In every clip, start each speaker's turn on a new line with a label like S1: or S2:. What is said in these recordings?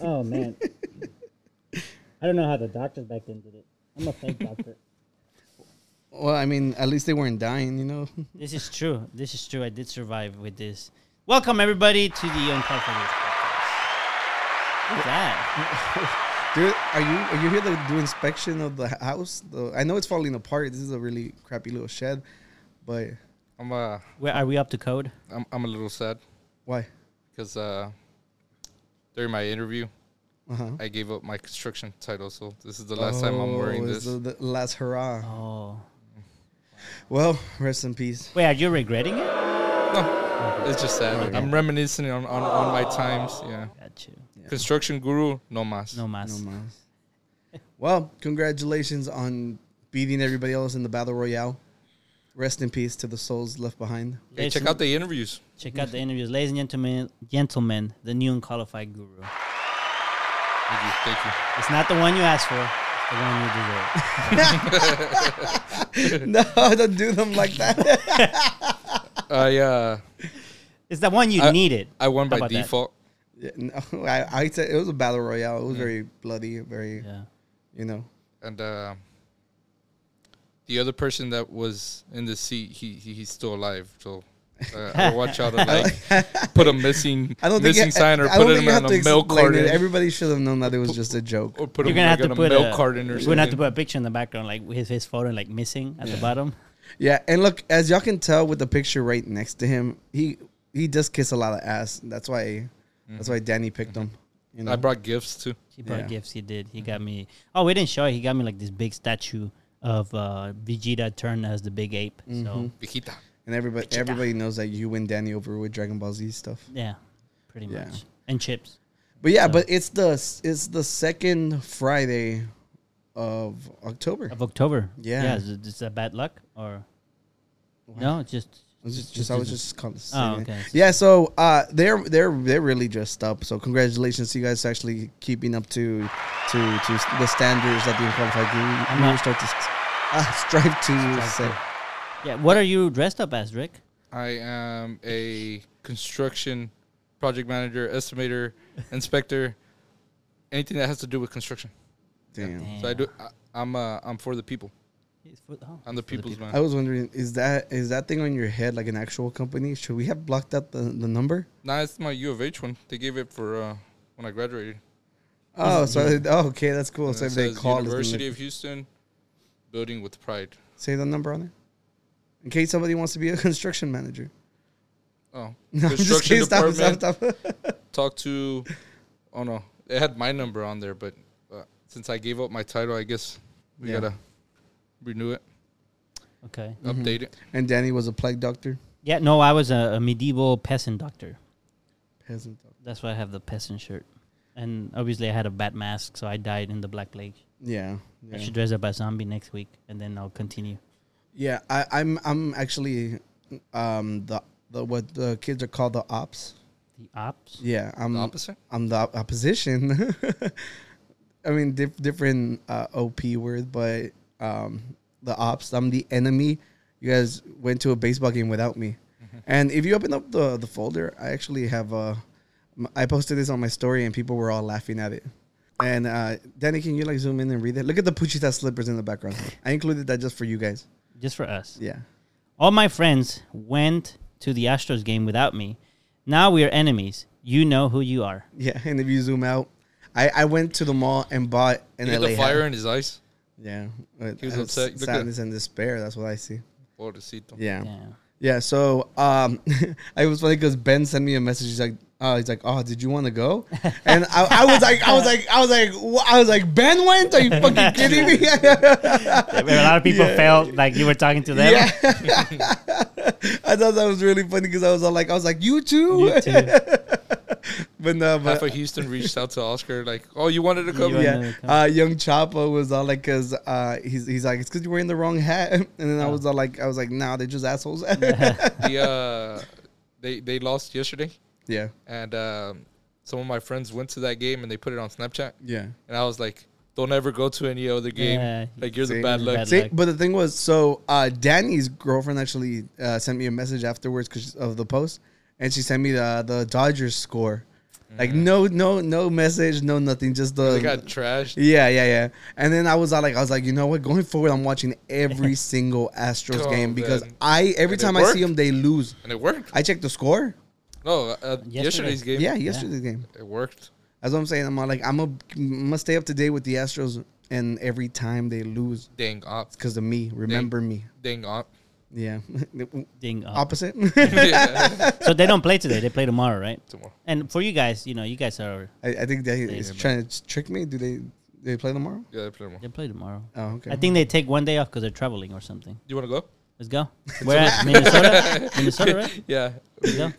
S1: Oh man, I don't know how the doctors back then did it. I'm a fake doctor.
S2: Well, I mean, at least they weren't dying, you know.
S3: This is true. This is true. I did survive with this. Welcome everybody to the Uncomfortable Podcast. What's that?
S2: Dude, are you are you here to do inspection of the house? The- I know it's falling apart. This is a really crappy little shed, but
S4: I'm uh,
S3: Where are we up to code?
S4: I'm I'm a little sad
S2: why?
S4: because uh, during my interview,
S2: Uh huh.
S4: I gave up my construction title, so this is the last time
S2: Oh,
S4: I'm wearing this.
S2: The, the last hurrah.
S3: Oh,
S2: Well, rest in peace.
S3: wait. Are you regretting it?
S4: It's just sad.
S2: Oh,
S4: I'm reminiscing on, on, on my times. Yeah.
S3: Got you.
S4: Construction guru, no mas.
S3: No mas.
S2: No mas. Well, congratulations on beating everybody else in the battle royale. Rest in peace to the souls left behind.
S4: Hey, check out the interviews.
S3: Check out the interviews, ladies and gentlemen. Gentlemen, the new and qualified guru.
S4: Thank you. Thank you.
S3: It's not the one you asked for. It's the one you deserve.
S2: no, don't do them like that.
S4: I uh,
S3: It's the one you
S1: Uh,
S4: I-
S3: needed.
S4: I won
S3: How
S4: by
S3: about that?
S4: default.
S2: Yeah, no, I, I said it was a battle royale. It was very bloody, very
S3: Yeah.
S2: you know.
S4: and uh, the other person that was in the seat, he, he he's still alive. So uh, I'll watch out and like put a missing
S2: I don't
S4: missing
S2: think
S4: sign or
S2: I
S4: put
S2: don't
S4: it
S2: think
S4: in
S2: you have
S4: on
S2: to
S4: a milk
S2: explain
S4: carton.
S2: it. Everybody should have known that it was just a joke.
S4: or put
S3: You're
S4: him
S3: gonna
S4: like
S3: have
S4: on
S3: to
S4: a
S3: put
S4: milk
S3: a,
S4: carton or
S3: We're
S4: something.
S3: gonna have to put a picture in the background, like with his, his photo, like missing at the bottom.
S2: Yeah, and look, as y'all can tell with the picture right next to him, he he does kiss a lot of ass. That's why that's why Danny picked him. You know,
S4: Mm-hmm. I brought gifts too.
S3: He brought
S2: Yeah.
S3: gifts. He did. He got me. Oh, we didn't show it. He got me like this big statue of uh, Vegeta turned as the big ape. So
S4: Viejita.
S2: and everybody everybody knows that you win Danny over with Dragon Ball Z stuff.
S4: Mm-hmm.
S3: yeah, pretty
S2: Yeah.
S3: much. And chips.
S2: But yeah, but it's the it's the second Friday of October.
S3: of October.
S2: Yeah.
S3: yeah. Is it is that bad luck or no? it's Just
S2: I was just, just I was just kind
S3: Oh,
S2: of saying it.
S3: okay.
S2: Yeah, so uh, they're they're they're really dressed up. So congratulations to you guys actually keeping up to to to the standards that the unqualified guru, guru
S3: not-
S2: start to s- uh, strive to set.
S3: yeah. What are you dressed up as, Rick?
S4: I am a construction project manager, estimator, inspector, anything that has to do with construction.
S2: Damn.
S4: So I do. I, I'm uh, I'm for the people.
S3: He's for- oh,
S4: I'm the
S3: for
S4: people's
S3: people.
S2: I
S4: man.
S2: was wondering, is that is that thing on your head like an actual company? Should we have blocked out the, the number?
S4: Nah, it's my U of H one. They gave it for uh, when I graduated.
S2: Oh, so I- oh, okay, that's cool.
S4: And
S2: So
S4: it
S2: if they
S4: says
S2: call, it's gonna
S4: University
S2: look-
S4: of Houston, building with pride.
S2: say the number on it, in case somebody wants to be a construction manager.
S4: Oh,
S2: No, I'm just
S4: construction
S2: kidding. Stop,
S4: department.
S2: stop, stop.
S4: Talk to. Oh no, it had my number on there, but uh, since I gave up my title, I guess we
S2: Yeah.
S4: gotta renew it,
S3: Okay.
S4: update it.
S2: and Danny was a plague doctor,
S3: Yeah. No, I was a, a medieval peasant doctor.
S2: peasant. doctor.
S3: That's why I have the peasant shirt, and obviously I had a bat mask, so I died in the Black Plague.
S2: Yeah,
S3: I
S2: yeah.
S3: should dress up as zombie next week, and then I'll continue.
S2: Yeah, I, I'm I'm actually um the the what the kids are called the ops.
S3: The ops.
S2: Yeah, I'm
S4: The opposite.
S2: I'm the op- opposition. I mean, dif- different uh, op word, but um the ops. I'm the enemy. You guys went to a baseball game without me, and if you open up the the folder, I actually have uh m- I posted this on my story, and people were all laughing at it. And uh, Danny, can you like zoom in and read it? Look at the Puchita slippers in the background. I included that just for you guys.
S3: Just for us.
S2: Yeah.
S3: All my friends went to the Astros game without me. Now we are enemies. You know who you are.
S2: Yeah, and if you zoom out, I, I went to the mall and bought an
S4: Look at
S2: LA
S4: the fire
S2: hat.
S4: in his eyes.
S2: Yeah,
S4: He was
S2: Uh,
S4: upset.
S2: s-
S4: Look at-
S2: Sadness and despair. That's what I see.
S4: Pobrecito.
S2: Yeah, yeah.
S3: Yeah.
S2: so um, it was funny because Ben sent me a message. He's like, oh, he's like, oh, did you want to go? And I, I was like, I was like, I was like, wha- I was like, Ben went. Are you fucking kidding me?
S3: I mean, a lot of people
S2: Yeah.
S3: felt like you were talking to them.
S2: Yeah. I thought that was really funny because I was all like, I was like, you too.
S3: You too.
S2: but no, but
S4: Half of Houston reached out to Oscar like, "Oh, you wanted to come?"
S3: You-
S2: yeah,
S3: another
S2: uh, young Chapo was all like, "Cause uh, he's he's like, it's cause you're wearing the wrong hat." And then I was all like, "I was like, nah, they're just assholes." yeah,
S4: The, uh, they they lost yesterday, and um, some of my friends went to that game and they put it on Snapchat,
S2: yeah.
S4: and I was like, "Don't ever go to any other game.
S3: Yeah.
S4: Like you're
S2: See?
S4: the bad luck."
S3: Bad
S2: See,
S3: luck.
S2: but the thing was, so uh, Danny's girlfriend actually uh, sent me a message afterwards because of the post, and she sent me the the uh, Dodgers score, Like no, no, no message, no nothing. Just the
S4: They got trashed.
S2: yeah, yeah, yeah. And then I was all like, I was like, you know what? Going forward, I'm watching every single Astros
S4: Come
S2: game
S4: on,
S2: because
S4: man.
S2: I every
S4: And it
S2: time I see
S4: worked?
S2: them, they lose.
S4: And it worked.
S2: I check the score.
S4: No, uh, yesterday's game.
S2: Yeah, yesterday's game.
S4: It worked.
S2: That's what I'm saying. I'm all like, I'm a must stay up to date with the Astros, and every time they lose,
S4: Dang op.
S2: it's because of me. Remember me.
S4: Dang op.
S2: Yeah.
S3: Ding up.
S2: Opposite.
S4: yeah.
S3: so they don't play today. They play tomorrow, right?
S4: Tomorrow.
S3: And for you guys, you know, you guys are
S2: I, I think they is
S3: but-
S2: trying to trick me. Do they? They play tomorrow?
S4: Yeah, they play tomorrow.
S3: they play tomorrow.
S2: Oh, okay.
S3: I think they take one day off because they're traveling or something.
S4: You want to go?
S3: Let's go. We're at Minnesota. Minnesota, right?
S4: Yeah.
S3: Let's go.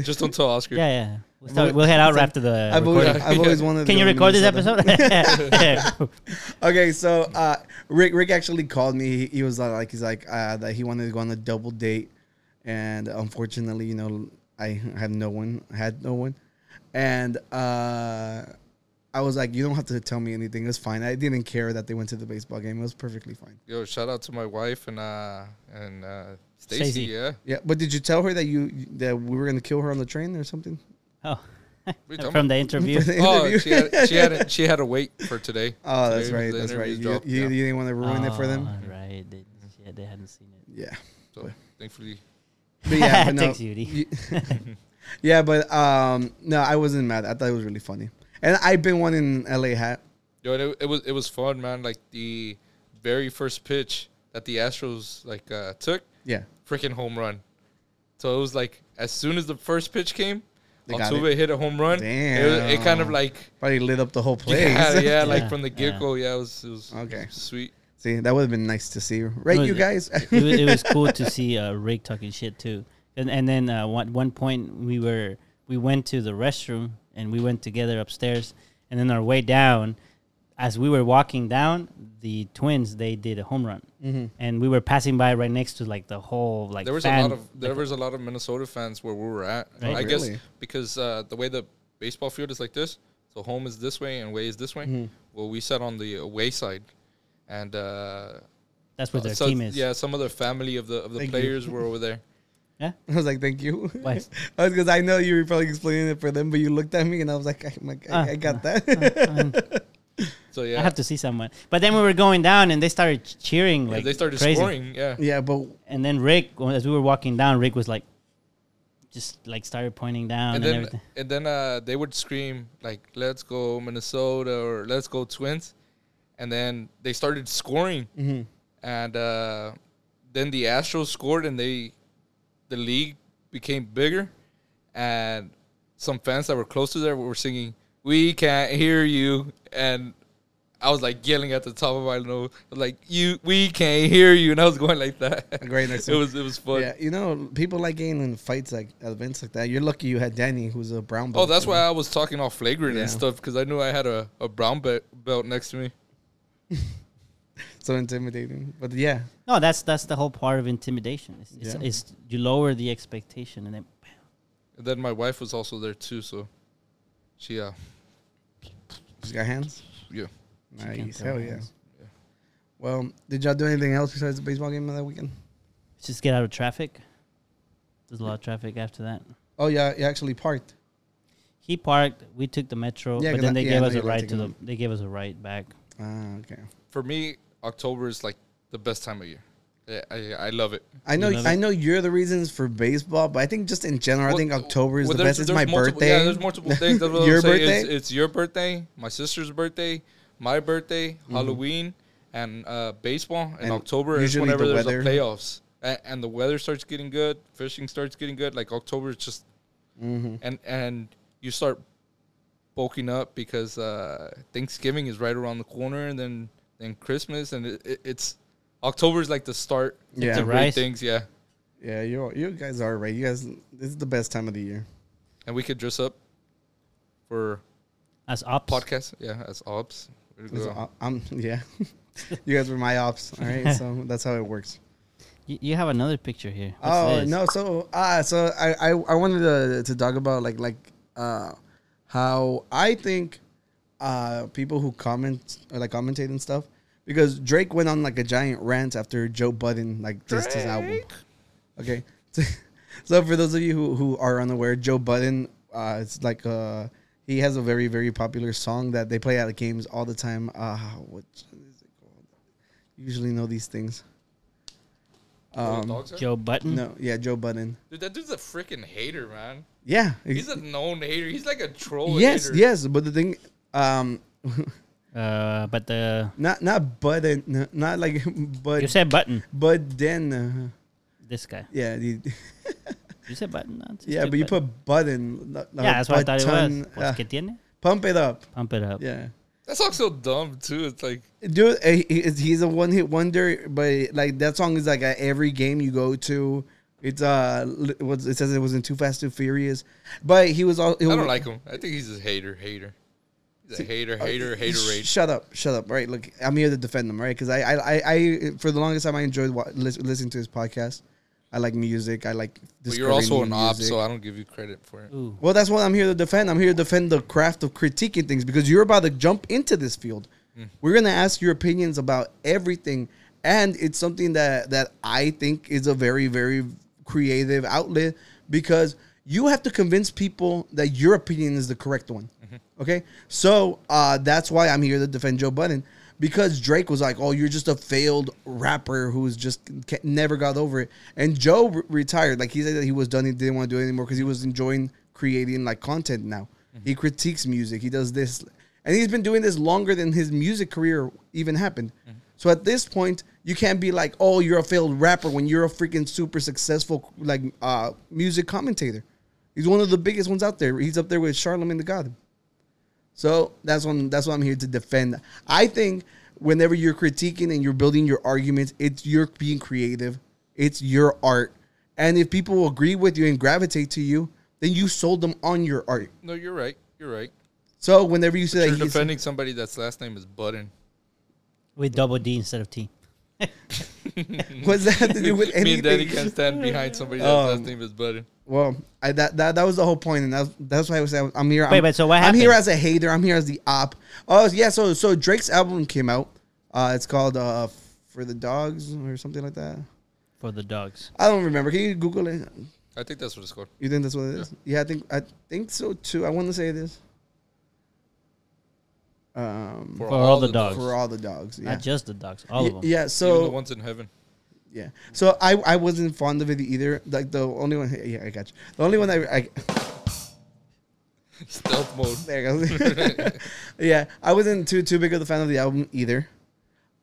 S4: Just don't tell Oscar.
S3: Yeah, yeah. We'll, start, we'll head out right after the
S2: I've always,
S3: recording.
S2: I've always wanted. to
S3: Can you
S2: go to
S3: record this
S2: Minnesota.
S3: episode? Oh.
S2: Okay, so uh, Rick Rick actually called me. He, he was uh, like, he's like uh, that he wanted to go on a double date, and unfortunately, you know, I have no one, I had no one, and uh, I was like, you don't have to tell me anything. It's fine. I didn't care that they went to the baseball game. It was perfectly fine.
S4: Yo, shout out to my wife and uh and uh
S3: Stacey.
S4: Stacy. Yeah.
S2: Yeah, but did you tell her that you that we were gonna kill her on the train or something?
S3: oh.
S4: What are you
S3: From
S4: talking
S3: the interview.
S2: For the
S4: Oh,
S2: interview?
S4: she had she had she had to wait for today.
S2: Oh, that's
S4: Today,
S2: right.
S4: the
S2: That's right.
S4: interviews
S2: You,
S4: dropped.
S2: you,
S4: Yeah.
S2: you didn't want to ruin it for them.
S3: Oh, Right. They, yeah, they hadn't seen it.
S2: Yeah.
S4: So thankfully,
S2: But yeah, but no,
S3: Thanks, Yuri.
S2: you- yeah, but um, no, I wasn't mad. I thought it was really funny, and I've been wanting an LA hat.
S4: yo, and it, it was it was fun, man. Like the very first pitch that the Astros like uh took,
S2: Yeah,
S4: freaking home run. So it was like as soon as the first pitch came,
S2: They got
S4: Altuve hit a home run. It, was- it kind of
S2: Damn.
S4: like
S2: probably lit up the whole place.
S4: yeah, yeah,
S3: Yeah,
S4: like from the
S3: yeah.
S4: get go. Yeah, it was, it was
S2: Okay.
S4: sweet.
S2: See, that would have been nice to see, right?
S3: No,
S2: You
S3: it-
S2: guys.
S3: it, was, it was cool to see uh, Rick talking shit too. And and then uh, one one point we were we went to the restroom and we went together upstairs. And then our way down, as we were walking down, the twins they did a home run, and we were passing by right next to like the whole like
S4: Mm-hmm. There was
S3: fan-
S4: a lot of there
S3: like,
S4: was a lot of Minnesota fans where we were at.
S3: Right.
S4: I
S2: Oh,
S4: guess
S2: really?
S4: because uh, the way the baseball field is like this, so home is this way and away is this way.
S2: Mm-hmm.
S4: Well, we sat on the away side, and uh,
S3: that's what their
S4: so-
S3: team is.
S4: yeah, some of the family of the of the
S2: Thank you.
S4: players were over there.
S2: I was like, thank you.
S3: Why?
S2: I was because I know you were probably explaining it for them, but you looked at me and I was like, I, I'm like, I,
S3: Ah,
S2: I got that.
S4: So yeah,
S3: I have to see someone. But then we were going down, and they started ch- cheering
S4: Yeah,
S3: like
S4: they started
S3: crazy.
S4: scoring. Yeah,
S2: yeah, but
S3: And then Rick, as we were walking down, Rick was like, just like started pointing down and,
S4: and then
S3: everything.
S4: and then uh, they would scream like "Let's go Minnesota" or "Let's go Twins," and then they started scoring, and uh, then the Astros scored, and they the league became bigger, and some fans that were close to there were singing "We can't hear you," and I was like yelling at the top of my nose, like "You, we can't hear you," and I was going like that.
S2: Great,
S4: it
S2: that's-
S4: was it was fun.
S2: yeah, you know, people like getting in fights like events like that. You're lucky you had Danny, who's a brown
S4: Oh,
S2: belt.
S4: that's why I was talking all flagrant
S2: Yeah.
S4: and stuff because I knew I had a, a brown be- belt next to me.
S2: so intimidating. But yeah,
S3: No, that's that's the whole part of intimidation. It's, it's,
S2: Yeah.
S3: it's you lower the expectation, and then
S4: And then my wife was also there too, so she uh
S2: just got hands.
S4: yeah.
S3: can't
S2: Nice.
S3: throw
S2: Hell yeah.
S3: hands.
S4: Yeah.
S2: Well, did y'all do anything else besides the baseball game that weekend?
S3: just get out of traffic. There's a lot of traffic after that.
S2: Oh yeah, you actually parked.
S3: He parked. We took the metro,
S2: Yeah,
S3: but
S2: 'cause
S3: then
S2: I-
S3: they
S2: yeah, I
S3: gave
S2: know
S3: us
S2: you
S3: a
S2: like
S3: ride
S2: taking
S3: to the.
S2: them.
S3: They gave us a ride back.
S2: Ah, okay.
S4: For me, October is like the best time of year. Yeah, I, I love it.
S2: I know,
S3: You love
S2: I
S3: it?
S2: know you're the reasons for baseball, but I think just in general, I
S4: Well, uh,
S2: think October is
S4: well,
S2: the
S4: there's-
S2: best. It's
S4: there's
S2: my
S4: multiple-
S2: birthday.
S4: Yeah, there's multiple things. That's what
S2: Your
S4: I'm saying. It's,
S2: birthday?
S4: it's your birthday, my sister's birthday, my birthday, Halloween, and uh, baseball. In
S2: Mm-hmm. And
S4: October is
S2: usually
S4: whenever
S2: the
S4: there's
S2: weather.
S4: a playoffs and, and the weather starts getting good, fishing starts getting good. Like October is just
S2: hmm
S4: and and you start bulking up because uh, Thanksgiving is right around the corner, and then then Christmas, and it, it, it's October is like the start.
S2: Yeah.
S4: to
S3: The
S4: great
S3: rice.
S4: things, yeah.
S2: Yeah, you you guys are right. You guys, this is the best time of the year.
S4: And we could dress up for
S3: As ops,
S4: podcast, yeah, as ops. We're
S2: It's-
S4: gonna-
S2: I'm yeah. you guys were my ops. All right, so that's how it works.
S3: You, you have another picture here. What's
S2: oh
S3: this?
S2: no so ah so I, I i wanted to to talk about like like uh how i think uh people who comment or like commentate and stuff because drake went on like a giant rant after joe budden like dissed his album okay so for those of you who, who are unaware joe budden uh it's like a He has a very very popular song that they play at the games all the time. Uh, what is it called? Usually know these things.
S4: Little
S2: Um,
S4: dog sir?
S3: Joe Button.
S2: no, yeah, Joe Budden.
S4: Dude, that dude's a freaking hater, man.
S2: Yeah,
S4: He's a known hater. He's like a troll.
S2: yes,
S4: hater.
S2: yes. But the thing, um,
S3: Uh, but the
S2: not not Budden, n- not like
S3: you
S2: Bud,
S3: said Button.
S2: but then, uh,
S3: This guy.
S2: yeah, the-
S3: You said Button. no, it's
S2: yeah.
S3: just
S2: But you
S3: Button.
S2: put uh, Budden. not- not
S3: yeah, that's what I thought it was.
S2: Button,
S3: Pues,
S2: uh,
S3: ¿qué tiene?
S2: pump it up.
S3: Pump it up.
S2: Yeah.
S4: That song's so dumb too. It's like
S2: Dude, eh, he- he's he's a one hit wonder, but like that song is like at every game you go to. It's uh, li- what's it says it was in Too Fast Too Furious, but he was all.
S4: I don't like him. I think he's a hater, hater. He's a hater, hater, hater rage.
S2: Shut up, shut up. Right, look, I'm here to defend him, right? Because I, I, I, I, for the longest time, I enjoyed wa- lis- listening to his podcast. I like music. I like.
S4: But you're also
S2: discovering
S4: an
S2: new
S4: op,
S2: music.
S4: so I don't give you credit for it.
S3: Ooh.
S2: Well, that's what I'm here to defend. I'm here to defend the craft of critiquing things because you're about to jump into this field. We're going to ask your opinions about everything, and it's something that that I think is a very very creative outlet because you have to convince people that your opinion is the correct one. Okay, so uh, that's why I'm here to defend Joe Budden because Drake was like, "Oh, you're just a failed rapper who's just ca never got over it." And Joe re- retired, like he said that he was done. He didn't want to do it anymore because he was enjoying creating like content now. He critiques music. He does this, and he's been doing this longer than his music career even happened. So at this point, you can't be like, "Oh, you're a failed rapper" when you're a freaking super successful like uh, music commentator. He's one of the biggest ones out there. He's up there with Charlemagne the God. So that's what I'm, that's what I'm here to defend. I think whenever you're critiquing and you're building your arguments, it's you're being creative. It's your art, and if people agree with you and gravitate to you, then you sold them on your art.
S4: No, you're right. You're right.
S2: So whenever you say
S4: You're
S2: that he's,
S4: defending somebody that's last name is Button.
S3: With double D instead of T.
S2: what's that have to do with
S4: Me and Daddy
S2: anything?
S4: can't stand behind somebody that's last
S2: Um,
S4: name is Button.
S2: well, I, that, that that was the whole point, and that's that's why I was saying I'm here.
S3: Wait,
S2: I'm,
S3: but so what
S2: I'm here
S3: happened?
S2: as a hater. I'm here as the op. Oh yeah, so so Drake's album came out. Uh, it's called uh, "For the Dogs" or something like that.
S3: For the dogs.
S2: I don't remember. Can you Google it?
S4: I think that's what it's called.
S2: You think that's what it is? Yeah, I think I think so too. I want to say this. Um,
S3: For all the dogs.
S2: for all the dogs, yeah,
S3: Not just the dogs. All of
S2: Y-
S3: them.
S2: yeah.
S4: So Even the
S2: So
S4: ones in heaven.
S2: yeah, so I I wasn't fond of it either. Like the only one, yeah, I got you. The only one I, I
S4: Stealth mode.
S2: there it goes. yeah, I wasn't too too big of a fan of the album either.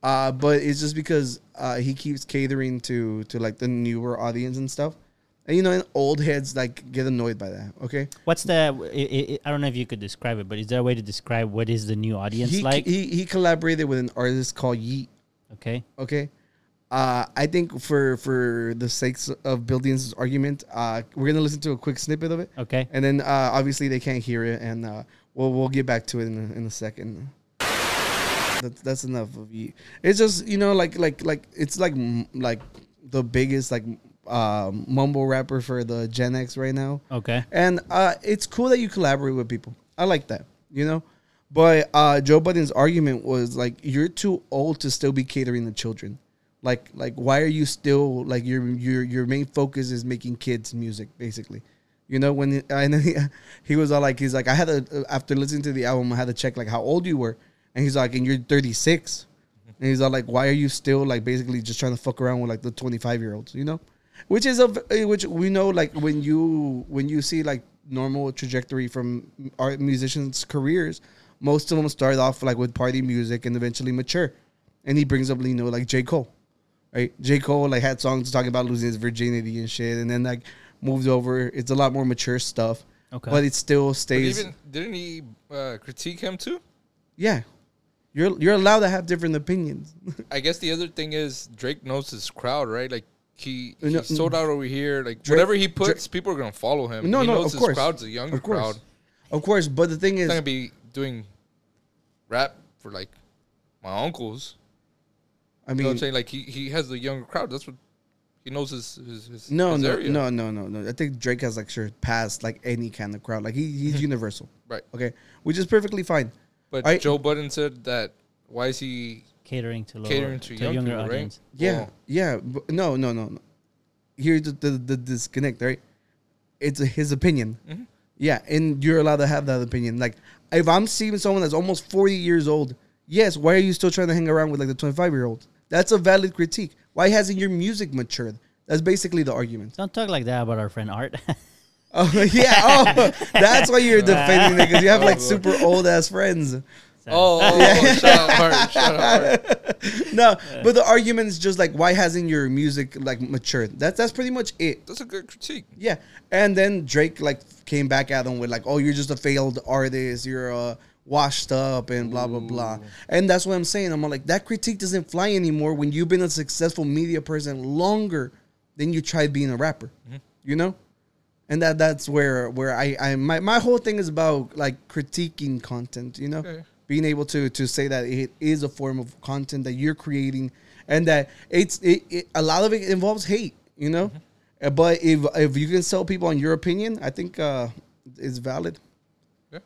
S2: Uh, but it's just because uh, he keeps catering to to like the newer audience and stuff, and you know, and old heads like get annoyed by that. Okay,
S3: What's the? I, I, I don't know if you could describe it, but is there a way to describe what is the new audience
S2: he,
S3: like?
S2: he he collaborated with an artist called Yeet.
S3: okay.
S2: Okay. Uh, I think for for the sakes of building this argument, uh, we're gonna listen to a quick snippet of it,
S3: Okay.
S2: and then uh, obviously they can't hear it, and uh, we'll we'll get back to it in a, in a second. That's that's enough of you. It's just you know like like like it's like m- like the biggest like uh, mumble rapper for the Gen X right now.
S3: Okay.
S2: And uh, it's cool that you collaborate with people. I like that, you know. But uh, Joe Budden's argument was like, you're too old to still be catering to children. Like, like, why are you still like your your your main focus is making kids music, basically. You know when and then he, he was all like, he's like, I had a after listening to the album, I had to check like how old you were, and he's like, and you're 36. And he's all like, "Why are you still like basically just trying to fuck around with like the twenty five year olds?" You know, which is a v- eh, which we know like when you when you see like normal trajectory from art musicians' careers, most of them start off like with party music and eventually mature. And he brings up you know like J Cole, right? J Cole like had songs talking about losing his virginity and shit, and then like moved over. It's a lot more mature stuff.
S3: Okay.
S2: But it still
S4: But
S2: stays.
S4: even didn't he uh, critique him too?
S2: yeah, you're you're allowed to have different opinions.
S4: I guess the other thing is Drake knows his crowd, right? Like he,
S2: Uh,
S4: he
S2: no,
S4: sold out over here. Like
S2: Drake-
S4: whatever he puts, people are gonna follow him.
S2: No,
S4: he
S2: no,
S4: knows
S2: of
S4: his
S2: course.
S4: crowd's a younger
S2: of course.
S4: crowd.
S2: Of course, but the thing
S4: He's
S2: is,
S4: not gonna be doing rap for like my uncles.
S2: I
S4: You know what I'm
S2: mean,
S4: saying? Like he, he has the younger crowd. That's what he knows his his, his
S2: no,
S4: his
S2: no,
S4: area.
S2: no, no, no, no. I think Drake has like surpassed like any kind of crowd. Like he, he's universal,
S4: Right.
S2: Okay, which is perfectly fine.
S4: But
S2: I-
S4: Joe Budden said that why is he
S3: Catering to lower,
S4: catering to,
S3: a
S4: young
S3: younger
S4: people,
S3: audience.
S4: right? Oh.
S2: Yeah,
S4: Well,
S2: yeah. But no, no, no, no. Here's the, the the disconnect, right? It's his opinion. Yeah, and you're allowed to have that opinion. Like, if I'm seeing someone that's almost 40 years old, yes, why are you still trying to hang around with like the 25 year olds? That's a valid critique. Why hasn't your music matured? That's basically the argument.
S3: Don't talk like that about our friend Art.
S2: Oh yeah, oh, that's why you're defending it because you have like super old ass friends.
S4: Oh, oh, oh, shut up, Bart. Shut up, Bart.
S2: No, but the argument is just like, why hasn't your music like matured? That's that's pretty much it.
S4: That's a good critique.
S2: Yeah, and then Drake like came back at him with like, "Oh, you're just a failed artist. You're uh, washed up and blah blah blah." And that's what I'm saying. I'm like, that critique doesn't fly anymore when you've been a successful media person longer than you tried being a rapper. You know, and that that's where where I I my my whole thing is about like critiquing content. You know,
S4: Okay.
S2: being able to to say that it is a form of content that you're creating and that it's it, it a lot of it involves hate you know
S4: Mm-hmm.
S2: Uh, but if if you can sell people on your opinion i think uh it's valid
S4: Yeah,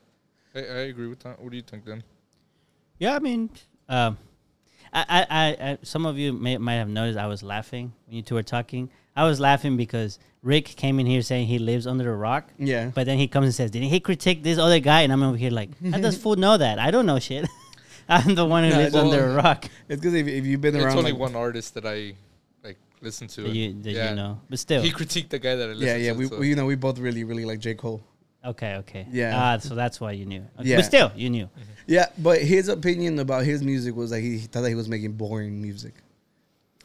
S4: I, I agree with that. What do you think then?
S3: yeah, I mean, um, I, I, I, I, some of you may, might have noticed I was laughing when you two were talking. I was laughing because Rick came in here saying he lives under a rock.
S2: Yeah.
S3: But then he comes and says, "Didn't he critique this other guy?" And I'm over here like, "How does fool know that? I don't know shit. I'm the one who
S2: No,
S3: lives
S4: well-
S3: under a rock."
S2: it's because if, if you've been
S4: It's
S2: around
S4: only
S2: like-
S4: one artist that I like listen to.
S3: That
S4: and-
S3: you, that
S4: yeah.
S3: you know, but still,
S4: He critiqued the guy that I listened
S2: yeah yeah
S4: to.
S2: we,
S4: so-
S2: we you know we both really really like j cole
S3: okay, okay,
S2: Yeah.
S3: Ah, so that's why you knew. Okay.
S2: Yeah.
S3: But still, you knew.
S2: yeah but his opinion about his music was that he, he thought that he was making boring music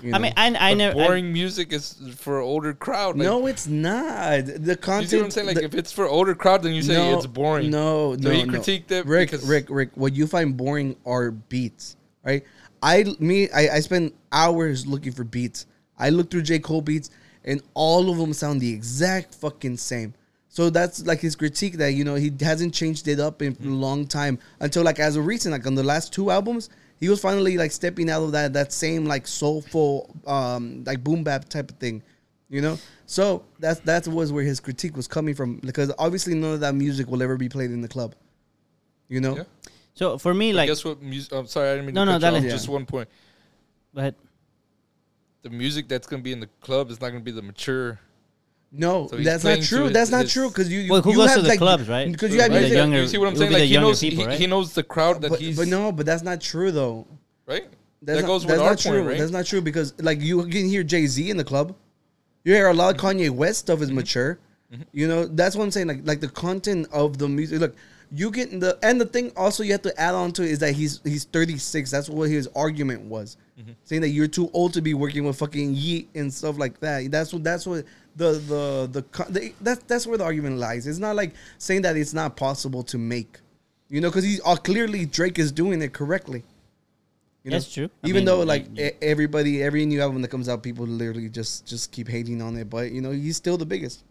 S2: You
S3: I
S2: know?
S3: mean, I, I
S4: But
S3: never. I-
S4: boring music is for older crowd. Like,
S2: no it's not the
S4: you
S2: content
S4: see what I'm saying? Like,
S2: the-
S4: if it's for older crowd, then you say it's boring.
S2: No,
S4: So
S2: no,
S4: you
S2: no.
S4: critiqued it
S2: Rick,
S4: because-
S2: Rick, Rick. What you find boring are beats, right? I me, I, I spend hours looking for beats. I look through J Cole beats, and all of them sound the exact fucking same. So that's like his critique that you know he hasn't changed it up in a long time until like as of recent, like on the last two albums, he was finally like stepping out of that that same like soulful, um, like boom bap type of thing you know so that's that was where his critique was coming from because obviously none of that music will ever be played in the club you know
S4: Yeah.
S3: so for me,
S4: Like,
S3: like,
S4: guess what? Music. I'm sorry, I didn't mean.
S3: No, no,
S4: to cut you
S3: dale.
S4: off,
S2: Yeah.
S4: Just one point.
S3: but
S4: The music that's gonna be in the club is not gonna be the mature.
S2: no
S4: So he's
S2: that's not
S4: playing
S2: true
S4: to
S2: that's
S4: his-
S2: not true because you
S3: Well, who
S2: you
S3: goes
S2: have,
S3: to the
S2: like,
S3: clubs, right?
S2: because you have
S3: Right, the
S2: music
S3: younger-
S4: you see what I'm
S3: it'll
S4: saying?
S3: be the
S4: Like he
S3: younger
S4: knows,
S3: people,
S4: he,
S3: right?
S4: he knows the crowd that
S2: but,
S4: he's
S2: but no but that's not true though
S4: right.
S2: that's
S4: that
S2: not,
S4: goes with
S2: that's
S4: our
S2: not true
S4: point, right?
S2: that's not true because like you can hear jay-z in the club you hear a lot of
S4: Mm-hmm.
S2: kanye west stuff is mature you know that's what i'm saying like like the content of the music look you get the and the thing also you have to add on to is that he's he's 36 that's what his argument was
S4: Mm-hmm.
S2: saying that you're too old to be working with fucking yeet and stuff like that that's what that's what the the the, con- the that's that's where the argument lies it's not like saying that it's not possible to make you know because he's uh, clearly drake is doing it correctly you know?
S3: That's true. I
S2: Even
S3: mean,
S2: though
S3: you-
S2: like
S3: you-
S2: e- everybody, every new album that comes out, people literally just just keep hating on it. But you know, he's still the biggest.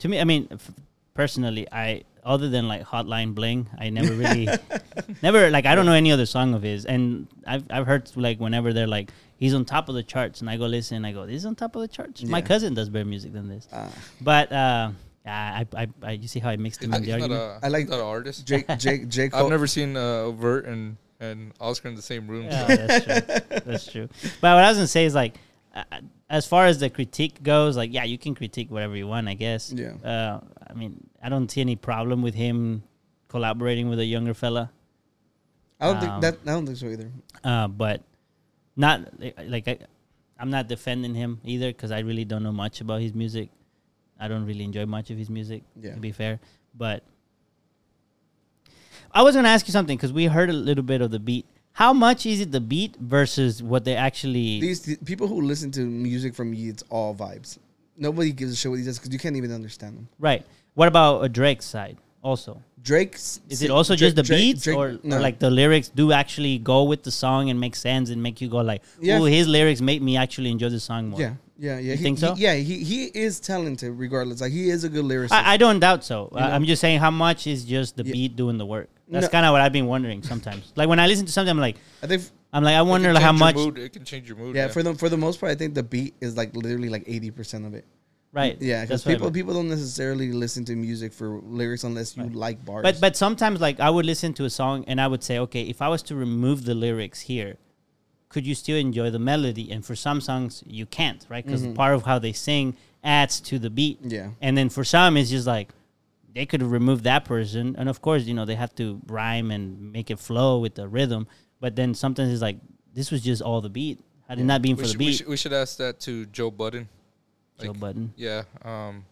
S3: to me, I mean, f- personally, I other than like Hotline Bling, I never really, never like I don't know any other song of his, and I've I've heard like whenever they're like he's on top of the charts, and I go listen, and I go this is on top of the charts. My
S2: Yeah.
S3: cousin does better music than this,
S2: Ah.
S3: but uh, I, I I you see how I mixed him
S4: He's
S3: in
S4: not,
S3: the
S4: he's not
S3: argument.
S4: a,
S2: I like-
S4: he's not an artist.
S2: Jake, Jake, Jake.
S4: I've never seen uh, Overt and and Oscar in the same room.
S3: Yeah,
S4: So.
S3: Oh, that's true. That's true. But what I was gonna say is like, uh, as far as the critique goes, like, yeah, you can critique whatever you want, I guess.
S2: Yeah.
S3: Uh, I mean, I don't see any problem with him collaborating with a younger fella,
S2: I don't
S3: um,
S2: think that. I don't think so either.
S3: uh, but not uh, like I, I'm not defending him either because I really don't know much about his music. I don't really enjoy much of his music,
S2: Yeah.
S3: to be fair. But I was gonna ask you something because we heard a little bit of the beat. How much is it the beat versus what they actually?
S2: These th- people who listen to music from Ye, it's all vibes. Nobody gives a shit what he does because you can't even understand him.
S3: Right. What about uh, Drake's side also?
S2: Drake's
S3: Is it also just the
S2: Drake- Drake-
S3: beats
S2: Drake-
S3: or,
S2: no.
S3: or like the lyrics do actually go with the song and make sense and make you go like,
S2: Yeah.
S3: "Ooh, his lyrics make me actually enjoy the song more."
S2: Yeah, yeah, yeah.
S3: You
S2: he,
S3: think so?
S2: He, yeah, he he is talented regardless. Like he is a good lyricist.
S3: I, I don't doubt so. I-
S2: know?
S3: I'm just saying how much is just the
S2: Yeah.
S3: beat doing the work. That's
S2: No.
S3: kind of what I've been wondering sometimes. like when I listen to something, I'm like,
S2: I think
S3: I'm like, I
S4: It can
S3: wonder like,
S4: change
S3: how
S4: your
S3: much.
S4: Mood. It can change your mood.
S2: yeah, for the for the most part, I think the beat is like literally like eighty percent of it.
S3: Right.
S2: Yeah, because
S3: That's what I
S2: people
S3: meant.
S2: people don't necessarily listen to music for lyrics unless you like bars.
S3: But but sometimes like I would listen to a song and I would say, okay, if I was to remove the lyrics here, could you still enjoy the melody? And for some songs, you
S4: Mm-hmm.
S3: can't, right? Because part of how they sing adds to the beat.
S2: Yeah.
S3: And then for some, it's just like, they could remove that person, and of course, you know, they have to rhyme and make it flow with the rhythm. But then sometimes it's like this was just all the beat. Had it not been
S4: We
S3: for the
S4: should, we,
S3: beat,
S4: should, we should ask that to Joe Budden.
S3: Joe
S4: like-
S3: Button.
S4: Yeah. Um,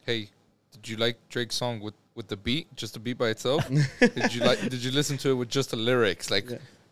S4: hey, did you like Drake's song with, with the beat, just the beat by itself? did you like? Did you listen to it with just the lyrics? Like,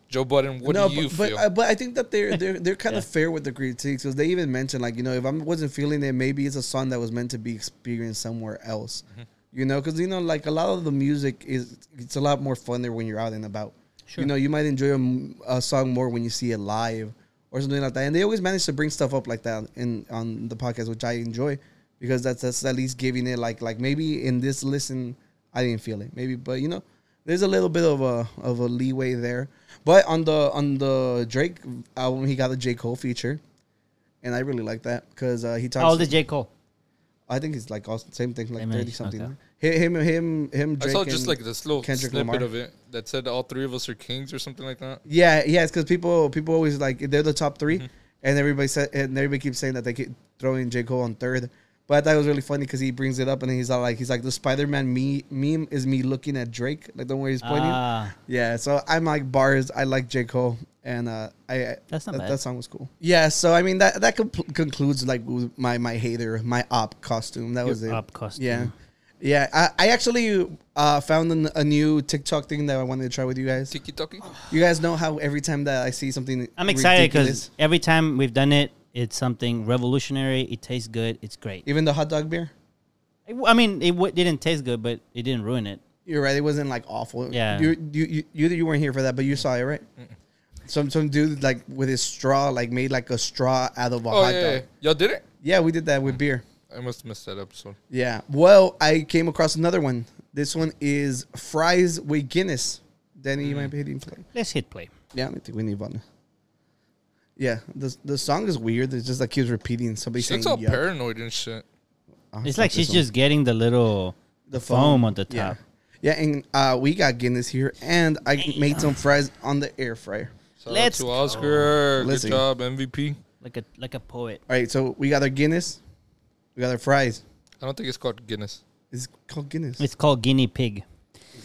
S4: Joe Budden, what
S2: no,
S4: do you
S2: but but,
S4: feel?
S2: uh, but I think that they're they're they're kind of fair with the critiques because they even mentioned like you know if I wasn't feeling it, maybe it's a song that was meant to be experienced somewhere else,
S4: Mm-hmm.
S2: you know, because you know like a lot of the music is it's a lot more funner when you're out and about. You know, you might enjoy a, m- a song more when you see it live or something like that. And they always manage to bring stuff up like that in on the podcast, which I enjoy because that's that's at least giving it like like maybe in this listen I didn't feel it maybe, but you know there's a little bit of a of a leeway there. But on the on the Drake album, he got the J Cole feature, and I really like that because uh, he talks.
S3: How old is J Cole?
S2: I think it's like all same thing, like
S3: Same
S2: thirty
S3: age,
S2: something.
S3: okay.
S2: Hi- Him, him, him.
S4: I
S2: Drake
S4: saw just
S2: and
S4: like this little
S2: Kendrick
S4: snippet
S2: Lamar.
S4: of it that said all three of us are kings or something like that.
S2: Yeah, yeah, it's because people people always like they're the top 3
S4: Mm-hmm.
S2: and everybody said and everybody keeps saying that they keep throwing J Cole on third. But I thought it was really funny because he brings it up and he's all like he's like the Spider Man me- meme is me looking at Drake like the way he's pointing.
S3: Ah,
S2: Yeah, so I'm like bars. I like J Cole and uh, I I-
S3: That's not
S2: that,
S3: bad.
S2: that song was cool. Yeah, so I mean that that compl- concludes like w- my my hater my op costume. That
S3: Your
S2: was it.
S3: op costume.
S2: Yeah. Yeah, I, I actually uh, found an, a new TikTok thing that I wanted to try with you guys.
S4: Tiki Toki.
S2: You guys know how every time that I see something,
S3: I'm excited
S2: ridiculous,
S3: because every time we've done it, it's something revolutionary. It tastes good. It's great.
S2: even the hot dog beer.
S3: I mean, it w- didn't taste good, but it didn't ruin it.
S2: You're right; it wasn't like awful.
S3: Yeah.
S2: you you you, you, you weren't here for that, but you saw it, right? Some some dude like with his straw, like made like a straw out of a
S4: Oh
S2: hot dog.
S4: yeah, yeah,
S2: Yeah.
S4: yeah. y'all did it.
S2: we did that with beer.
S4: I must have missed that episode.
S2: Yeah. Well, I came across another one. This one is fries with Guinness. Danny, you might be hitting play.
S3: Let's hit play.
S2: Yeah, I don't think we need one. Yeah, the the song is weird. It's just like keeps repeating. Somebody
S4: She
S2: saying,
S4: looks all
S2: "Yuck."
S4: paranoid and shit.
S2: Oh,
S3: It's
S2: not
S3: like
S2: this
S3: she's
S2: one.
S3: just getting the little the foam, on the
S2: Yeah.
S3: top.
S2: Yeah, and uh, we got Guinness here, and I made some fries on the air fryer.
S4: Shout
S3: Let's
S4: out to
S3: go.
S4: Oscar.
S2: Listen.
S4: Good job, MVP.
S3: Like a like a poet.
S2: All right, so we got our Guinness, we got our fries.
S4: I don't think it's called Guinness.
S2: It's called Guinness.
S3: It's called guinea pig.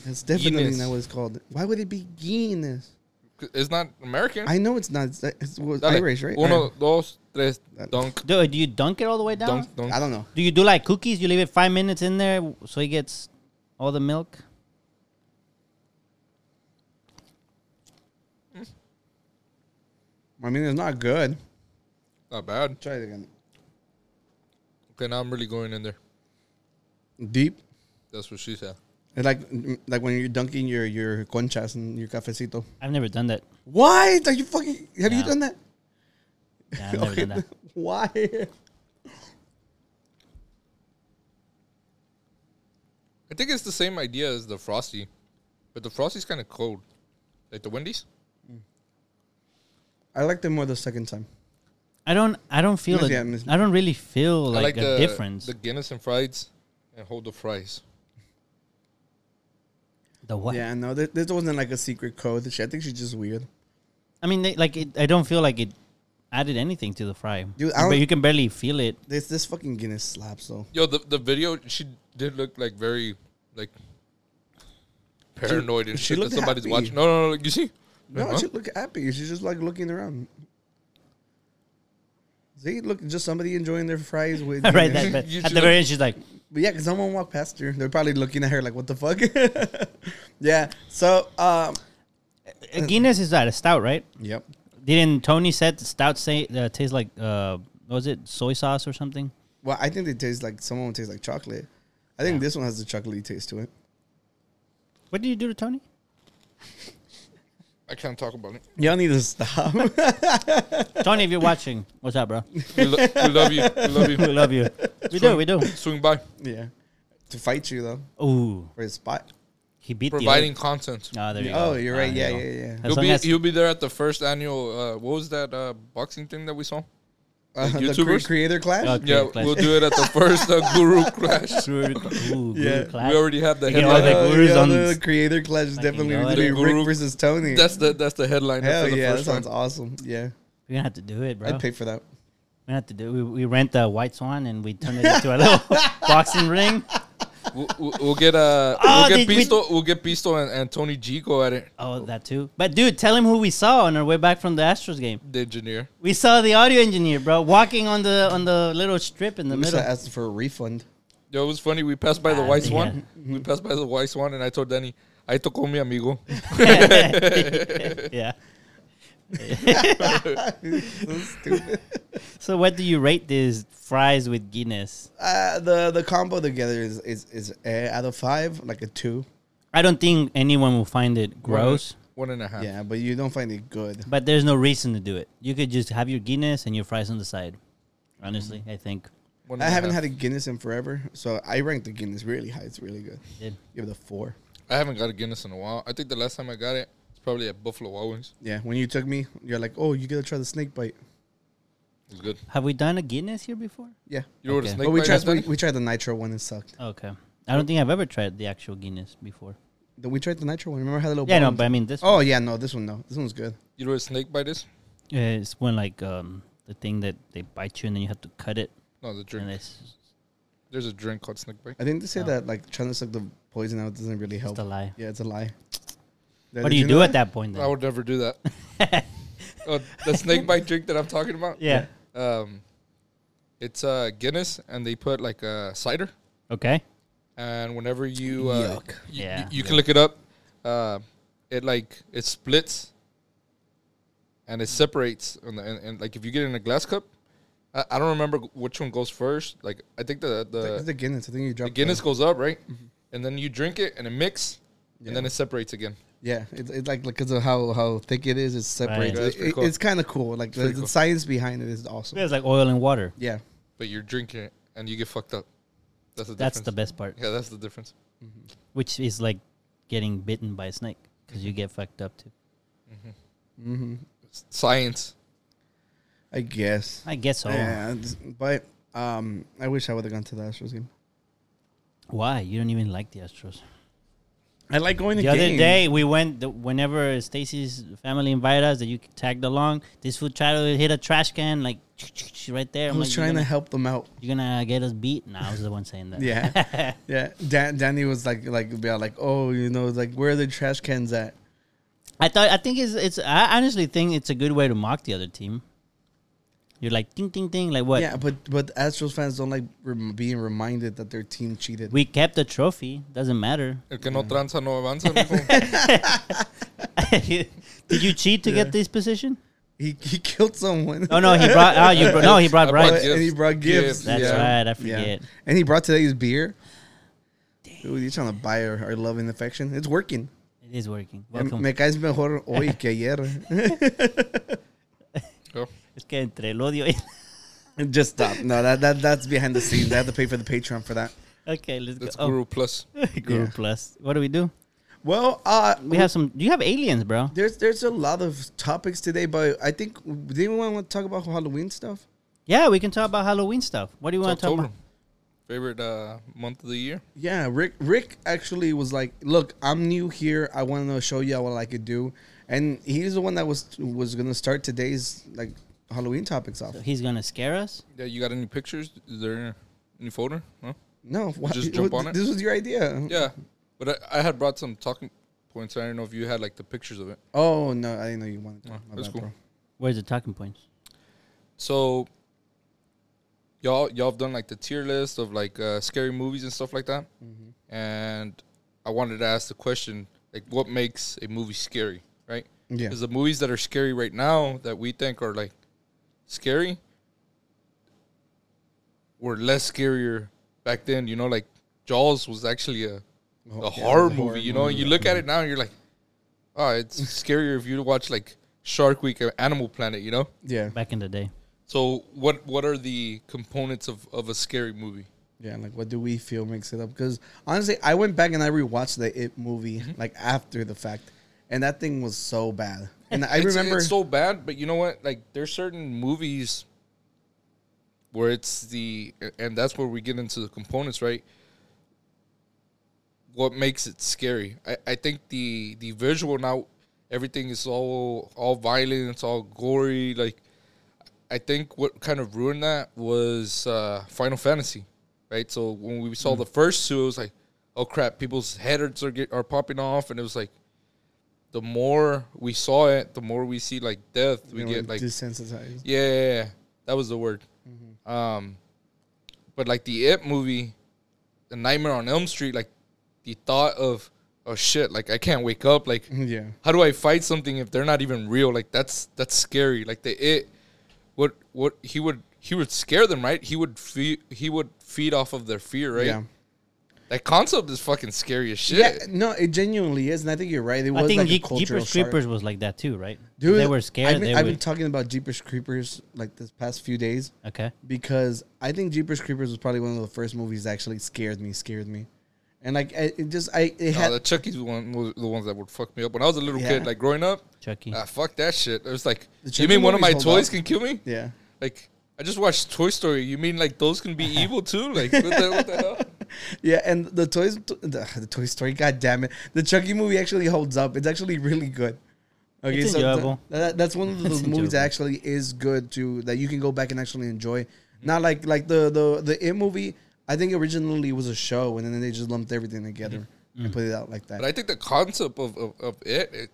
S2: That's definitely
S4: Guinness.
S2: not what it's called. Why would it be Guinness?
S4: It's not American.
S2: I know it's not. It's, it's well,
S4: Dale.
S2: Irish, right?
S4: Uno, dos, tres,
S2: Dale.
S4: dunk,
S3: Do, do you dunk it all the way down?
S4: dunk, dunk.
S2: I don't know.
S3: Do you do like cookies? You leave it five minutes in there w- so it gets all the milk.
S2: I mean, it's not good.
S4: Not bad.
S2: Try it again.
S4: Okay, now I'm really going in there.
S2: Deep.
S4: That's what she said.
S2: It's like like when you're dunking your your conchas and your cafecito.
S3: I've never done that.
S2: What? Are you fucking? Have you
S3: No.
S2: done that?
S3: Yeah, I've never done that.
S2: Why?
S4: I think it's the same idea as the frosty, but the frosty's kind of cold, like the Wendy's.
S2: I liked it more the second time.
S3: I don't. I don't feel.
S2: Miss-
S3: it.
S2: yeah, miss-
S3: I don't really feel
S4: I
S3: like, a
S4: the
S3: difference.
S4: the
S3: The,
S4: Guinness and fries, and hold the fries.
S3: what?
S2: Yeah, no, th- this wasn't like a secret code. She, I think she's just weird.
S3: I mean, they, like it, I don't feel like it added anything to the fry.
S2: Dude, I
S3: but
S2: don't-
S3: you can barely feel it.
S2: This this fucking Guinness slaps though.
S4: Yo, the the video she did look like very like paranoid and
S2: she
S4: shit
S2: looked
S4: that somebody's
S2: happy.
S4: watching. No, no, no, like, you see?
S2: No,
S4: Like, huh?
S2: she look happy. She's just like looking around. See, look, just somebody enjoying their fries with.
S3: right.
S2: Guinness.
S3: That, but
S4: You
S3: at the
S4: should-
S3: very end, she's like,
S2: But yeah, because someone walked past her. They're probably looking at her like, "What the fuck?" yeah. So, um,
S3: "A Guinness is that a stout, right?
S2: yep.
S3: Didn't Tony said the stout say uh, tastes like uh, what was it soy sauce or something?
S2: Well, I think they taste like someone tastes like chocolate. I think this one has the chocolatey taste to it.
S3: What did you do to Tony?
S4: I can't talk about it.
S2: Y'all need to stop.
S3: Tony, if you're watching, what's up, bro?
S4: We, lo- we love you. We love
S3: We
S4: you.
S3: love you. We do. We do.
S4: Swing by,
S2: yeah. To fight you though
S3: Ooh,
S2: for his spot.
S3: he beat
S4: providing
S3: the.
S4: content.
S3: Oh, there you go.
S2: Oh, you're right.
S3: There
S2: Yeah,
S3: you
S2: yeah,
S3: go.
S2: yeah.
S3: As
S4: You'll
S3: long
S4: be
S3: as-
S4: you'll be there at the first annual. Uh, what was that uh, boxing thing that we saw?
S2: Uh,
S4: Like
S2: the
S4: YouTubers?
S2: cre- creator clash.
S3: Okay,
S4: Yeah,
S3: class.
S4: we'll do it at the first uh, Guru Crash.
S3: Ooh,
S2: Yeah.
S3: good class.
S4: We already have the
S3: You get all
S4: headline.
S3: the
S2: Oh,
S3: gurus
S2: yeah,
S3: on
S2: the
S3: s-
S2: creator clash is
S3: fucking
S2: definitely
S3: go
S2: going
S3: at
S2: to be
S4: it.
S2: Rick
S4: Guru-
S2: versus Tony.
S4: That's the that's the headline
S2: Hell
S4: for the
S2: yeah, that
S4: first one.
S2: sounds awesome. Yeah,
S3: We're gonna have to do it, bro.
S2: I'd pay for that.
S3: We have to do. We, we rent the White Swan and we turn it into a little boxing ring.
S4: we'll, we'll- we'll get uh,
S3: Oh,
S4: we'll
S3: did
S4: get
S3: we-
S4: Pisto, we'll get Pisto and, and Tony G go at it.
S3: Oh, that too. But dude, tell him who we saw on our way back from the Astros game.
S4: The engineer.
S3: We saw the audio engineer, bro, walking on the on the little strip in the
S2: Just
S3: middle.
S2: asked for a refund.
S4: Yo, it was funny. We passed by the White
S3: yeah.
S4: Swan. We passed by the White Swan, and I told Danny, "I tocó mi amigo."
S3: yeah.
S2: So stupid.
S3: So, what do you rate these fries with Guinness?
S2: uh, the the combo together is is is eh, out of five, like a two.
S3: I don't think anyone will find it gross,
S4: One and a half.
S2: Yeah, but you don't find it good.
S3: but there's no reason to do it. You could just have your Guinness and your fries on the side. Honestly,
S2: Mm-hmm.
S3: I think.
S4: One
S2: I
S4: and
S2: haven't
S4: half.
S2: had a Guinness in forever, so I rank the Guinness really high. It's really good.
S3: Did.
S2: Give it a four.
S4: I haven't got a Guinness in a while. I think the last time I got it, it's probably at Buffalo Wild Wings.
S2: Yeah, when you took me, you're like, oh, you gotta try the snake bite.
S4: It was good.
S3: Have we done a Guinness here before?
S2: Yeah,
S4: You know what a
S3: Okay.
S4: snake
S2: but we
S4: bite
S2: tried
S4: is,
S2: we,
S4: Danny?
S2: we tried the nitro one and sucked.
S3: Okay. I don't think I've ever tried the actual Guinness before.
S2: Then we tried the nitro one. Remember how the little
S3: Yeah, no,
S2: bombs-
S3: but I mean this.
S2: oh yeah, no, this one no, this one's good.
S4: You know what a snake bite is?
S3: Yeah, it's when like um the thing that they bite you and then you have to cut it
S4: No, the
S3: and
S4: drink.
S3: it's
S4: There's a drink called snake bite.
S2: I think they say
S3: Oh.
S2: that like trying to suck the poison out doesn't really help.
S3: just a lie.
S2: yeah, it's a lie.
S3: what do you do at that point then?
S4: I would never do that. oh, the snake bite drink that I'm talking about.
S3: yeah.
S4: Um, it's uh Guinness, and they put like a cider.
S3: Okay.
S4: And whenever you uh,
S2: Yuck.
S4: you,
S3: Yeah.
S4: you, you can look it up. Uh, it like it splits, and it separates. And, and, and like if you get it in a glass cup, I, I don't remember which one goes first. Like I think the
S2: I think it's
S4: the,
S2: the Guinness. I think you
S4: the
S2: dropped
S4: Guinness goes up right,
S3: Mm-hmm.
S4: and then you drink it and it mix,
S2: Yeah.
S4: and then it separates again.
S2: Yeah, it's it like because of how how thick it is, it's separated.
S4: Yeah, that's pretty
S2: It-
S4: cool.
S2: It's kind of cool. Like the,
S4: pretty
S2: the
S4: cool.
S2: science behind it is awesome.
S3: It's like oil and water.
S2: Yeah,
S4: But you're drinking it and you get fucked up. That's the
S3: That's the
S4: difference.
S3: best part,
S4: yeah. That's the difference.
S3: which is like getting bitten by a snake because you get fucked up too.
S4: S- Science.
S2: Mm-hmm. I guess.
S3: I guess so.
S2: Yeah, it's- but um, I wish I would have gone to the Astros game.
S3: Why you don't even like the Astros?
S2: I like going to
S3: The other
S2: games.
S3: day we went. The, whenever Stacy's family invited us, that you tagged along, this fool tried to hit a trash can like right there.
S2: I
S3: I'm
S2: was
S3: like,
S2: trying
S3: you're gonna,
S2: to help them out.
S3: You're gonna get us beat. Nah, I was the one saying that.
S2: Yeah, yeah. Dan- Danny was like, like, yeah, like, oh, you know, like, where are the trash cans at?
S3: I thought I think it's it's I honestly think it's a good way to mock the other team. You're like ding ding ding like what?
S2: Yeah, but but Astros fans don't like rem- being reminded that their team cheated.
S3: We kept the trophy, doesn't matter.
S4: El que no tranza no avanza. mijo.
S3: Did you cheat to get this position?
S2: he he killed someone.
S3: Oh no, he brought oh you brought, no, he brought
S4: I brought
S3: Bryce.
S4: you.
S2: and he
S4: Gifts.
S2: brought gifts.
S4: Gifts,
S3: That's
S2: yeah.
S3: right, I forget.
S2: And he brought today's beer. Dude, you're trying to buy our, our love and affection. It's working.
S3: It is working. Welcome.
S2: Me caes mejor hoy que ayer.
S4: Yo,
S3: Es que entre el odio y-
S2: Just stop. No, that, that that's behind the scenes. I have to pay for the Patreon for that.
S3: Okay, let's
S4: That's
S3: go.
S4: Guru Plus.
S3: Oh, Guru
S2: Yeah.
S3: Plus. What do we do?
S2: Well, uh,
S3: We have some do you have aliens, bro?
S2: there's there's a lot of topics today, but I think didn't we want to talk about Halloween stuff?
S3: Yeah, we can talk about Halloween stuff. What do you
S4: It's
S3: want to talk
S4: October.
S3: about?
S4: Favorite uh, month of the year.
S2: Yeah, Rick. Rick actually was like, "Look, I'm new here. I want to show y'all what I could do," and he's the one that was was gonna start today's like Halloween topics off.
S3: So he's gonna scare us?
S4: Yeah, you got any pictures? Is there any folder? No?
S2: No, why,
S4: Just jump
S2: what-
S4: on it?
S2: This was your idea.
S4: Yeah, but I, I had brought some talking points. I don't know if you had like the pictures of it.
S2: Oh no, I didn't know you wanted. To.
S4: No,
S2: My
S4: Ah, that's
S2: bad,
S4: cool.
S2: bro.
S3: Where's the talking points?
S4: So y'all y'all have done like the tier list of like uh, scary movies and stuff like that.
S2: Mm-hmm.
S4: And I wanted to ask the question like, what makes a movie scary, right?
S2: Yeah.
S4: Because the movies that are scary right now that we think are like scary were less scarier back then. You know, like Jaws was actually a,
S2: Oh,
S4: a
S2: yeah,
S4: horror
S2: the
S4: movie.
S2: horror
S4: you know,
S2: movie. Mm-hmm.
S4: you look at it now and you're like, oh, it's scarier if you watch like Shark Week or Animal Planet. You know.
S2: Yeah,
S3: Back in the day.
S4: So what what are the components of, of a scary movie?
S2: yeah. Like, what do we feel makes it up? Because honestly, I went back and I rewatched the It movie
S4: Mm-hmm.
S2: like after the fact, and that thing was so bad. And I
S4: It's-
S2: remember
S4: it's so bad, but you know what? Like there's certain movies where it's the and that's where we get into the components, right? What makes it scary? I, I think the the visual now everything is all all violent, it's all gory, like I think what kind of ruined that was uh, Final Fantasy. right? So when we saw the first two, it was like, oh crap, people's headers are get, are popping off, and it was like, the more we saw it, the more we see like death. We
S2: You know,
S4: get like,
S2: desensitized.
S4: yeah, yeah, yeah, that was the word. Um, but like the It movie, the Nightmare on Elm Street, like the thought of oh shit, like I can't wake up, like
S2: Yeah.
S4: how do I fight something if they're not even real? Like that's that's scary. Like the it, what what he would he would scare them, right? He would feed he would feed off of their fear, right?
S2: Yeah.
S4: That concept is fucking scary as shit.
S2: Yeah, no, it genuinely is, and I think you're right. It was
S3: I think
S2: like
S3: Ye-
S2: a cultural
S3: Jeepers
S2: shock.
S3: Creepers was like that too, right?
S2: Dude,
S3: they were scared.
S2: I've
S3: they
S2: been,
S3: would,
S2: I've been talking about Jeepers Creepers like this past few days
S3: okay.
S2: because I think Jeepers Creepers was probably one of the first movies that actually scared me, scared me, and like I, it just I it
S4: No,
S2: had
S4: Oh, the Chucky's one was the ones that would fuck me up when I was a little
S2: Yeah.
S4: kid. Like growing up,
S3: Chucky.
S2: Uh.
S4: ah, fuck that shit. It was like,
S2: The
S4: you mean
S2: Chucky
S4: one of my
S2: movies hold
S4: toys
S2: up.
S4: can kill me?
S2: yeah.
S4: Like I just watched Toy Story. You mean like those can be evil too? Like what the, what the hell?
S2: Yeah, and the toys, the, the Toy Story. God damn it, the Chucky movie actually holds up. It's actually really good. Okay,
S3: It's
S2: so th-
S3: enjoyable.
S2: that- that's one of those movies that
S3: enjoyable.
S2: actually is good to that you can go back and actually enjoy. Not like like the the the it movie. I think originally it was a show, and then they just lumped everything together
S3: Mm-hmm.
S2: and put it out like that.
S4: But I think the concept of of, of it, it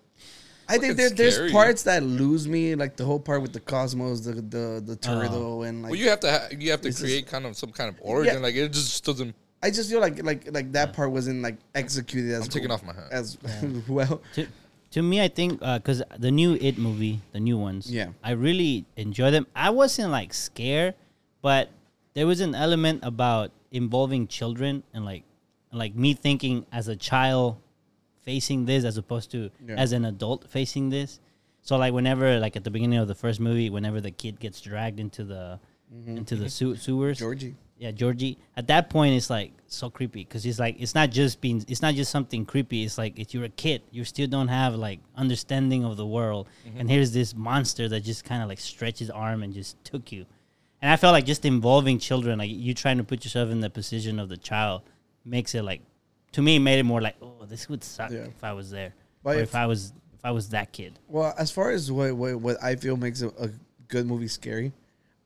S2: I think
S4: fucking
S2: there,
S4: scary.
S2: there's parts that lose me, like the whole part with the cosmos, the the the turtle, and like
S4: Uh-huh. well, you have to ha- you have to
S2: It's just-
S4: create kind of some kind of origin. Like it just doesn't
S2: I just feel like like like that part wasn't like executed as
S4: I'm taking off my hat.
S2: as well.
S3: to, to me, I think because the new It movie, the new ones,
S2: Yeah.
S3: I really enjoy them. I wasn't like scared, but there was an element about involving children and like, and, like me thinking as a child facing this as opposed to
S2: Yeah.
S3: as an adult facing this. So like whenever like at the beginning of the first movie, whenever the kid gets dragged into the
S2: Mm-hmm.
S3: into the sew- sewers,
S2: Georgie.
S3: yeah, Georgie. At that point, it's like so creepy because it's like it's not just being, it's not just something creepy. It's like if you're a kid, you still don't have like understanding of the world,
S2: Mm-hmm.
S3: and here's this monster that just kind of like stretched his arm and just took you. And I felt like just involving children, like you trying to put yourself in the position of the child, makes it like, to me, it made it more like, oh, this would suck
S2: Yeah.
S3: if I was there,
S2: But
S3: or
S2: if-
S3: if I was if I was that kid.
S2: Well, as far as what what, what I feel makes a, a good movie scary,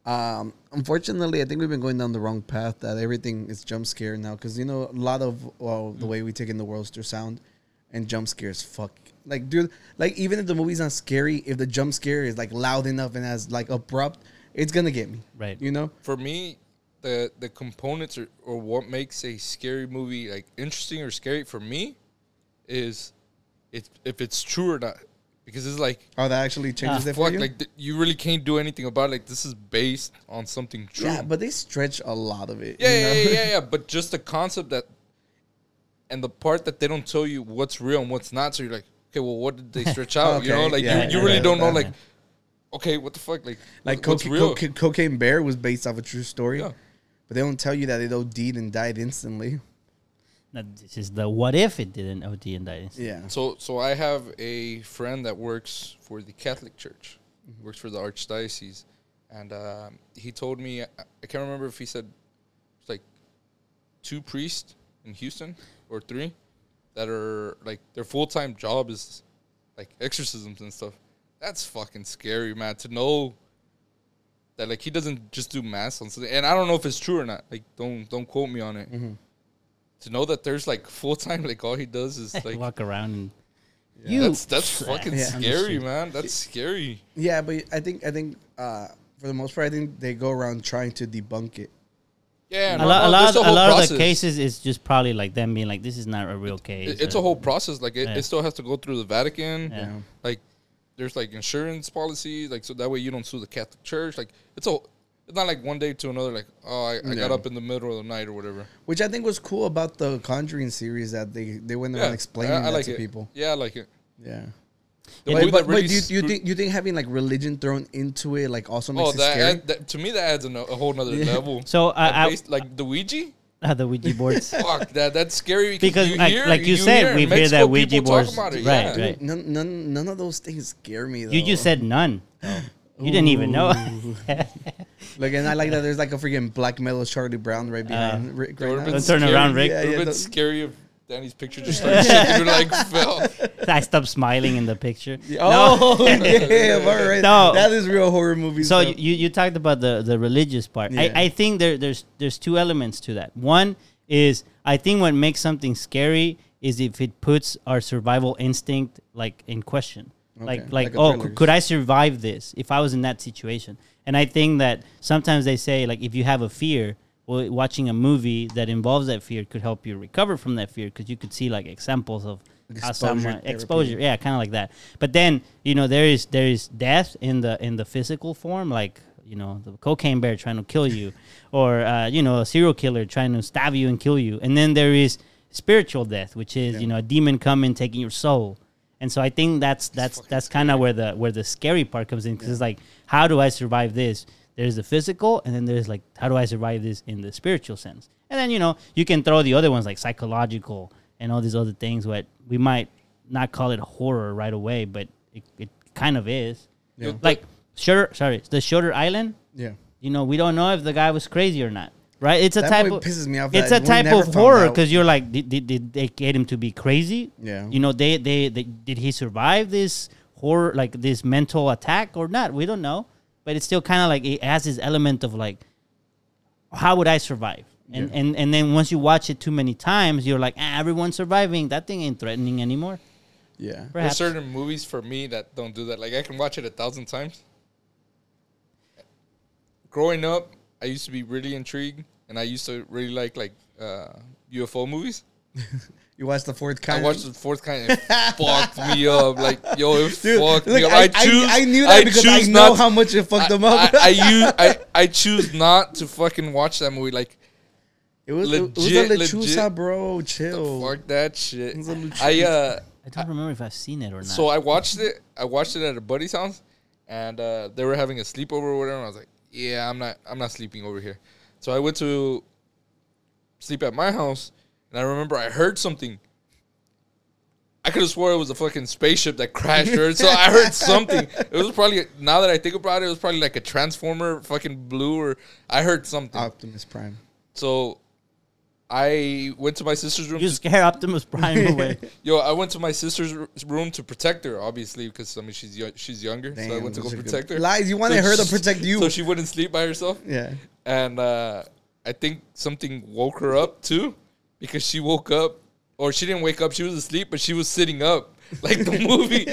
S2: um, unfortunately, I think we've been going down the wrong path. That everything is jump scare now, because you know a lot of well,
S4: Mm.
S2: the way we take in the world is through sound, and jump scares fuck. Like, dude, like even if the movie's not scary, if the jump scare is like loud enough and as like abrupt, it's gonna get me.
S3: Right.
S2: You know.
S4: for me the the components or, or what makes a scary movie like interesting or scary for me is it's if it's true or not because it's like
S2: Oh, that actually changes it for
S4: Ah, fuck
S2: you.
S4: like th- you really can't do anything about it. like this is based on something true
S2: yeah, but they stretch a lot of it.
S4: yeah,
S2: you
S4: yeah,
S2: know?
S4: yeah, yeah, yeah. But just the concept that, and the part that they don't tell you what's real and what's not. So you're like, okay, well, what did they stretch out? you
S2: Okay,
S4: know, like
S2: yeah,
S4: you, you
S2: yeah,
S4: really
S2: yeah,
S4: don't know,
S2: yeah.
S4: like, okay, what the fuck, like,
S2: Like
S4: what's
S2: Coca-
S4: real?
S2: Coca- Cocaine Bear was based off a true story,
S4: Yeah.
S2: but they don't tell you that it OD'd and died instantly.
S3: Now, this is the what if it didn't OD and die.
S2: Yeah.
S4: So, so I have a friend that works for the Catholic Church, works for the archdiocese, and um, he told me I, I can't remember if he said it's like two priests in Houston or three that are like their full time job is like exorcisms and stuff. That's fucking scary, man. To know that like he doesn't just do mass on something, and I don't know if it's true or not. Like, don't don't quote me on it. To know that there's like full time, like all he does is like
S3: Walk around and you.
S4: that's that's fucking
S2: Yeah.
S4: scary, man. That's scary.
S2: Yeah, but I think I think uh, for the most part, I think they go around trying to debunk it.
S4: Yeah,
S3: a lot, a lot, a lot of the cases is just probably like them being like, this is not a real case.
S4: It's
S3: or-
S4: a whole process. Like it,
S3: Yeah.
S4: it still has to go through the Vatican.
S3: Yeah.
S2: Yeah.
S4: Like there's like insurance policies, like so that way you don't sue the Catholic Church. Like it's a, it's not like one day to another. Like oh, I, I got
S2: No.
S4: up in the middle of the night or whatever.
S2: Which I think was cool about the Conjuring series that they they went around
S4: Yeah,
S2: explaining
S4: I, I
S2: that
S4: like
S2: to
S4: it.
S2: people.
S4: Yeah, I like it.
S2: Yeah.
S4: The
S2: But,
S4: way
S2: but,
S4: that really
S2: but do you, you
S4: screw-
S2: think you think having like religion thrown into it like also makes
S4: Oh,
S2: it
S4: that,
S2: scary?
S4: add- that to me that adds a, no- a whole nother level.
S3: So, uh,
S4: Like,
S3: I-
S4: based- like the Ouija.
S3: Uh, the Ouija boards.
S4: Fuck that! That's scary
S3: Because
S4: you
S3: like-
S4: hear-
S3: like you said,
S4: in
S3: we hear
S4: Mexico
S3: that Ouija
S4: people talk
S3: boards,
S4: about it,
S3: right,
S4: yeah.
S3: right.
S2: none, none none of those things scare me. Though.
S3: you just said none. though. You didn't even know.
S2: Like, and I like that
S3: Uh,
S2: there's like a freaking black metal Charlie Brown right behind Rick right
S4: would've
S2: now.
S4: been
S3: Don't turn around, Rick.
S2: Yeah,
S4: It would
S2: yeah,
S4: have been
S2: don't-
S4: scary if Danny's picture just started shaking, like fell.
S3: I stopped smiling in the picture.
S2: Oh,
S3: No.
S2: yeah, all right.
S3: No.
S2: That is real horror movie
S3: so
S2: stuff.
S3: you, you talked about the, the religious part.
S2: Yeah.
S3: I, I think there there's there's two elements to that. One is I think what makes something scary is if it puts our survival instinct like in question. Like
S2: Okay,
S3: like,
S2: like a
S3: oh
S2: thriller.
S3: could, could I survive this if I was in that situation? And I think that sometimes they say like if you have a fear, well, watching a movie that involves that fear could help you recover from that fear because you could see like examples of how
S2: Exposure
S3: someone
S2: therapy.
S3: exposure yeah kind of like that but then you know there is there is death in the in the physical form like you know the cocaine bear trying to kill you or uh, you know a serial killer trying to stab you and kill you and then there is spiritual death which is you know a demon coming taking your soul and so i think that's that's that's kind of where the where the scary part comes in because it's like how do i survive this there's the physical and then there's like how do i survive this in the spiritual sense and then you know you can throw the other ones like psychological and all these other things what we might not call it horror right away but it, it kind of is
S2: Yeah.
S3: like shutter sorry the shutter island
S2: yeah.
S3: you know we don't know if the guy was crazy or not right it's a
S2: That
S3: type
S2: movie
S3: of
S2: pisses me off
S3: it's
S2: that
S3: a
S2: we
S3: type
S2: never
S3: of
S2: found
S3: horror
S2: out.
S3: because you're like did, did, did they get him to be crazy
S2: Yeah.
S3: you know they, they they did he survive this horror like this mental attack or not we don't know but it's still kind of like it has this element of like how would i survive and, and and then once you watch it too many times you're like ah, everyone's surviving that thing ain't threatening anymore
S2: Yeah.
S4: There's
S3: perhaps
S4: certain movies for me that don't do that. Like I can watch it a thousand times. Growing up, I used to be really intrigued, and I used to really like like uh, UFO movies.
S2: You watched the fourth kind.
S4: I watched the fourth kind and it fucked me up. Like yo, it
S2: Dude,
S4: fucked
S2: look,
S4: me up.
S2: I, I, I knew that because I
S4: choose
S2: know
S4: not-
S2: how much it fucked
S4: I,
S2: them up.
S4: I, I use I, I choose not to fucking watch that movie. Like
S2: it was it was
S4: legit-
S2: a
S4: legit-
S2: lechuza, bro. Chill.
S4: fuck that shit.
S2: Oh. It's a little
S4: I uh
S3: i don't remember if i've seen it or not
S4: So I watched it. I watched it at a buddy's house, and uh, they were having a sleepover or whatever. And I was like, "Yeah, I'm not. I'm not sleeping over here." So I went to sleep at my house, and I remember I heard something. I could have swore it was a fucking spaceship that crashed or so. I heard something. It was probably now that I think about it, it was probably like a transformer fucking blue or I heard something.
S2: Optimus Prime.
S4: so I went to my sister's room.
S3: you
S4: to
S3: scare optimus prime away
S4: Yo, I went to my sister's r- room to protect her, obviously, because I mean she's yo- she's younger, so I
S2: Damn,
S4: went to go
S2: those are good-
S4: protect her.
S2: Lies, you wanted her to
S4: she-
S2: protect you.
S4: so she wouldn't sleep by herself.
S2: Yeah.
S4: And uh, I think something woke her up too, because she woke up, or she didn't wake up. She was asleep, but she was sitting up, like the movie.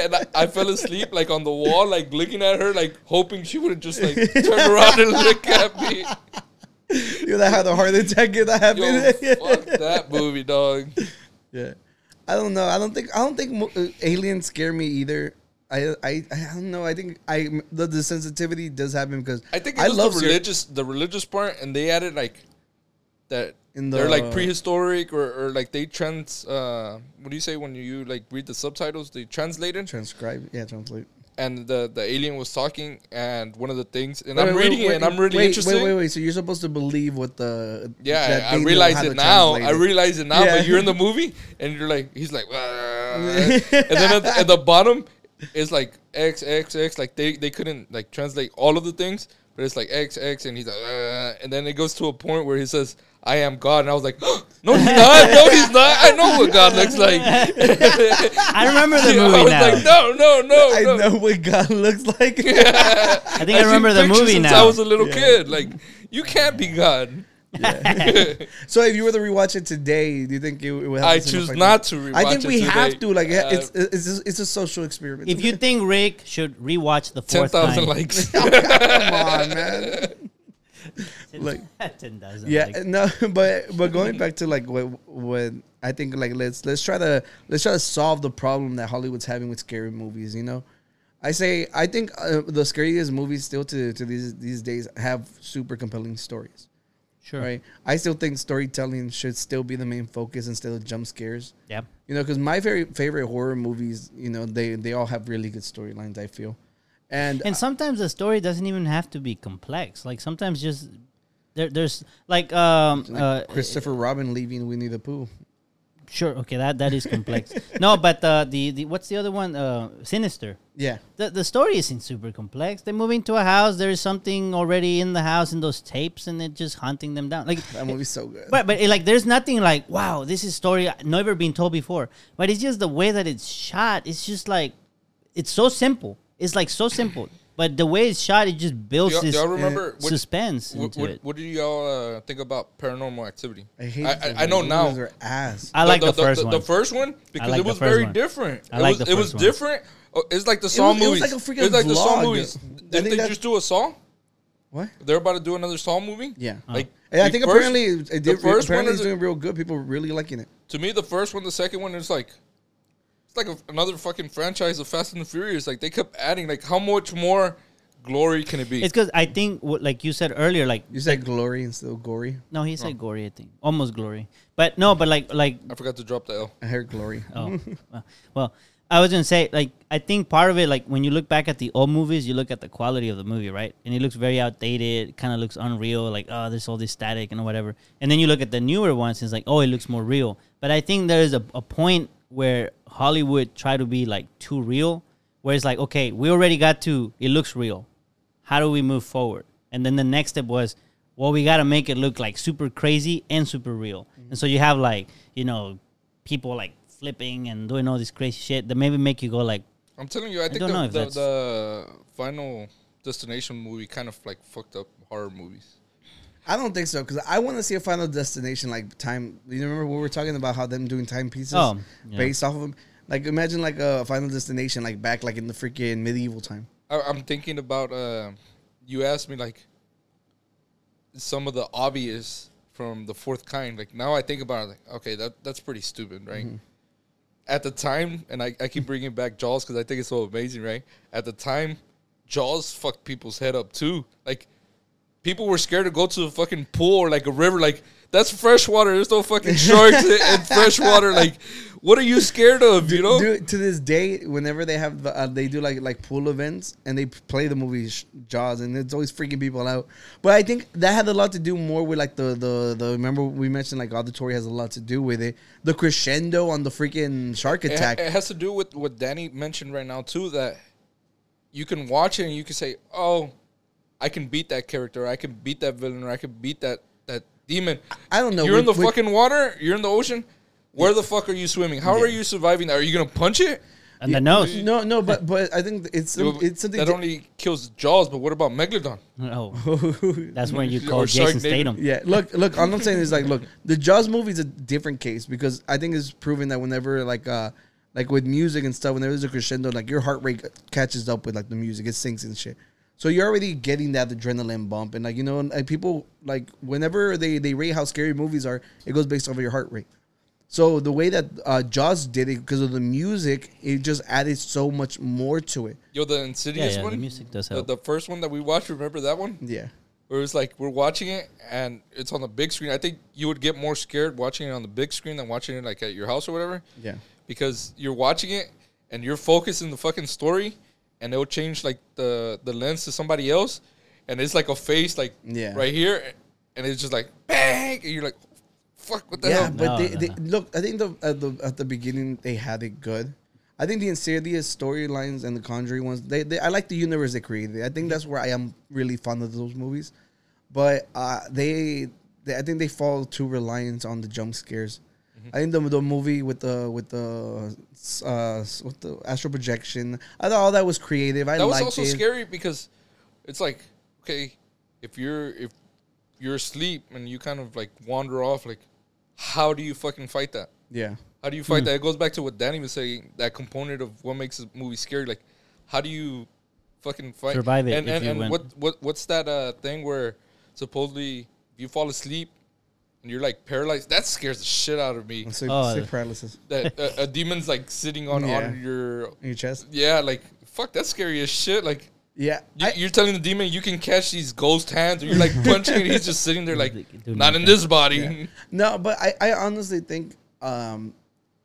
S4: and I, I fell asleep, like on the wall, like looking at her, like hoping she would have just like turned around and look at me.
S2: You that had a heart attack if that happened.
S4: Yo, fuck that movie, dog.
S2: Yeah, I don't know. I don't think I don't think mo- uh, aliens scare me either. I, I I don't know. I think I the, the sensitivity does happen because
S4: I think it was the
S2: cer-
S4: religious the religious part, and they added like that
S2: In
S4: they're like
S2: the-
S4: prehistoric or, or like they trans uh what do you say when you like read the subtitles they translated
S2: transcribe. Yeah, translate.
S4: and the the alien was talking and one of the things and
S2: Wait,
S4: I'm
S2: wait,
S4: reading
S2: wait,
S4: it and I'm really
S2: wait,
S4: interested
S2: Wait, wait, wait. So you're supposed to believe what the that
S4: yeah I
S2: they know
S4: realize
S2: how
S4: it
S2: to
S4: now I
S2: translate it.
S4: realize it now
S2: Yeah.
S4: but you're in the movie and you're like he's like "Ah." and then at the, at the bottom it's like X X X like they they couldn't like translate all of the things but it's like X X and he's like "Ah." and then it goes to a point where he says I am God and I was like no he's not no he's not I know what God looks like
S3: i remember the
S4: I
S3: movie
S4: was
S3: now
S4: like no no no
S2: I
S4: no.
S2: know what God looks like.
S3: i think i
S4: I've seen
S3: remember the
S4: pictures
S3: movie
S4: since
S3: now
S4: I was a little
S2: Yeah.
S4: kid like you can't be God
S2: So if you were to rewatch it today, do you think it would? Have
S4: I
S2: the same
S4: choose
S2: effect?
S4: not to rewatch
S2: I think we
S4: it
S2: have
S4: today.
S2: to. Like,
S4: Uh,
S2: it's, it's it's a- it's a social experiment.
S3: if you think rick should rewatch the
S4: ten
S3: fourth
S4: thousand
S3: time
S4: likes.
S2: come on, man. like-
S3: ten thousand
S2: yeah
S3: likes.
S2: no but but going back to like what what i think like let's let's try to let's try to solve the problem that hollywood's having with scary movies you know i say i think uh, the scariest movies still to to these these days have super compelling stories
S3: sure
S2: right i still think storytelling should still be the main focus instead of jump scares
S3: yeah
S2: you know, because my very favorite horror movies, you know, they they all have really good storylines. I feel, and,
S3: and sometimes the story doesn't even have to be complex like sometimes just there, there's like um uh,
S2: Christopher Robin leaving Winnie the Pooh.
S3: sure okay that that is complex no but uh the, the what's the other one uh sinister
S2: Yeah.
S3: the, the story isn't super complex. They move into a house. There is something already in the house in those tapes, and it just hunting them down. Like,
S2: That movie's so good.
S3: but but it, like, there's nothing like, wow, this is story I- never been told before. But it's just the way that it's shot. It's just like, it's so simple. It's like so simple. But the way it's shot, it just
S4: Do
S3: builds
S4: y'all, do
S3: this uh,
S4: y'all remember what,
S3: suspense
S4: what,
S3: into
S4: what,
S3: it.
S4: what do y'all uh, think about Paranormal Activity?
S2: I hate
S4: I,
S2: those
S4: I, I know
S2: movies.
S4: now.
S2: Those are ass.
S3: I like the, first
S4: the,
S3: one.
S4: The first one because
S3: like the
S4: it was
S3: first
S4: very
S3: one.
S4: different.
S3: I
S4: it
S3: like
S4: was,
S3: the
S4: it was
S3: first one.
S4: different. Oh, It's like the Saw
S2: was- it was
S4: movies.
S2: like a freaking
S4: It's like the Saw
S2: vlog.
S4: movies.
S2: I
S4: Did
S2: think
S4: they
S2: that-
S4: just do a Saw?
S2: What?
S4: They're about to do another Saw movie.
S2: Yeah.
S4: Like
S2: And I
S4: the
S2: think
S4: first-
S2: apparently it did,
S4: the first
S2: apparently
S4: one
S2: it's
S4: is
S2: doing real good. People are really liking it.
S4: to me the first one, the second one is like it's like a, another fucking franchise of Fast and the Furious. Like they kept adding like how much more glory can it be?
S3: it's because I think, what, like you said earlier, like
S2: You said glory and still gory.
S3: no, he said gory. I think almost glory, but no, but like like
S4: I forgot to drop the L.
S2: I heard glory.
S3: Oh, well- well, I was gonna say, like, I think part of it, like, when you look back at the old movies, you look at the quality of the movie, right? And it looks very outdated, kind of looks unreal, like, oh, there's all this static and whatever. And then you look at the newer ones, it's like, oh, it looks more real. But I think there is a, a point where Hollywood tried to be like too real, where it's like, okay, we already got to, it looks real. How do we move forward? And then the next step was, well, we got to make it look like super crazy and super real. And so you have like, you know, people like flipping and doing all this crazy shit that maybe make you go like,
S4: I'm telling you, I think
S3: don't know if
S4: the, the,
S3: that's-
S4: the final destination movie kind of like fucked up horror movies.
S2: I don't think so because I want to see a Final Destination like time. You remember we were talking about how them doing time pieces
S3: Oh, yeah.
S2: based off of them. Like imagine like a Final Destination like back like in the freaking medieval time.
S4: I, I'm thinking about. Uh, you asked me like some of the obvious from the fourth kind. Like now, I think about it. Like okay, that that's pretty stupid, right? At the time, and I, I keep bringing back Jaws because I think it's so amazing, right? At the time, Jaws fucked people's head up too. Like people were scared to go to a fucking pool or like a river. Like that's fresh water. There's no fucking sharks in in fresh water. Like what are you scared of? You know.
S2: Dude, to this day, whenever they have the, uh, they do like like pool events and they p- play the movie Sh- Jaws, and it's always freaking people out. But I think that had a lot to do more with like the the the. Remember we mentioned like auditory has a lot to do with it. The crescendo on the freaking shark
S4: It, ha-
S2: attack.
S4: it has to do with what Danny mentioned right now too. That you can watch it and you can say, "Oh, I can beat that character. I can beat that villain. Or I can beat that that demon."
S2: I don't know.
S4: You're in the
S2: with- with-
S4: fucking water. You're in the ocean. Where the fuck are you swimming? How are you surviving that? Are you gonna punch it?
S3: and the nose.
S2: No, no, but but I think it's some- it's something.
S4: that
S2: di-
S4: only kills Jaws. But what about Megalodon?
S3: Oh, that's when you call
S4: Or
S3: Jason
S4: Sharknado.
S3: Statham.
S2: Yeah, look, look. All I'm saying is like, look, the Jaws movie is a different case because I think it's proven that whenever like uh like with music and stuff, whenever there's a crescendo, like your heart rate catches up with like the music, it sinks and shit. So you're already getting that adrenaline bump, and like you know, and, and people like whenever they they rate how scary movies are, it goes based off of your heart rate. So the way that uh, Jaws did it because of the music, it just added so much more to it.
S4: Yo, the Insidious
S3: yeah, the
S4: one.
S3: music does
S4: The-
S3: help.
S4: the first one that we watched. Remember that one?
S2: Yeah.
S4: where it's like we're watching it and it's on the big screen. I think you would get more scared watching it on the big screen than watching it like at your house or whatever.
S2: Yeah.
S4: Because you're watching it and you're focused in the fucking story and it'll change like the the lens to somebody else and it's like a face like
S2: Yeah.
S4: right here and it's just like bang and you're like fuck what the
S2: yeah,
S4: hell
S2: but
S3: No,
S2: they,
S3: no,
S2: they
S3: no.
S2: look. I think the at the at the beginning they had it good. I think the Insidious storylines and the Conjuring ones. They, they I like the universe they created. I think that's where I am really fond of those movies. But uh, they, they I think they fall too reliant on the jump scares. I think the, the movie with the with the uh, with the astral projection. I thought all that was creative. I
S4: that was
S2: liked
S4: also
S2: it.
S4: scary because it's like okay if you're if you're asleep and you kind of like wander off like how do you fucking fight that
S2: Yeah,
S4: How do you
S3: Hmm.
S4: fight that? It goes back to what Danny was saying. That component of what makes a movie scary. Like, how do you fucking fight?
S3: Survive it
S4: And
S3: if
S4: and,
S3: you
S4: and
S3: win.
S4: what what what's that uh, thing where supposedly if you fall asleep and you're like paralyzed? That scares the shit out of me.
S2: so
S3: Oh.
S2: sleep paralysis
S4: that uh, a demon's like sitting on
S2: Yeah.
S4: on your
S2: in your chest.
S4: yeah, like fuck. That's scary as shit. Like.
S2: Yeah,
S4: You,
S2: I-
S4: you're telling the demon you can catch these ghost hands, or you're like punching, and he's just sitting there like,
S3: Do
S4: not in this body.
S2: No, but I, I honestly think, um,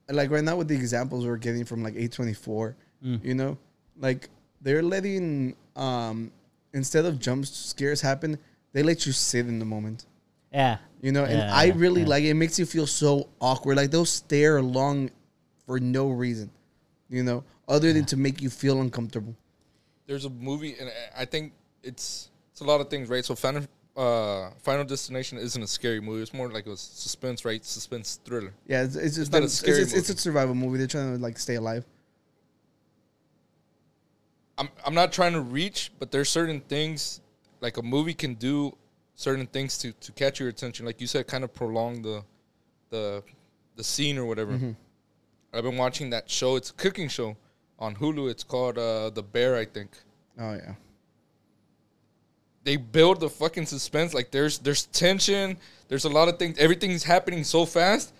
S2: like right now with the examples we're getting from like A24, you know, like they're letting, um, instead of jump scares happen, they let you sit in the moment.
S3: Yeah,
S2: You know, and
S3: Yeah,
S2: I really
S3: yeah.
S2: like it. Makes you feel so awkward. Like they'll stare long for no reason. you know, other than to make you feel uncomfortable.
S4: There's a movie, and I- I think it's it's a lot of things, right? So Final uh, Final Destination isn't a scary movie. It's more like a suspense, right? Suspense thriller.
S2: Yeah, it's, it's just
S4: not
S2: them-
S4: a
S2: it's,
S4: scary
S2: it's, it's a
S4: movie.
S2: survival movie. They're trying to like stay alive.
S4: I'm I'm not trying to reach, but there's certain things like a movie can do certain things to to catch your attention. Like you said, kind of prolong the the the scene or whatever. I've been watching that show. It's a cooking show on Hulu. It's called uh, The Bear, I think.
S2: Oh yeah,
S4: They build the fucking suspense. Like there's there's tension. There's a lot of things. Everything's happening so fast,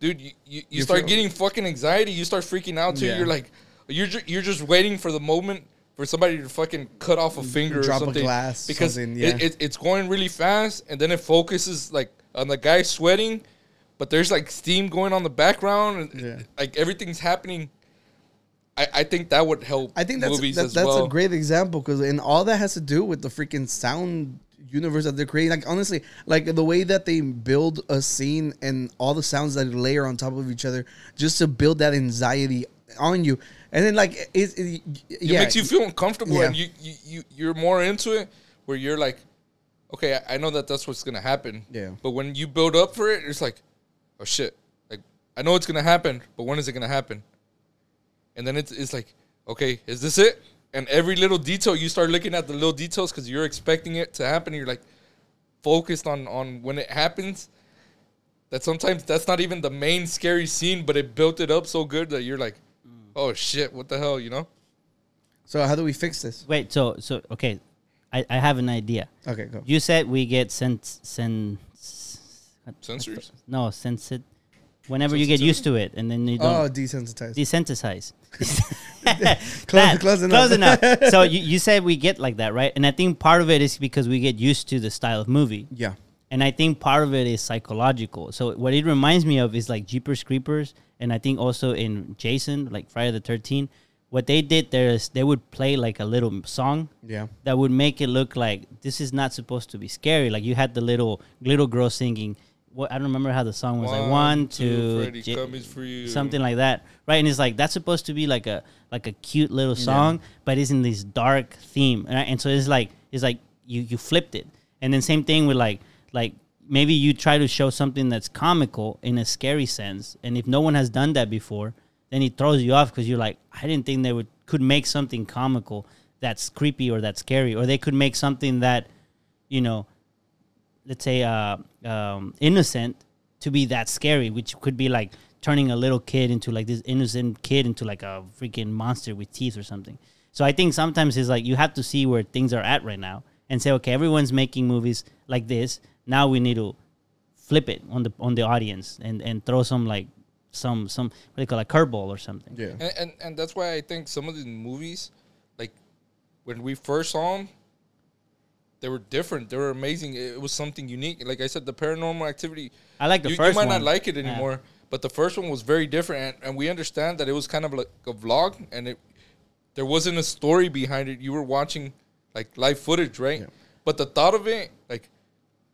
S4: dude. You you, you,
S2: You
S4: start
S2: feel-
S4: getting fucking anxiety. You start freaking out too.
S2: Yeah.
S4: You're like, you're ju- you're just waiting for the moment for somebody to fucking cut off a finger
S2: Mm, Drop
S4: or
S2: a
S4: something
S2: glass,
S4: because
S2: something,
S4: it,
S2: yeah.
S4: it, it's going really fast and then it focuses like on the guy sweating, but there's like steam going on the background and
S2: Yeah.
S4: like everything's happening. I, I think that would help.
S2: I think that's
S4: movies
S2: that,
S4: as
S2: that's
S4: well.
S2: a great example because and all that has to do with the freaking sound universe that they're creating. Like honestly, like the way that they build a scene and all the sounds that layer on top of each other just to build that anxiety on you, and then like it, it,
S4: it
S2: yeah,
S4: makes you feel uncomfortable
S2: Yeah.
S4: and you, you, you you're more into it where you're like okay I, I know that that's what's gonna happen
S2: Yeah.
S4: but when you build up for it it's like oh shit like i know it's gonna happen but when is it gonna happen and then it's, it's like okay is this it and every little detail you start looking at the little details because you're expecting it to happen and you're like focused on on when it happens that sometimes that's not even the main scary scene but it built it up so good that you're like oh shit what the hell you know
S2: So how do we fix this?
S3: Wait, so so okay, I, I have an idea.
S2: Okay, go.
S3: You said we get sens sen
S4: Sensors?
S3: No, sensit. Whenever you get used to it, and then you don't
S2: Oh, desensitized.
S3: desensitize.
S2: Close-
S3: That-
S2: close enough.
S3: so you, you said we get like that, right? And I think part of it is because we get used to the style of movie.
S2: yeah.
S3: And I think part of it is psychological. So what it reminds me of is like Jeepers Creepers, and I think also in Jason, like Friday the Thirteenth, what they did there is they would play like a little song
S2: Yeah.
S3: that would make it look like this is not supposed to be scary. Like you had the little little girl singing. What I don't remember how the song was like one, two,
S4: Freddy
S3: J-
S4: Cummings for you.
S3: something like that, right? And it's like that's supposed to be like a like a cute little song, but it's in this dark theme, and, I, and so it's like it's like you you flipped it, and then same thing with like like maybe you try to show something that's comical in a scary sense, and if no one has done that before, then it throws you off because you're like I didn't think they would could make something comical that's creepy or that's scary, or they could make something that you know let's say uh, um, innocent to be that scary, which could be like turning a little kid into like this innocent kid into like a freaking monster with teeth or something. So I think sometimes it's like you have to see where things are at right now and say, okay, everyone's making movies like this. Now we need to flip it on the on the audience and and throw some like some some what do you call it, a curveball or something.
S2: Yeah.
S4: and, and and that's why I think some of the movies, like when we first saw them, they were different. They were amazing. It was something unique. Like I said, the Paranormal Activity.
S3: I like the
S4: you,
S3: first
S4: You might
S3: one.
S4: not like it
S3: Yeah.
S4: anymore, but the first one was very different. And, and we understand that it was kind of like a vlog, and it there wasn't a story behind it. You were watching like live footage, right? But the thought of it, like.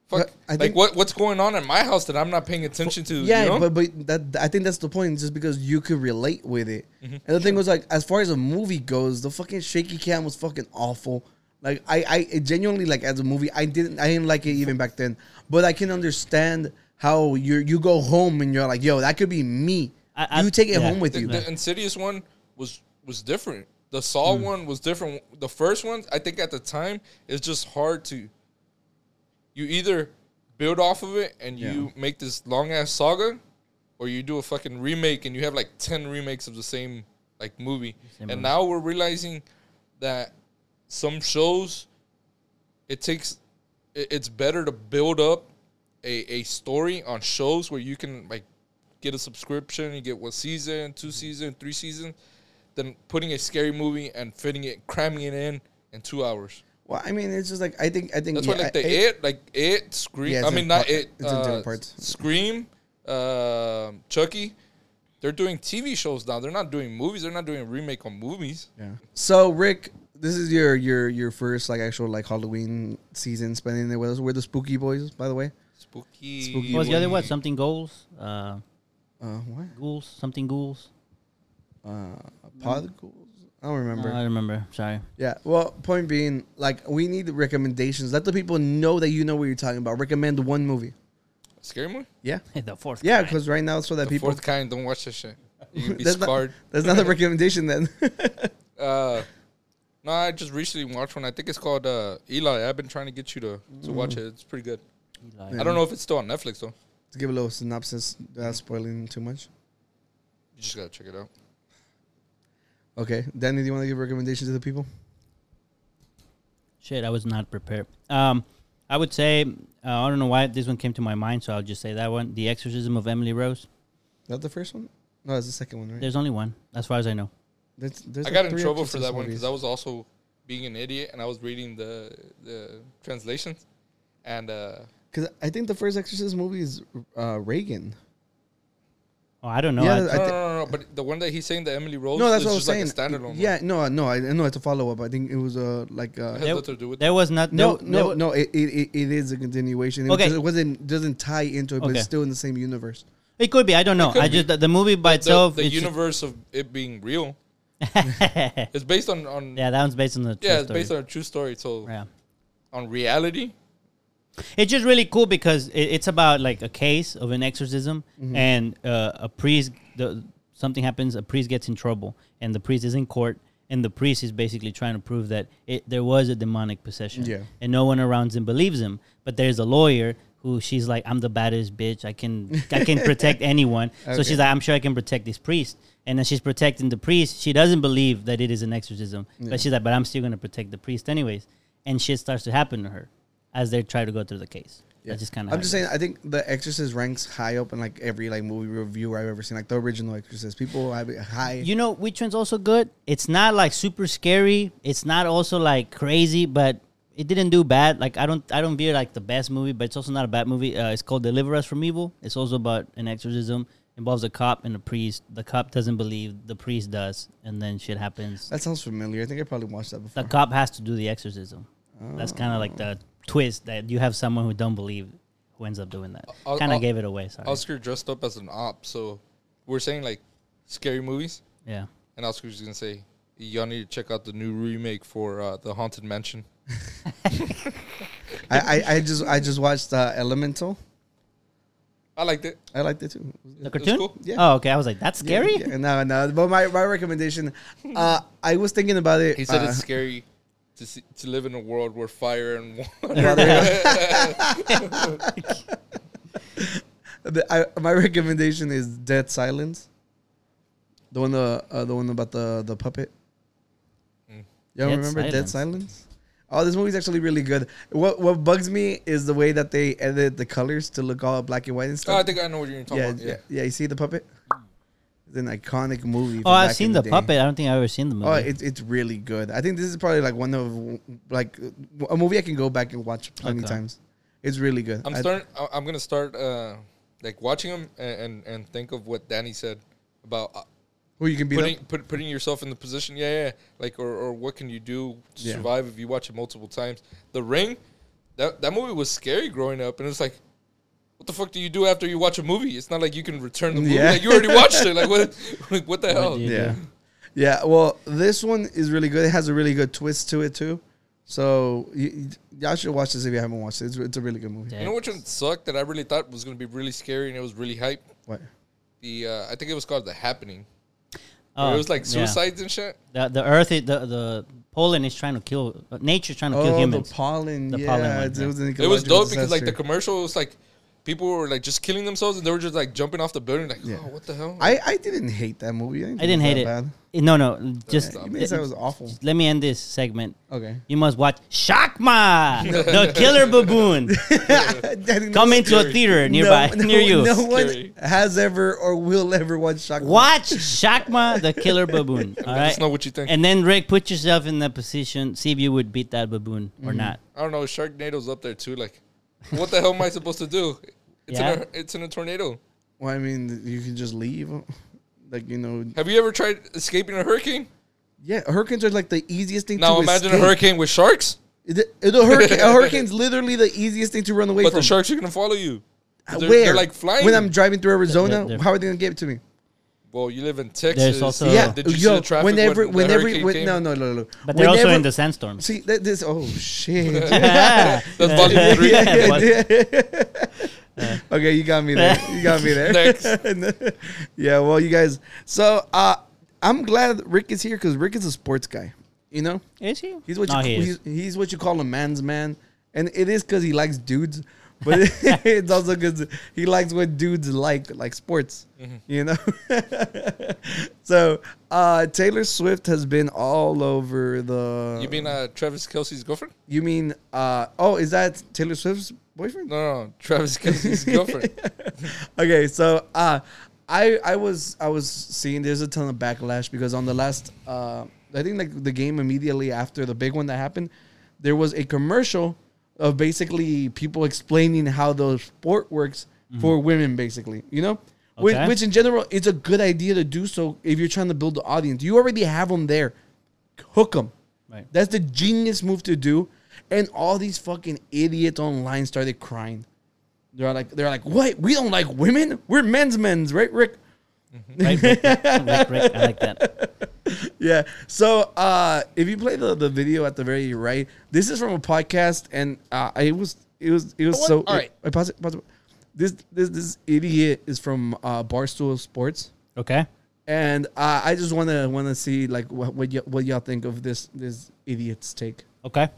S4: Fuck,
S2: But I
S4: like
S2: think-
S4: what what's going on in my house that I'm not paying attention to?
S2: yeah,
S4: you know?
S2: but but that I think that's the point, just because you could relate with it.
S3: Mm-hmm.
S2: And the thing was like, as far as a movie goes, the fucking shaky cam was fucking awful. Like I, I it genuinely like as a movie, I didn't I didn't like it even back then. But I can understand how you you go home and you're like, yo, that could be me.
S3: I- I-
S2: you take it
S3: yeah.
S2: home with
S4: the,
S2: you.
S4: the Insidious one was was different. The Saw
S2: Hmm.
S4: one was different. The first one, I think at the time, it's just hard to. You either build off of it and you make this long ass saga, or you do a fucking remake and you have like ten remakes of the same like movie. and
S3: movie.
S4: now we're realizing that some shows, it takes, it, it's better to build up a, a story on shows where you can like get a subscription, you get one season,
S2: Mm-hmm.
S4: two season, three season, than putting a scary movie and fitting it, cramming it in in two hours.
S2: well, I mean, it's just like I think I think
S4: That's
S2: yeah,
S4: why like
S2: I-
S4: the
S2: I-
S4: it, like it, Scream.
S2: Yeah, it's
S4: I
S2: in
S4: mean not
S2: par-
S4: it.
S2: it's in
S4: uh,
S2: different parts.
S4: Scream, um Chucky. They're doing TV shows now. They're not doing movies. They're not doing a remake on movies.
S2: Yeah. So Rick, this is your your your first like actual like Halloween season spending there with us. We're the spooky boys, by the way.
S4: Spooky.
S2: Spooky
S3: What was the other one?
S4: movie.
S3: Something goals, uh,
S2: Uh what?
S3: ghouls, something ghouls.
S2: Uh, pod goals? I don't remember.
S4: Uh,
S3: I remember. Sorry.
S2: Yeah. Well, point being, like, we need recommendations. Let the people know that you know what you're talking about. Recommend one movie.
S4: Scary movie?
S2: Yeah.
S3: the fourth.
S2: Yeah,
S3: kind.
S2: because right now, so that
S4: The
S2: people.
S4: fourth kind. Don't watch this shit. You can be
S2: That's not-
S4: scarred.
S2: That's not a recommendation then.
S4: Uh, no, I just recently watched one. I think it's called uh, Eli. I've been trying to get you to, to watch it. It's pretty good.
S3: Eli.
S2: Mm.
S4: I don't know if it's still on Netflix though.
S2: to give a little synopsis without spoiling too much.
S4: You just gotta check it out.
S2: Okay. Danny, do you want to give recommendations to the people?
S3: Shit, I was not prepared. Um, I would say uh, I don't know why this one came to my mind, so I'll just say that one. The Exorcism of Emily Rose.
S2: Not the first one? No, it's the second one, right?
S3: There's only one, as far as I know.
S2: There's, there's
S4: I
S2: like
S4: got in
S2: three
S4: trouble for that
S2: Exorcist
S4: one
S2: movies.
S4: because I was also being an idiot and I was reading the the translations, and uh,
S2: Because I think the first Exorcist movie is uh, Reagan.
S3: Oh, I don't know.
S2: Yeah,
S3: I-
S2: I
S4: no, no,
S2: thi-
S4: no, no, But the one that he's saying, the Emily Rose,
S2: no, that's
S4: is
S2: what I was
S4: just
S2: saying.
S4: like a standalone. one.
S2: yeah, no, no, I know it's a follow up. I think it was uh, like uh,
S4: It has
S3: There-
S4: nothing to do with
S3: there was not.
S2: no,
S3: there- there
S2: no,
S3: wa-
S2: no. It, it, it- it is a continuation. It
S3: Okay.
S2: doesn't- it wasn't doesn't tie into it, but
S3: Okay.
S2: it's still in the same universe.
S3: It could be. I don't know.
S4: could
S3: I
S4: be.
S3: just the, the movie by
S4: the,
S3: itself.
S4: the
S3: it's just-
S4: universe of it being real. It's based on on yeah,
S3: yeah, that one's based on the. true
S4: it's based on
S3: story.
S4: a true story. So
S3: Yeah.
S4: on reality,
S3: it's just really cool because it, it's about like a case of an exorcism and uh, a priest the, something happens a priest gets in trouble and the priest is in court and the priest is basically trying to prove that it, there was a demonic possession
S2: Yeah.
S3: and no one around him believes him but there's a lawyer who she's like i'm the baddest bitch i can i can protect anyone so
S2: Okay.
S3: she's like i'm sure i can protect this priest and then she's protecting the priest she doesn't believe that it is an exorcism but she's like but i'm still going to protect the priest anyways and shit starts to happen to her as they try to go through the case
S2: Yeah.
S3: that's just kind of
S2: I'm just saying. I think The Exorcist ranks high up in like every like movie review I've ever seen. Like the original Exorcist, people have it high.
S3: you know which one's also good it's not like super scary it's not also like crazy but it didn't do bad like i don't i don't view it like the best movie but it's also not a bad movie uh, it's called deliver us from evil it's also about an exorcism involves a cop and a priest the cop doesn't believe the priest does and then shit happens
S2: that sounds familiar. I think I probably watched that before.
S3: the cop has to do the exorcism that's kind of like the twist that you have someone who don't believe who ends up doing that
S4: I'll-
S3: kind
S4: I'll-
S3: of gave it away sorry
S4: Oscar dressed up as an op. So we're saying like scary movies,
S3: yeah
S4: and Oscar's gonna say, "Y'all need to check out the new remake for uh, the Haunted Mansion."
S2: I, I I just I just watched uh, Elemental.
S4: I liked it.
S2: I liked it too.
S3: the cartoon
S4: cool.
S2: Yeah.
S3: oh okay i was like that's scary
S2: Yeah, yeah, no, no. But my, my recommendation, uh, I was thinking about it.
S4: He said
S2: uh,
S4: it's scary to see, to live in a world where fire and water.
S2: the, I, my recommendation is Dead Silence. The one the uh, the one about the the puppet.
S4: Mm.
S2: Y'all
S3: Dead
S2: remember Dead
S3: Silence.
S2: Silence? Oh, this movie's actually really good. What what bugs me is the way that they edit the colors to look all black and white and
S4: Oh, I
S2: stuff.
S4: think I know what you're talking
S2: yeah,
S4: about.
S2: yeah, yeah. You see the puppet? It's an iconic movie.
S3: Oh,
S2: from
S3: I've
S2: back
S3: seen
S2: in
S3: the,
S2: day.
S3: puppet. I don't think I've ever seen the movie.
S2: Oh, it's it's really good. I think this is probably like one of like a movie I can go back and watch plenty
S3: Okay.
S2: times. It's really good.
S4: I'm
S2: I-
S4: starting. I- I'm gonna start uh, like watching him and, and and think of what Danny said about uh,
S2: Who you can beat
S4: putting
S2: up?
S4: put, putting yourself in the position. Yeah, yeah. Like or, or what can you do to
S2: Yeah.
S4: survive if you watch it multiple times? The Ring, that that movie was scary growing up, and it's like. What the fuck do you do after you watch a movie? It's not like you can return the movie.
S2: Yeah.
S4: Like you already watched it. Like what? Like what the hell?
S3: do you-
S2: Yeah, yeah. Well, this one is really good. It has a really good twist to it too. So y- y- y'all should watch this if you haven't watched it. It's, it's a really good movie.
S3: Yeah.
S4: You know which one sucked that I really thought was gonna be really scary and it was really hype.
S2: What?
S4: The uh, I think it was called The Happening.
S3: Oh,
S4: it was like
S3: yeah.
S4: suicides and shit.
S3: The, the Earth, is, the the Poland is trying to kill. uh, Nature's trying to kill
S2: Oh, the
S3: humans.
S2: pollen.
S3: The
S2: yeah,
S3: pollen one,
S2: it
S3: yeah.
S2: was an
S4: It was
S2: ecological
S4: dope because like the
S2: disaster.
S4: commercial was like people were like just killing themselves and they were just like jumping off the building like
S2: Yeah.
S4: oh what the hell
S2: I I didn't hate that movie. I didn't,
S3: I didn't hate it. Eh, No, no. Just eh,
S2: You made it sound it was awful.
S3: let me end this segment.
S2: Okay.
S3: You must watch Shakma, the killer baboon, come into a theater nearby
S2: No- no-
S3: near you.
S2: No one
S4: Scary.
S2: has ever or will ever watch Shock.
S3: Watch Shakma, the killer baboon. All
S4: Let us
S3: right.
S4: know what you think.
S3: And then Rick, put yourself in that position. See if you would beat that baboon
S2: Mm-hmm.
S3: or not.
S4: I don't know Sharknado's up there too like what the hell am I supposed to do it's in
S3: Yeah.
S4: a it's in a tornado
S2: Well, I mean, you can just leave. Like, you know.
S4: have you ever tried escaping a hurricane
S2: Yeah, hurricanes are like the easiest thing
S4: now
S2: to
S4: imagine
S2: escape.
S4: a hurricane with sharks
S2: The- the hurricane. A hurricane's literally the easiest thing to run away
S4: but
S2: from.
S4: the sharks are gonna follow you
S2: Uh,
S4: they're,
S2: Where?
S4: they're like flying
S2: When I'm driving through Arizona,
S3: they're-
S2: how are they going to get to me?
S4: Well, you live in Texas.
S3: also-
S4: so
S2: yeah,
S4: Uh, Did you see
S2: yo,
S4: the traffic
S2: whenever,
S4: when the
S2: whenever,
S4: hurricane
S2: when-
S4: came?
S2: no, no, no, no.
S3: But they're also
S2: Whenever-
S3: in the sandstorm.
S2: See, that, this. Oh shit.
S3: That's
S4: That's volume three.
S2: okay, you got me there. You got me there.
S4: Uh. Next.
S2: yeah, well, you guys. So uh, I'm glad Rick is here because Rick is a sports guy. You know,
S3: Is he?
S2: he's what
S3: No,
S2: you
S3: he is.
S2: he's, he's what you call a man's man, and it is because he likes dudes, but it's also because he likes what dudes like, like sports.
S4: Mm-hmm.
S2: You know. so uh, Taylor Swift has been all over the.
S4: You mean uh, Travis Kelsey's girlfriend?
S2: You mean uh oh, is that Taylor Swift's boyfriend?
S4: No, no, Travis Kelsey's girlfriend.
S2: okay, so uh I I was I was seeing there's a ton of backlash because on the last uh I think like the game immediately after the big one that happened, there was a commercial of basically people explaining how the sport works for women basically, you know? Which,
S3: Mm-hmm. Okay.
S2: which in general it's a good idea to do so if you're trying to build the audience. You already have them there. Hook them.
S3: Right.
S2: That's the genius move to do. And all these fucking idiots online started crying. They're like, they're like, what? We don't like women. We're men's men's, right, Rick?
S3: Right, Rick, Rick, Rick, Rick, I like that.
S2: Yeah. So uh, if you play the, the video at the very right, this is from a podcast, and uh, it was it was it was
S4: Oh, what?
S2: so.
S4: All right.
S2: Wait, pause it, pause it. This this this idiot is from uh, Barstool Sports.
S3: Okay.
S2: And uh, I just wanna wanna see like what what, y- what y'all think of this this idiot's take.
S3: Okay.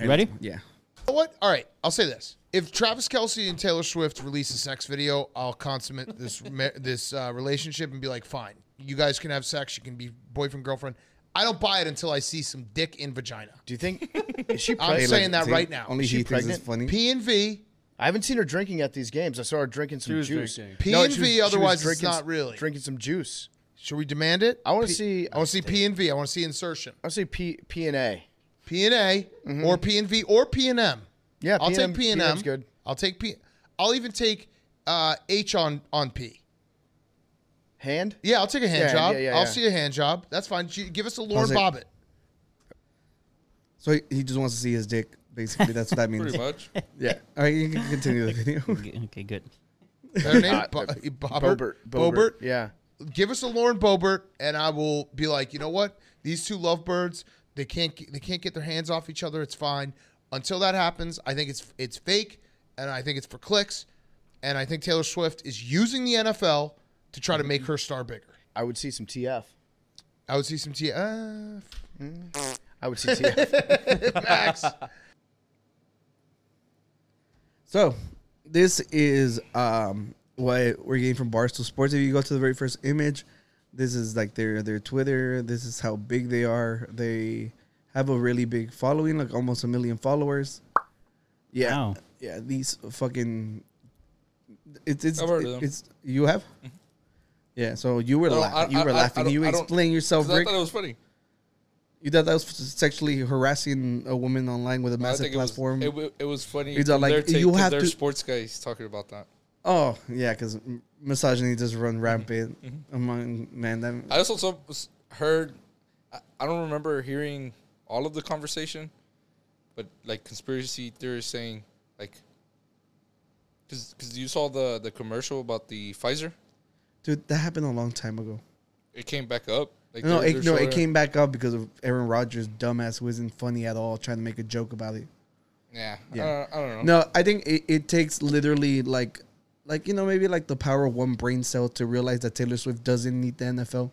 S3: You ready?
S2: Yeah.
S5: You know what? All right, I'll say this: if Travis Kelsey and Taylor Swift release this next video, I'll consummate this ma- this uh, relationship and be like, fine, you guys can have sex, you can be boyfriend girlfriend. I don't buy it until I see some dick in vagina.
S6: Do you think is she
S5: I'm
S6: pregnant?
S5: saying that
S2: See,
S5: right now.
S2: Only
S6: Is she
S2: he thinks it's funny.
S6: pregnant?
S5: P and V.
S6: I haven't seen her drinking at these games. I saw her drinking some juice.
S5: P and V, otherwise it's not really.
S6: drinking some juice.
S5: Should we demand it?
S6: I want to see.
S5: I want to see P and V. I want to see insertion.
S6: I want to see P P and A.
S5: P and A or P and V or P and M.
S6: Yeah,
S5: I'll
S6: P&M
S5: take P and M.
S6: P&M's good.
S5: I'll take P. I'll even take uh, H on on P.
S6: Hand.
S5: Yeah, I'll take a hand
S6: Yeah,
S5: job.
S6: yeah, yeah,
S5: I'll
S6: yeah.
S5: see a hand job. That's fine. G- Give us a Lauren
S2: How's it?
S5: Bobbitt.
S2: So he- he just wants to see his dick. Basically, that's what that means.
S4: Pretty much.
S2: Yeah. All right, you can continue the video.
S3: G- Okay, good.
S5: Is that her name?
S6: Uh,
S5: Bo-
S6: uh,
S5: Bobbert.
S6: Bobert. Yeah.
S5: Give us a Lauren Bobert, and I will be like, you know what? These two lovebirds, they can't g- they can't get their hands off each other. It's fine. Until that happens, I think it's it's fake, and I think it's for clicks, and I think Taylor Swift is using the NFL to try to make her star bigger.
S6: I would see some TF.
S5: I would see some T. Uh,
S6: I would see TF.
S5: facts.
S2: So, this is um, what we're getting from Barstool Sports. If you go to the very first image, this is like their their Twitter. This is how big they are. They have a really big following, like almost a million followers. Yeah,
S3: Wow.
S2: yeah. These fucking it's it's
S4: I've heard of them. Mm-hmm.
S2: it's you have. Yeah, so you were
S4: No,
S2: laughing.
S4: I-
S2: you
S4: I-
S2: were
S4: I- I
S2: laughing.
S4: don't-
S2: you
S4: I don't-
S2: explain yourself,
S4: 'Cause I
S2: Rick.
S4: thought it was funny.
S2: you thought that was sexually harassing a woman online with a
S4: I
S2: massive
S4: think it was,
S2: platform.
S4: it, wa- it was funny.
S2: It's not
S4: from their
S2: like,
S4: take,
S2: you
S4: 'cause
S2: have
S4: their
S2: to-
S4: sports guys talking about that.
S2: Oh yeah, because misogyny just run rampant among men. That,
S4: I also saw- s- heard. I- I don't remember hearing all of the conversation, but like conspiracy theorists saying like, because you saw the the commercial about the Pfizer,
S2: dude, that happened a long time ago.
S4: it came back up. Like
S2: No,
S4: they're- they're
S2: it, no,
S4: showing-
S2: it came back up because of Aaron Rodgers' dumbass who isn't funny at all, trying to make a joke about it.
S4: Yeah, I
S2: Yeah.
S4: don't- I, don't, know.
S2: No, I think it, it takes literally like, like you know, maybe like the power of one brain cell to realize that Taylor Swift doesn't need the NFL.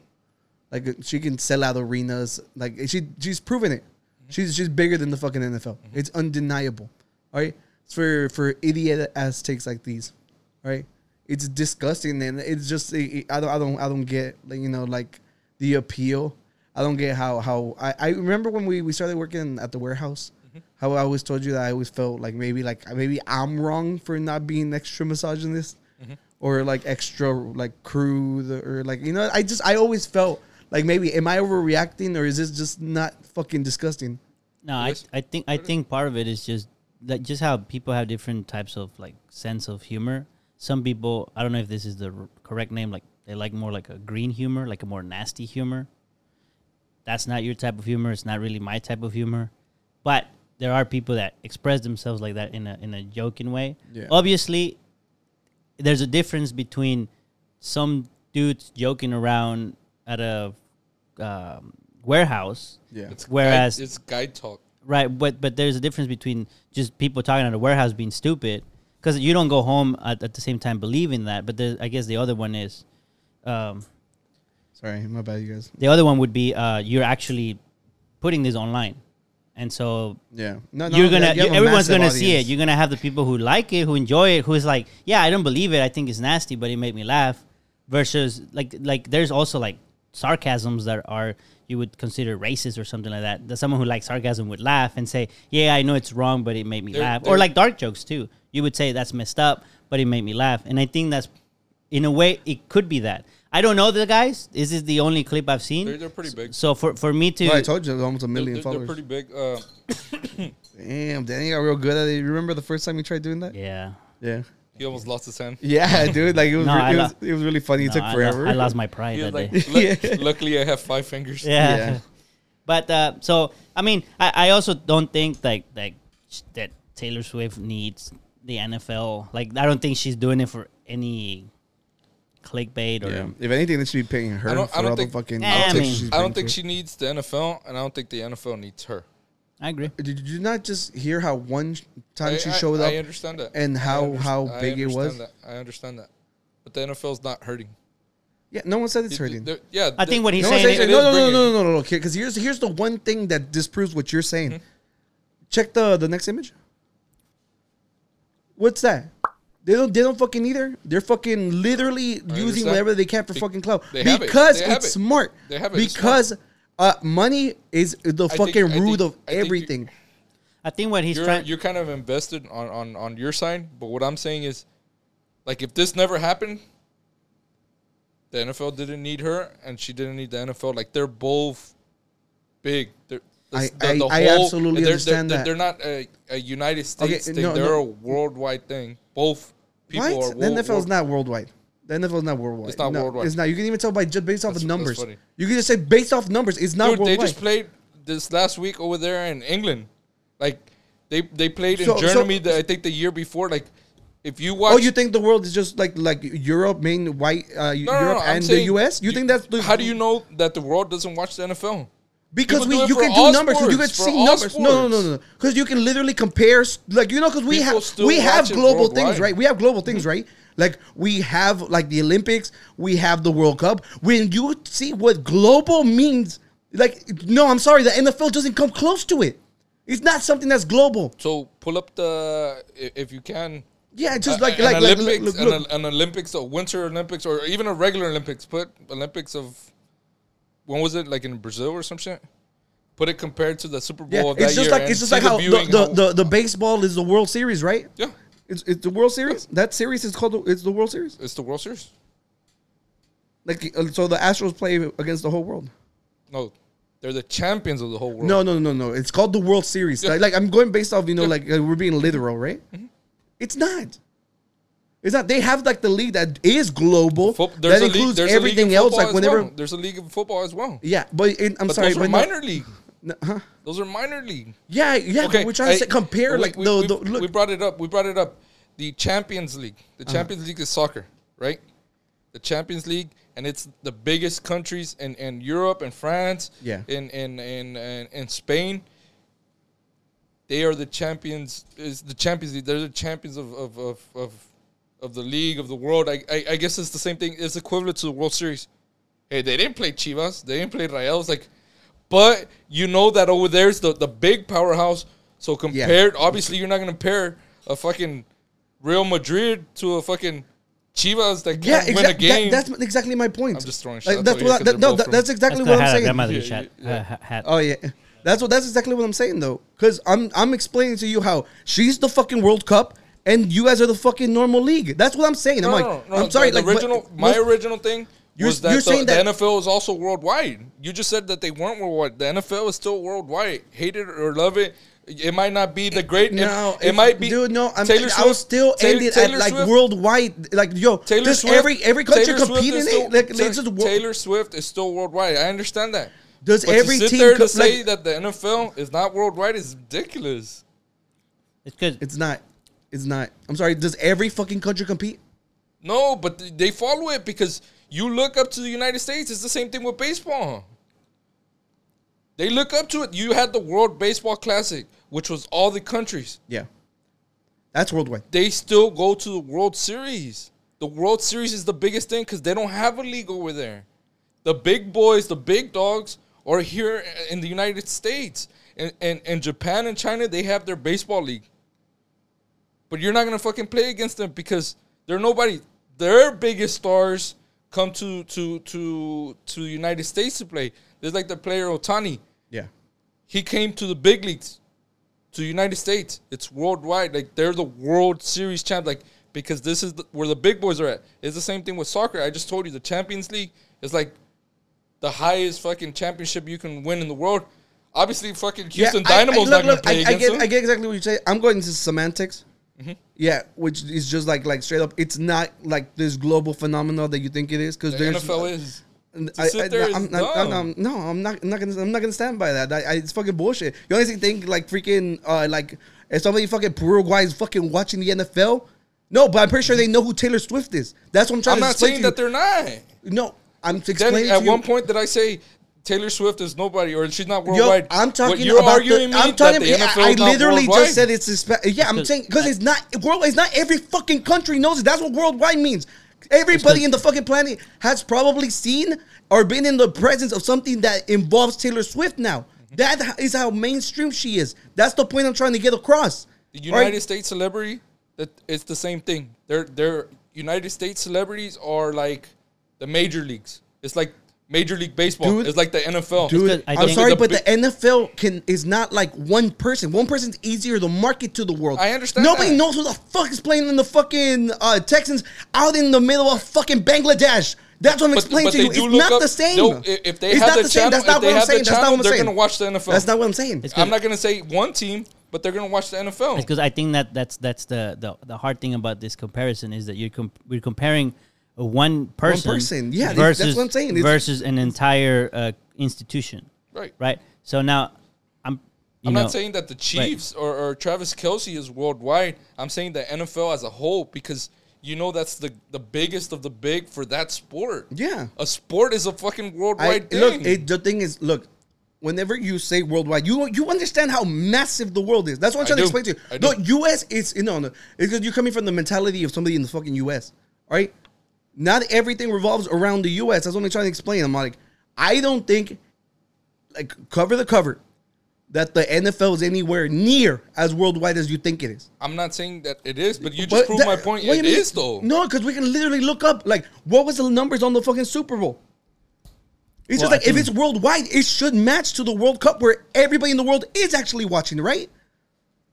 S2: Like she can sell out arenas. Like she she's proven it. She's she's bigger than the fucking NFL. It's undeniable. All right, it's for for idiot ass takes like these. All right, it's disgusting and it's just it, it- I don't I don't I don't get like you know like the appeal. I don't get how how I, I remember when we, we started working at the warehouse. How I always told you that I always felt like maybe like maybe I'm wrong for not being extra misogynist or like extra like crude or like you know I just I always felt like maybe am I overreacting or is this just not fucking disgusting?
S3: No, I,
S4: Yes.
S3: I think I think part of it is just that just how people have different types of like sense of humor. Some people, I don't know if this is the r- correct name, like they like more like a green humor, like a more nasty humor. That's not your type of humor. It's not really my type of humor, but there are people that express themselves like that in a in a joking way.
S2: Yeah.
S3: Obviously, there's a difference between some dudes joking around at a um, warehouse.
S2: Yeah.
S4: It's
S3: Whereas-
S4: guy, it's guy talk.
S3: Right, but but there's a difference between just people talking at a warehouse being stupid, because you don't go home at, at the same time believing that. But there, I guess the other one is, um,
S2: Sorry, my bad, you guys.
S3: the other one would be uh, you're actually putting this online, and so
S2: Yeah. No,
S3: you're gonna
S2: you have
S3: you-
S2: a
S3: everyone's
S2: massive
S3: gonna see it.
S2: audience.
S3: You're gonna have the people who like it, who enjoy it, who's like, yeah, I don't believe it. I think it's nasty, but it made me laugh. Versus like like there's also like sarcasms that are you would consider racist or something like that. That someone who likes sarcasm would laugh and say, yeah, I know it's wrong, but it made me
S4: There-
S3: laugh.
S4: there-
S3: Or like dark jokes too. You would say that's messed up, but it made me laugh. And I think that's in a way it could be that. I don't know the guys. This is the only clip I've seen.
S4: They're- they're pretty big.
S3: So for, for me to
S2: Well, I told you, there's almost a
S4: They're,
S2: 1000000
S4: they're- they're
S2: followers.
S4: pretty big. Uh,
S2: Damn, Danny got real good at it. You remember the first time you tried doing that?
S3: yeah.
S2: Yeah.
S4: he almost lost his hand.
S2: Yeah, dude. Like it was,
S3: No,
S2: re-
S3: I
S2: it,
S3: lo-
S2: was it was really funny. It
S3: No,
S2: took
S3: I lo-
S2: forever.
S3: I, lost my pride
S4: He was
S3: that
S4: like,
S3: day.
S4: "Luck- luckily I have five fingers.
S3: Yeah.
S2: Yeah.
S3: but uh, so I mean, I, I also don't think like like sh- that Taylor Swift needs the NFL. Like I don't think she's doing it for any clickbait or.
S2: Yeah. If anything, they should be paying her
S4: I don't- I
S2: for
S4: don't
S2: all
S4: think-
S2: the fucking.
S3: Eh, I don't
S2: shit
S3: think-
S2: she's
S4: I
S2: been
S4: don't think
S2: through.
S4: she needs the NFL, and I don't think the NFL needs her.
S3: I agree.
S2: Did you not just hear how one sh- time
S4: I,
S2: she
S4: I-
S2: showed
S4: I
S2: up?
S4: understand that.
S2: and
S4: I
S2: how- how
S4: I
S2: big it was?
S4: understand that. I understand that, but the NFL's not hurting.
S2: Yeah, no one said it's
S4: It-
S2: hurting.
S4: they're- Yeah,
S3: I think what he's
S2: no, one
S3: saying,
S2: said-
S4: it-
S2: no,
S4: it
S2: no,
S4: is
S2: no, no,
S4: bringing-
S2: no, no, no, okay. Because here's here's the one thing that disproves what you're saying.
S4: Mm-hmm.
S2: Check the the next image. What's that? They don't they don't fucking either. They're fucking literally using
S4: understand.
S2: whatever they can for
S4: Be-
S2: fucking clout
S4: they have it.
S2: because
S4: They have
S2: it's
S4: it.
S2: smart.
S4: They have it. It's
S2: Because uh, money is the
S4: think-
S2: fucking
S4: I think-
S2: root of
S4: I think you-
S2: everything.
S3: I think what he's
S4: you're
S3: trying.
S4: you're kind of invested on, on on your side, but what I'm saying is, like, if this never happened, the NFL didn't need her, and she didn't need the NFL. Like, they're both big. They're,
S2: I- I- I absolutely
S4: they're,
S2: understand
S4: they're,
S2: that.
S4: They're not a, a United States thing.
S2: no,
S4: they're
S2: no.
S4: a worldwide thing. Both people
S2: Right?
S4: are.
S2: The
S4: world-
S2: NFL's
S4: world-
S2: not worldwide. The NFL's not worldwide.
S4: It's not
S2: No,
S4: worldwide.
S2: It's not. You can even tell by just based off
S4: That's-
S2: of
S4: that's
S2: numbers.
S4: funny.
S2: You can just say based off numbers. It's not
S4: Dude,
S2: worldwide.
S4: they just played this last week over there in England. Like, they they played in
S2: So- so-
S4: Germany. the, I think the year before. Like, if you watch,
S2: Oh, you think the world is just like like Europe, main white uh, Europe
S4: I'm
S2: and the
S4: saying
S2: U.S. You, think that's the,
S4: how do you know that the world doesn't watch the NFL?
S2: because
S4: people
S2: we
S4: do it
S2: you
S4: for
S2: can
S4: all
S2: do numbers 'cause you can
S4: sports, for
S2: see
S4: all
S2: numbers. No, no, no,
S4: sports.
S2: no, no. Because you can literally compare s- like you know because we
S4: People
S2: have
S4: still
S2: we have
S4: watch it
S2: global things
S4: worldwide.
S2: right. We have global things right. Like we have like the Olympics, we have the World Cup. When you see what global means, like no, I'm sorry, the NFL doesn't come close to it. It's not something that's global.
S4: So pull up the i- if you can.
S2: Yeah, just
S4: a-
S2: like
S4: an
S2: like, like
S4: Uh, Olympics,
S2: look,
S4: an
S2: look,
S4: Ol- An, Olympics, a Winter Olympics, or even a regular Olympics. Put Olympics of when was it? Like in Brazil or some shit. Put it compared to the Super Bowl
S2: Yeah,
S4: of that
S2: it's just
S4: year
S2: like
S4: and
S2: it's just
S4: see
S2: like how the,
S4: viewing,
S2: the,
S4: how-
S2: the, the baseball is the World Series, right?
S4: yeah,
S2: It's, it's the World Series. That series is called the, it's the World Series.
S4: it's the World Series.
S2: Like uh, so, the Astros play against the whole world.
S4: No, they're the champions of the whole world.
S2: No, no, no, no. It's called the World Series.
S4: Yeah. Mm-hmm.
S2: Like, like, I'm going based off, you know, like uh, we're being literal, right? It's not. It's not. They have like the league that is global.
S4: Fo-
S2: that
S4: league-
S2: includes
S4: there's
S2: everything
S4: in
S2: else.
S4: football
S2: Like
S4: as
S2: whenever,
S4: well. there's a league of football as well.
S2: yeah. But it, I'm
S4: But
S2: sorry,
S4: those are
S2: but no-
S4: minor league.
S2: no, huh?
S4: Those are minor league.
S2: Yeah, yeah. but we're trying
S4: I-
S2: to say, compare,
S4: we-
S2: like
S4: we,
S2: the,
S4: we,
S2: the
S4: we
S2: look. Uh-huh.
S4: brought it up. We brought it up. The Champions League. The Champions League is soccer, right? The Champions League, and it's the biggest countries in, in Europe and France.
S2: Yeah.
S4: In in in in, in Spain. They are the champions. Is the Champions League? They're the champions of of of of, of the league of the world. I, I I guess it's the same thing. It's equivalent to the World Series. Hey, they didn't play Chivas. They didn't play Real. It's like, but you know that over there's the, the big powerhouse. So compared, obviously, you're not gonna pair a fucking Real Madrid to a fucking Chivas that can't
S2: yeah,
S4: win a
S2: exactly.
S4: game.
S2: that's exactly my point.
S4: I'm just throwing shit
S2: Like,
S4: out
S2: that's
S4: there
S2: what. I,
S4: because
S2: that,
S4: they're
S2: no,
S4: both
S2: that,
S4: from-
S2: that's exactly
S3: that's
S2: what
S3: the hat of
S2: I'm saying.
S3: grandmother
S4: Yeah,
S3: shot-
S4: yeah, yeah.
S3: uh, ha- hat.
S2: Oh yeah, that's what that's exactly what I'm saying though, because I'm I'm explaining to you how she's the fucking World Cup and you guys are the fucking normal league. That's what I'm saying. I'm like, I'm
S4: the-
S2: sorry.
S4: Oh, the
S2: like but-
S4: original, my
S2: most-
S4: original thing
S2: You're-
S4: was that,
S2: you're
S4: the,
S2: saying
S4: the
S2: that-
S4: NFL is also worldwide. You just said that they weren't worldwide. The NFL is still worldwide. Hate it or love it, it might not be the great. it-
S2: no,
S4: it, might be.
S2: Dude, no, I'm.
S4: Taylor
S2: I
S4: Swift-
S2: was still
S4: Taylor-
S2: ended
S4: Taylor
S2: at like
S4: Swift-
S2: worldwide. Like yo,
S4: Taylor
S2: just
S4: Swift.
S2: every every country
S4: Taylor Swift
S2: competing
S4: is
S2: in
S4: still-
S2: it. Like
S4: Ta-
S2: it's just wor-
S4: Taylor Swift is still worldwide. I understand that.
S2: Does
S4: But
S2: every
S4: to sit
S2: team
S4: there to
S2: co-
S4: say
S2: like-
S4: that the NFL is not worldwide is ridiculous?
S3: It's because
S2: It's not. It's not. I'm sorry. Does every fucking country compete?
S4: No, but th- they follow it because You look up to the United States. It's the same thing with baseball. They look up to it. You had the World Baseball Classic, which was all the countries.
S2: Yeah, that's worldwide.
S4: They still go to the World Series. The World Series is the biggest thing because they don't have a league over there. The big boys, the big dogs, are here in the United States. And and, and Japan and China, they have their baseball league. But you're not gonna fucking play against them because they're nobody. Their biggest stars come to to to to the United States to play. There's like the player Otani.
S2: Yeah,
S4: He came to the big leagues, to the United States. It's worldwide. Like they're the World Series champ. Like because this is the, where the big boys are at. It's the same thing with soccer. I just told you the Champions League is like the highest fucking championship you can win in the world. Obviously, fucking Houston
S2: I- I- look,
S4: Dynamo's not gonna
S2: look,
S4: play
S2: I, I
S4: against
S2: get,
S4: them. Mm-hmm.
S2: I get exactly what you say. I'm going into semantics. Yeah, which is just like like straight up. It's not like this global phenomenon that you think it is because
S4: the
S2: there's
S4: NFL is.
S2: And
S4: To
S2: I,
S4: sit
S2: I,
S4: there
S2: I'm,
S4: is
S2: not- I'm,
S4: dumb.
S2: I'm- no, I'm not. I'm not gonna. I'm not gonna stand by that. I, I, it's fucking bullshit. You honestly think like freaking uh, like if somebody fucking Uruguay is fucking watching the NFL? No, but I'm pretty sure they know who Taylor Swift is. That's what I'm trying
S4: I'm
S2: to
S4: not
S2: explain
S4: saying
S2: to
S4: that they're not.
S2: you. No, I'm
S4: Then
S2: explaining
S4: at
S2: to you.
S4: one point did I say Taylor Swift is nobody or she's not
S2: Yo,
S4: worldwide?
S2: I'm
S4: What,
S2: talking
S4: you're
S2: about.
S4: arguing
S2: the,
S4: me
S2: I'm
S4: that
S2: talking.
S4: the
S2: I-
S4: NFL
S2: I,
S4: is not
S2: literally
S4: worldwide?
S2: just said it's. Expe- yeah, I'm
S3: Because-
S2: saying because it's not world. It's not every fucking country knows it. That's what worldwide means. Everybody in the fucking planet has probably seen or been in the presence of something that involves Taylor Swift. Now
S4: Mm-hmm.
S2: that is how mainstream she is. That's the point I'm trying to get across.
S4: The
S2: All right?
S4: United States celebrity, that it's the same thing. They're they're United States celebrities are like the major leagues. It's like Major League Baseball.
S2: Dude-
S4: it's like the NFL.
S2: Dude,
S3: I
S2: I'm
S3: think-
S2: sorry,
S4: The
S2: but the
S4: big-
S2: NFL can is not like one person. One person's easier to market to the world.
S4: I understand
S2: Nobody
S4: that.
S2: knows who the fuck is playing in the fucking uh, Texans out in the middle of fucking Bangladesh. That's what I'm explaining to you.
S4: do
S2: It's
S4: look
S2: not
S4: up-
S2: the same.
S4: No, i- if they
S2: it's
S4: have
S2: not
S4: the,
S2: the same.
S4: channel,
S2: That's not
S4: if they
S2: what I'm
S4: have the
S2: saying. That's not what
S4: channel,
S2: I'm
S4: they're
S2: saying.
S4: gonna watch the NFL.
S2: That's not what I'm saying.
S3: It's
S4: I'm not gonna say one team, but they're gonna watch the NFL.
S3: because I think that that's that's the, the the hard thing about this comparison is that you're comp- we're comparing a one person,
S2: person. Yeah, that's- that's
S3: versus
S2: what I'm saying. It's-
S3: versus an entire uh, institution,
S4: Right.
S3: right? So now I'm you
S4: I'm
S3: know,
S4: not saying that the Chiefs or, or Travis Kelsey is worldwide. I'm saying the NFL as a whole because you know that's the, the biggest of the big for that sport.
S2: Yeah.
S4: A sport is a fucking
S2: I,
S4: worldwide thing.
S2: look, it, the thing is, look. Whenever you say worldwide, you you understand how massive the world is. That's what I'm
S4: I
S2: trying to
S4: do.
S2: explain to
S4: I
S2: you. The
S4: do.
S2: U.S. is no, no. It's because you're coming from the mentality of somebody in the fucking U.S. All right, not everything revolves around the U.S. That's what I'm trying to explain. I'm like, I don't think, like cover the cover, that the NFL is anywhere near as worldwide as you think it is.
S4: I'm not saying that it is, but you just proved
S2: that-
S4: my point.
S2: wait a
S4: It
S2: minute.
S4: is though.
S2: No, because we can literally look up like what was the numbers on the fucking Super Bowl. It's
S3: Well,
S2: just like
S3: I
S2: if
S3: think-
S2: it's worldwide, it should match to the World Cup where everybody in the world is actually watching, right?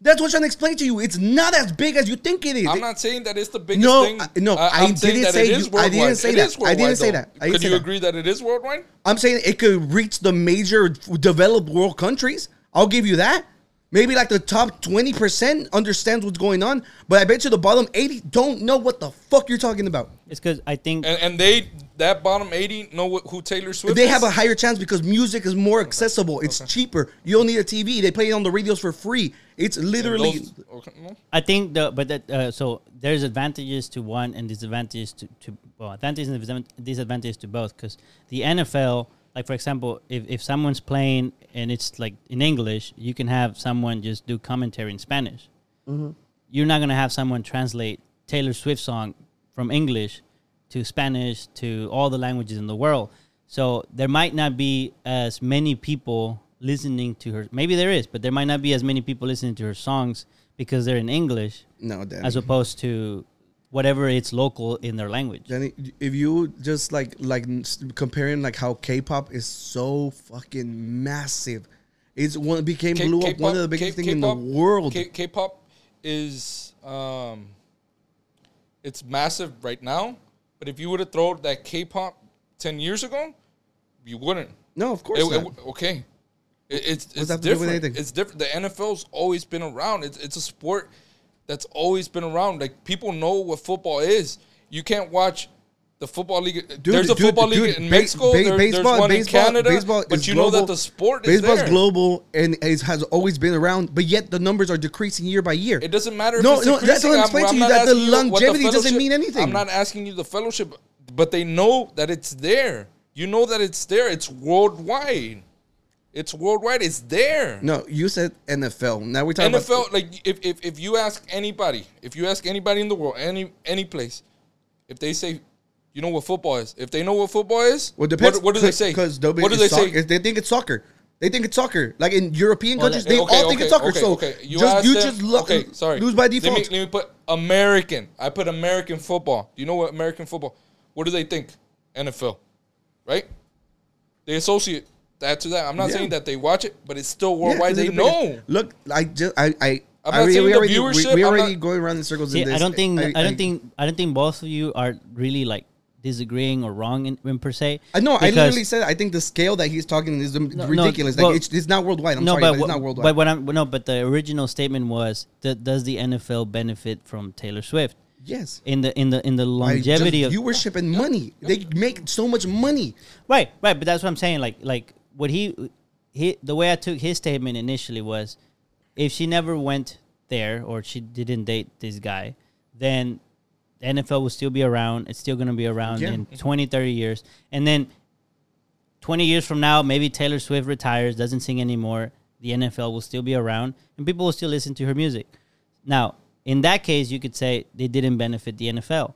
S2: That's what I'm trying to explain to you. It's not as big as you think it is.
S4: I'm not saying that it's the biggest
S2: No,
S4: thing.
S2: I- no,
S4: I'm
S2: I
S4: saying
S2: didn't
S4: that
S2: say
S4: it is
S2: you- I didn't
S4: worldwide.
S2: say
S4: It
S2: that.
S4: is
S2: I didn't
S4: worldwide,
S2: say
S4: though.
S2: that. I didn't
S4: Could
S2: say
S4: you
S2: that.
S4: agree that it is worldwide?
S2: I'm saying it could reach the major developed world countries. I'll give you that. Maybe like the top 20% understands what's going on, but I bet you the bottom 80 don't know what the fuck you're talking about.
S3: it's because I think
S4: And, and they that bottom 80 know what, who Taylor Swift
S2: They
S4: is?
S2: have a higher chance because music is more accessible. It's cheaper. You don't need a TV. They play it on the radios for free. It's
S4: And
S2: literally
S4: those- okay, no.
S3: I think the but that uh, so there's advantages to one and disadvantages to, to well advantages and disadvan- disadvantages to both because the NFL like for example if, if someone's playing and it's like in English you can have someone just do commentary in Spanish you're not gonna have someone translate Taylor Swift song from English to Spanish to all the languages in the world. So there might not be as many people listening to her. Maybe there is, but there might not be as many people listening to her songs because they're in English
S2: no, Danny.
S3: as opposed to whatever it's local in their language.
S2: Danny, if you just like like s- comparing like how K-pop is so fucking massive, it's one it became
S4: K-
S2: blew up
S4: K-pop-
S2: one of the biggest
S4: K-
S2: thing in the
S4: K-pop-
S2: world.
S4: K- K-pop is um, it's massive right now, but if you would have thrown that K-pop ten years ago, you wouldn't.
S2: no, of course
S4: It- it
S2: not.
S4: w- okay, It- it's it's
S2: that to do with
S4: different.
S2: anything?
S4: It's different. The NFL's always been around. It's it's a sport that's always been around. Like people know what football is. You can't watch. The football league. there's a football league
S2: dude,
S4: in
S2: ba-
S4: Mexico.
S2: ba-
S4: there- there's one in Canada. but
S2: is
S4: you know that
S2: global.
S4: the sport is
S2: baseball's
S4: there.
S2: global and is, has always been around, but yet the numbers are decreasing year by year.
S4: It doesn't matter.
S2: No,
S4: if it's
S2: no, that's
S4: increasing.
S2: what I'm
S4: I'm
S2: explaining to you,
S4: not
S2: that the
S4: asking you what
S2: longevity doesn't
S4: fellowship-
S2: mean anything.
S4: I'm not asking you the fellowship, but but they know that it's there. You know that it's there. It's worldwide. It's worldwide. It's there.
S2: No, you said NFL. Now we're talking
S4: NFL,
S2: about
S4: like if, if if you ask anybody, if you ask anybody in the world, any any place, if they say, you know what football is, if they know what football is,
S2: Well, it depends.
S4: what, what do they say?
S2: Because
S4: what do they say?
S2: They think it's soccer. They think it's soccer. Like in European
S3: Well,
S2: countries,
S3: eh,
S2: they
S4: Okay,
S2: all think it's soccer. so
S4: You
S2: just
S4: ask
S2: you
S4: them-
S2: just look
S4: okay, sorry.
S2: lose by
S4: Let me-
S2: default.
S4: Let me, put American. I put American football. Do you know what American football? What do they think? NFL, right? They associate that to that. I'm not
S2: Yeah.
S4: saying that they watch it, but it's still
S2: Yeah, 'cause
S4: worldwide.
S2: it's
S4: they
S2: the biggest-
S4: know.
S2: Look, I just I I.
S4: I'm
S2: I
S4: not
S2: re-
S4: saying
S2: we
S4: the
S2: already,
S4: viewership,
S2: We, we
S4: I'm
S2: already
S4: not-
S2: going around in circles
S3: See,
S2: in this.
S3: I don't think I, don't think I don't think both of you are really like disagreeing or wrong in, in per se.
S2: I know. I
S3: because-
S2: literally said I think the scale that he's talking is
S3: no,
S2: ridiculous.
S3: well-
S2: like it's, it's not worldwide. I'm
S3: no,
S2: sorry,
S3: but,
S2: but, it's
S3: what-
S2: not worldwide.
S3: But what I'm no, but the original statement was that does the NFL benefit from Taylor Swift
S2: yes,
S3: in the in the in the
S2: Like, just
S3: longevity of
S2: viewership and money. They make so much money.
S3: Right, right, but that's what I'm saying. Like, like what he, he, the way I took his statement initially was, if she never went there or she didn't date this guy, then the NFL will still be around. It's still going to be around
S2: Yeah.
S3: in 20, 30 years, and then 20 years from now, maybe Taylor Swift retires, doesn't sing anymore. The NFL will still be around and people will still listen to her music. Now, in that case, you could say they didn't benefit the NFL.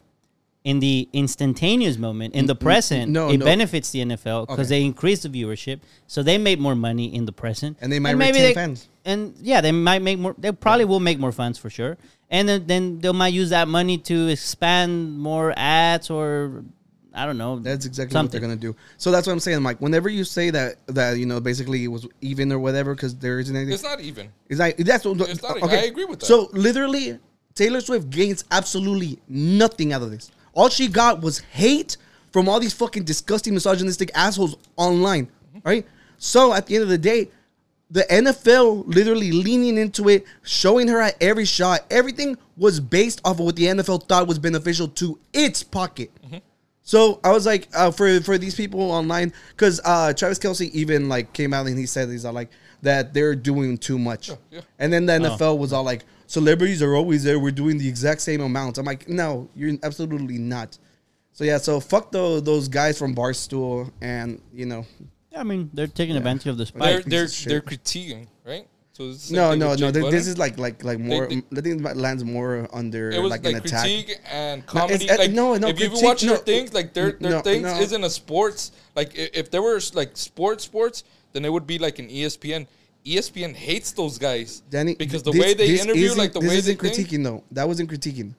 S3: In the instantaneous moment, in the present,
S2: no,
S3: it
S2: no.
S3: benefits the NFL because
S2: Okay.
S3: they increase the viewership, so they made more money in the present,
S2: And they might retain fans.
S3: And yeah, they might make more. They probably will make more fans for sure, and then, then they might use that money to expand more ads or I don't know.
S2: That's exactly what
S3: something.
S2: they're gonna do. So that's what I'm saying, Mike. Whenever you say that that you know basically it was even or whatever, because there isn't anything.
S4: It's not even.
S2: Is that that's what,
S4: It's not- I agree with that.
S2: So literally, Taylor Swift gains absolutely nothing out of this. All she got was hate from all these fucking disgusting misogynistic assholes online, right? So at the end of the day, the NFL literally leaning into it, showing her at every shot, everything was based off of what the NFL thought was beneficial to its pocket. So I was like, uh, for for these people online, because uh, Travis Kelsey even like came out and he said he's all like that they're doing too much,
S4: yeah.
S2: and then the NFL was all like, celebrities are always there. We're doing the exact same amount. I'm like, no, you're absolutely not. So yeah, so fuck tho- those guys from Barstool, and you know,
S3: I mean, they're taking advantage of the spike.
S4: They're
S2: piece
S4: they're
S2: of shit.
S4: they're critiquing, right? So it's the same
S2: no,
S4: thing
S2: no,
S4: with
S2: no.
S4: Jay
S2: th-
S4: Butler.
S2: This is like like like more.
S4: think-
S2: I think that lands more under
S4: it was
S2: like,
S4: like,
S2: an attack.
S4: critique and
S2: No, it's-
S4: comedy.
S2: uh,
S4: like,
S2: no, no,
S4: if you
S2: critique-
S4: watch
S2: no,
S4: their things, like their their
S2: no,
S4: things
S2: no.
S4: isn't a sports. Like i- if there were like sports, sports, then it would be like an E ESPN. ESPN hates those guys,
S2: Danny,
S4: because the
S2: this-
S4: way they
S2: this
S4: interview,
S2: isn't-
S4: like the
S2: this
S4: way they
S2: isn't
S4: think,
S2: critiquing though. That wasn't critiquing.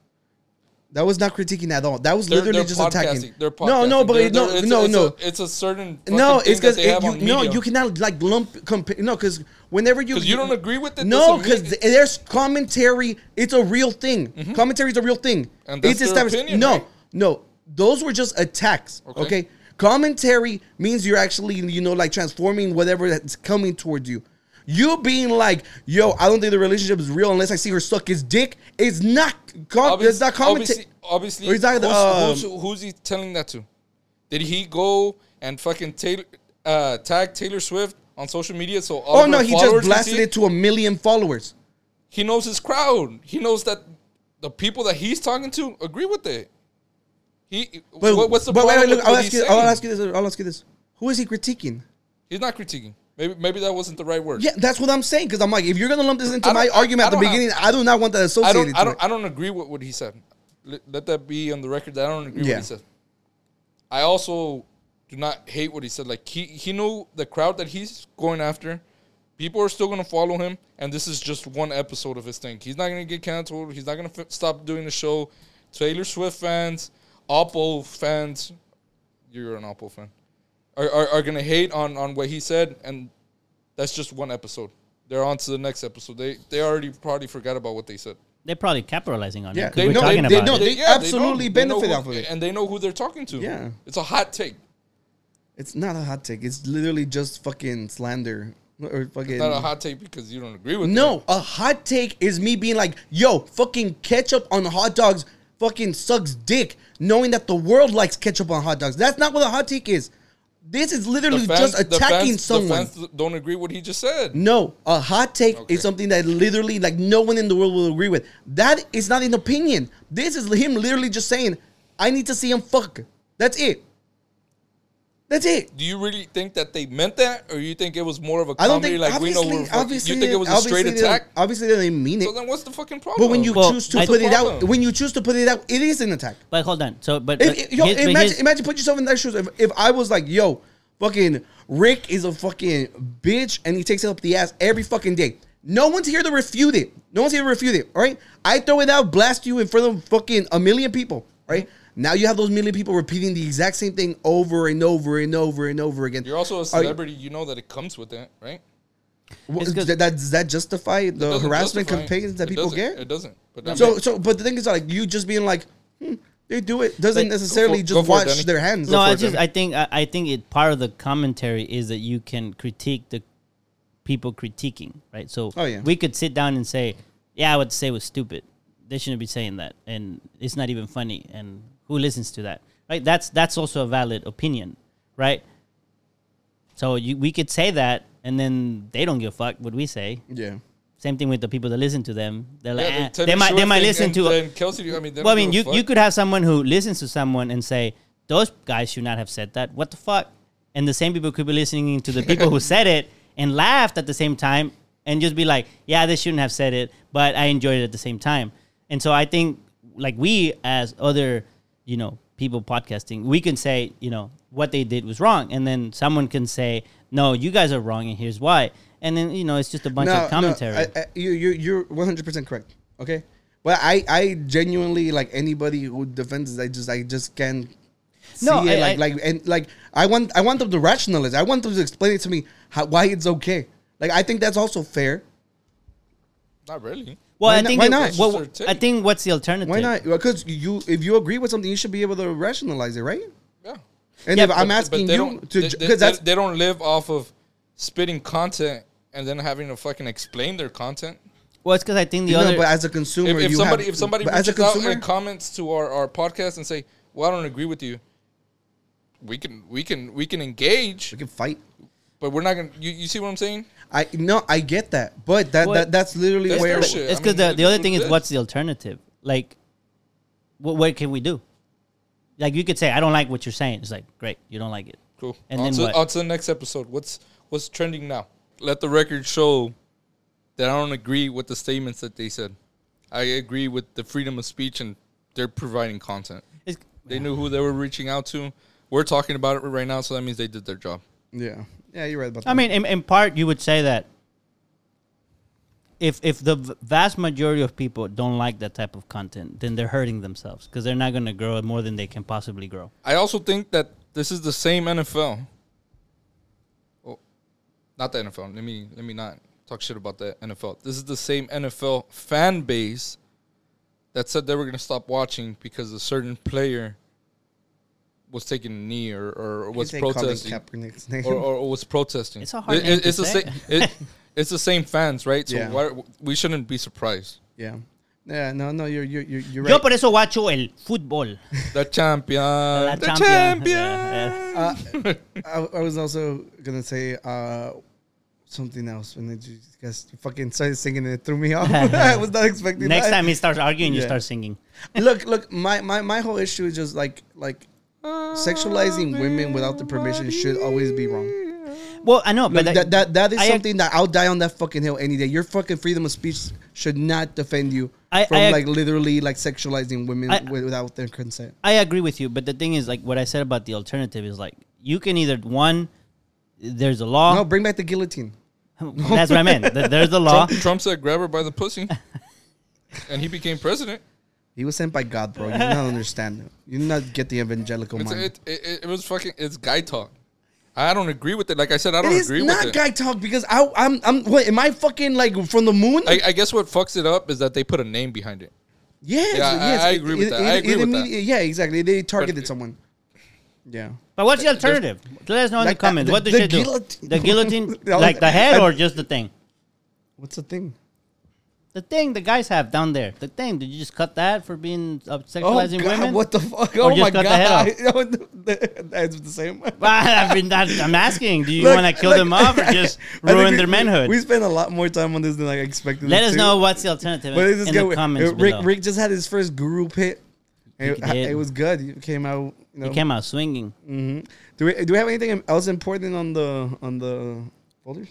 S2: That was not critiquing at all. That was
S4: they're,
S2: literally
S4: they're
S2: just attacking.
S4: podcasting. They're podcasting.
S2: No, no, but
S4: They're-
S2: no,
S4: they're- it's,
S2: no,
S4: it's
S2: no.
S4: A, it's a certain
S2: no,
S4: fucking
S2: it's
S4: thing that
S2: because
S4: they have
S2: you
S4: on
S2: no,
S4: media.
S2: you cannot like lump compare. No, because whenever you
S4: 'Cause you don't agree with it
S2: No,
S4: doesn't mean
S2: because
S4: it- Mm-hmm.
S2: there's commentary. It's a real thing. Commentary is a real thing.
S4: And that's
S2: it's
S4: their
S2: established.
S4: opinion,
S2: no,
S4: right?
S2: no, those were just attacks. Okay.
S4: Okay.
S2: commentary means you're actually you know like transforming whatever that's coming towards you. You being like, yo, I don't think the relationship is real unless I see her suck his dick. It's not. Com-
S4: Obvious-
S2: it's not commentary.
S4: Obviously, obviously
S2: Or he's not,
S4: who's,
S2: um,
S4: who's, who's he telling that to? Did he go and fucking Taylor, uh, tag Taylor Swift on social media? So all
S2: Oh
S4: of
S2: no,
S4: her
S2: he just
S4: followers can
S2: blasted
S4: see
S2: it to a million followers.
S4: He knows his crowd. He knows that the people that he's talking to agree with it. He. what, what's the
S2: but
S4: problem?
S2: Wait,
S4: with
S2: look, I'll
S4: what
S2: ask
S4: he's
S2: you.
S4: saying?
S2: I'll ask you this. I'll ask you this. Who is he critiquing?
S4: He's not critiquing. Maybe maybe that wasn't the right word.
S2: Yeah, that's what I'm saying. Because I'm like, if you're gonna lump this into
S4: I
S2: my
S4: don't- I-
S2: argument
S4: I
S2: at the
S4: don't have-
S2: beginning, I do not want that
S4: I
S2: associated.
S4: don't. I
S2: to
S4: don't.
S2: it.
S4: I don't agree with what he said. Let, let that be on the record. That I don't agree with
S2: Yeah.
S4: what he said. I also do not hate what he said. Like he he knew the crowd that he's going after. People are still going to follow him, and this is just one episode of his thing. He's not going to get canceled. He's not going to f- stop doing the show. Taylor Swift fans, Oppo fans, you're an Oppo fan, are are, are going to hate on on what he said, and that's just one episode. They're on to the next episode. They they already probably forgot about what they said.
S3: They're probably capitalizing on
S2: Yeah,
S3: it. 'cause
S2: they
S3: we're
S2: know-
S3: talking
S2: they
S3: about
S2: know-
S3: it.
S2: they absolutely
S4: they
S2: benefit
S4: who-
S2: off of it.
S4: and they know who they're talking to.
S2: Yeah.
S4: it's a hot take,
S2: It's not a hot take. It's literally just fucking slander or fucking.
S4: not a hot take because you don't agree with.
S2: no, a hot take is me being like, yo, fucking ketchup on hot dogs fucking sucks dick, knowing that the world likes ketchup on hot dogs. That's not what a hot take is. This is
S4: them.
S2: literally
S4: The fans-
S2: just attacking
S4: the fans,
S2: someone.
S4: The fans don't agree what he just said.
S2: No, a hot take
S4: Okay.
S2: is something that literally like no one in the world will agree with. That is not an opinion. This is him literally just saying, I need to see him fuck. That's it. That's it.
S4: Do you really think that they meant that, or you think it was more of a
S2: I don't
S4: comedy
S2: think
S4: like we know
S2: obviously,
S4: we're fucking-
S2: obviously
S4: You think it was a
S2: obviously
S4: straight
S2: they don't-
S4: attack?
S2: Obviously they didn't mean it.
S4: So then what's the fucking problem?
S2: But when you
S3: Well,
S2: choose to
S3: I-
S2: put it out,
S4: problem.
S2: when you choose to put it out, it is an attack.
S3: But hold on. So, but, but
S2: If, if- yo,
S3: here's- but
S2: imagine,
S3: here's-
S2: imagine put yourself in their shoes. If, if I was like, yo, fucking Rick is a fucking bitch and he takes it up the ass every fucking day. No one's here to refute it. No one's here to refute it. All right. I throw it out, blast you in front of fucking a million people. Right. Now you have those million people repeating the exact same thing over and over and over and over again.
S4: You're also a celebrity. You know that it comes with that, right?
S2: Wha-
S3: It's 'cause-
S2: that, that- does that justify
S4: It
S2: the
S4: doesn't
S2: harassment
S4: justify it.
S2: campaigns that
S4: It
S2: people
S4: doesn't.
S2: get?
S4: It doesn't. But that
S2: So,
S4: makes-
S2: so, but the thing is, like, you just being like, hmm, they do it doesn't
S3: Like, go
S2: necessarily
S4: for- go
S2: just
S4: for
S2: wash
S4: it, Danny.
S2: their hands.
S3: no,
S2: Go for
S3: I
S2: it,
S3: just
S2: Danny.
S3: I think I, I think it part of the commentary is that you can critique the people critiquing, right? So
S2: Oh, yeah.
S3: we could sit down and say, yeah, what they say was stupid. They shouldn't be saying that, and it's not even funny. And who listens to that, right? That's that's also a valid opinion, right? So you, we could say that, and then they don't give a fuck what we say.
S2: yeah.
S3: Same thing with the people that listen to them. They're like,
S4: Yeah,
S3: "Ah."
S4: the Teddy
S3: they might they
S4: Short
S3: might
S4: thing
S3: listen
S4: and-
S3: to
S4: and Kelsey. I mean, they
S3: well, I mean,
S4: don't give
S3: you,
S4: a
S3: you
S4: fuck.
S3: could have someone who listens to someone and say, those guys should not have said that. What the fuck? And the same people could be listening to the people who said it and laughed at the same time and just be like, yeah, they shouldn't have said it, but I enjoyed it at the same time. And so I think, like, we as other, you know, people podcasting, we can say, you know, what they did was wrong. And then someone can say, no, you guys are wrong and here's why. And then, you know, it's just a bunch of commentary.
S2: No, I, I, you, you, you're 100% correct. Okay. But I, I genuinely like anybody who defends. it, I just, I just can't. See
S3: No,
S2: it.
S3: I- I-
S2: like, like, and like, I want, I want them to rationalize. I want them to explain it to me how, why it's okay. Like, I think that's also fair.
S4: not really.
S3: well,
S2: why
S3: I
S2: not-
S3: think,
S2: why
S3: it-
S2: not? It's
S3: well,
S4: just their
S3: I
S4: take.
S3: think what's the alternative?
S2: Why not? Because you, if you agree with something, you should be able to rationalize it, right?
S4: Yeah.
S2: And
S3: Yeah,
S2: if I'm
S4: But-
S2: asking
S4: but they
S2: you
S4: don't-
S2: to,
S4: they- they-
S2: because that's
S4: they, they don't live off of spitting content and then having to fucking explain their content.
S3: Well, it's because I think the
S2: you
S3: other.
S2: know, but as a consumer,
S4: If, if
S2: you
S4: somebody
S2: have,
S4: if somebody
S2: but
S4: reaches out and comments to our, our podcast and say, "Well, I don't agree with you," we can we can we can engage,
S2: we can fight.
S4: but we're not gonna. You, you see what I'm saying?
S2: I no, I get that, but that,
S3: What?
S2: that that's literally
S4: That's
S2: where
S4: their shit.
S3: it's
S4: I
S3: because
S4: mean,
S3: the, the other thing is
S4: that's-
S3: what's the alternative like what, what can we do like you could say i don't like what you're saying it's like great you don't like it
S4: Cool.
S3: And
S4: on,
S3: then
S4: to,
S3: what?
S2: uh,
S4: on to the next episode. What's what's trending now? Let the record show that I don't agree with the statements that they said. I agree with the freedom of speech and they're providing content.
S3: it's,
S4: They knew who they were reaching out to. We're talking about it right now, so that means they did their job.
S2: yeah, yeah, you're right about that.
S3: i mean in, in part you would say that if if the v- vast majority of people don't like that type of content then they're hurting themselves because they're not going to grow more than they can possibly grow
S4: I also think that this is the same NFL. Oh, not the NFL. Let me let me not talk shit about the NFL. This is the same NFL fan base that said they were going to stop watching because a certain player was taking a knee or, or was
S2: You say Colin
S4: protesting
S2: Kaepernick's name.
S4: or, or was protesting.
S3: It's a hard
S4: It-
S3: name
S4: it-
S3: to
S4: it's the
S3: say.
S4: same. It, it's the same fans, right? So
S2: Yeah.
S4: why, we shouldn't be surprised.
S2: yeah, yeah, no, no, you're you're you're, you're
S3: yo
S2: right.
S3: por eso guacho el fútbol
S4: The champion,
S3: La
S4: the
S3: champion.
S4: champion.
S3: Yeah,
S2: Uh, I, I was also gonna say uh, something else, and then you guys fucking started singing and it threw me off. I was not expecting.
S3: next
S2: that.
S3: time he starts arguing you
S2: Yeah.
S3: start singing
S2: look, look, my, my my whole issue is just like like sexualizing women without the permission should always be wrong.
S3: well i know but
S2: Like, that, that that is
S3: I-
S2: something that I'll die on that fucking hill any day. Your fucking freedom of speech should not defend you
S3: I-
S2: from
S3: I ag-
S2: like literally like sexualizing women
S3: I-
S2: wi- without their consent.
S3: I agree with you, but the thing is, like what I said about the alternative is like you can either one, there's a
S2: no,
S4: Ah.
S3: law.
S2: bring back the guillotine.
S3: That's what I meant. Th- There's a law.
S4: Trump,
S2: Oh.
S4: Trump said, "Grab her by the pussy," and he became president.
S2: He was sent by God, bro. You do not understand. it. You do not get the evangelical
S4: It's,
S2: mind.
S4: it, it, it was fucking. It's guy talk. I don't agree with it. Like I said,
S2: it
S4: I don't
S2: is
S4: agree
S2: not
S4: with it.
S2: guy talk because I, I'm I'm what am I fucking like from the moon?
S4: I, I guess what fucks it up is that they put a name behind it.
S2: yes,
S4: Yeah, I-
S2: yes.
S4: I agree with that. I agree with that.
S2: immediate- Yeah, exactly. They targeted
S4: it-
S2: someone. Yeah.
S3: But what's the alternative? Let us know in
S2: Like,
S3: the comments.
S2: uh,
S3: what
S2: the-
S3: they
S2: the
S3: should do?
S2: guillotine.
S3: The guillotine,
S2: No,
S3: like the head
S2: I-
S3: or just the thing?
S2: What's the thing?
S3: The thing the guys have down there. The thing. Did you just cut that for being uh,
S2: Oh
S3: sexualizing
S2: God,
S3: women?
S2: what the fuck?
S3: Or
S2: oh
S3: just
S2: my
S3: cut the head off?
S2: god! That's the same.
S3: I mean, that, I'm asking. Do you
S2: Look,
S3: want to kill
S2: look,
S3: them off or just
S2: I think
S3: ruin
S2: we-
S3: their
S2: we-
S3: manhood?
S2: We, spent a lot more time on this than I expected.
S3: Let
S2: us
S3: us
S2: to.
S3: know what's the alternative
S2: But
S3: in,
S2: this
S3: in
S2: guy-
S3: the comments
S2: Rick,
S3: below.
S2: Rick just had his first guru pit. And
S3: He
S2: it,
S3: did.
S2: it was good. You came out. You know.
S3: He came out swinging.
S2: hmm Do we do we have anything else important on the on the folders?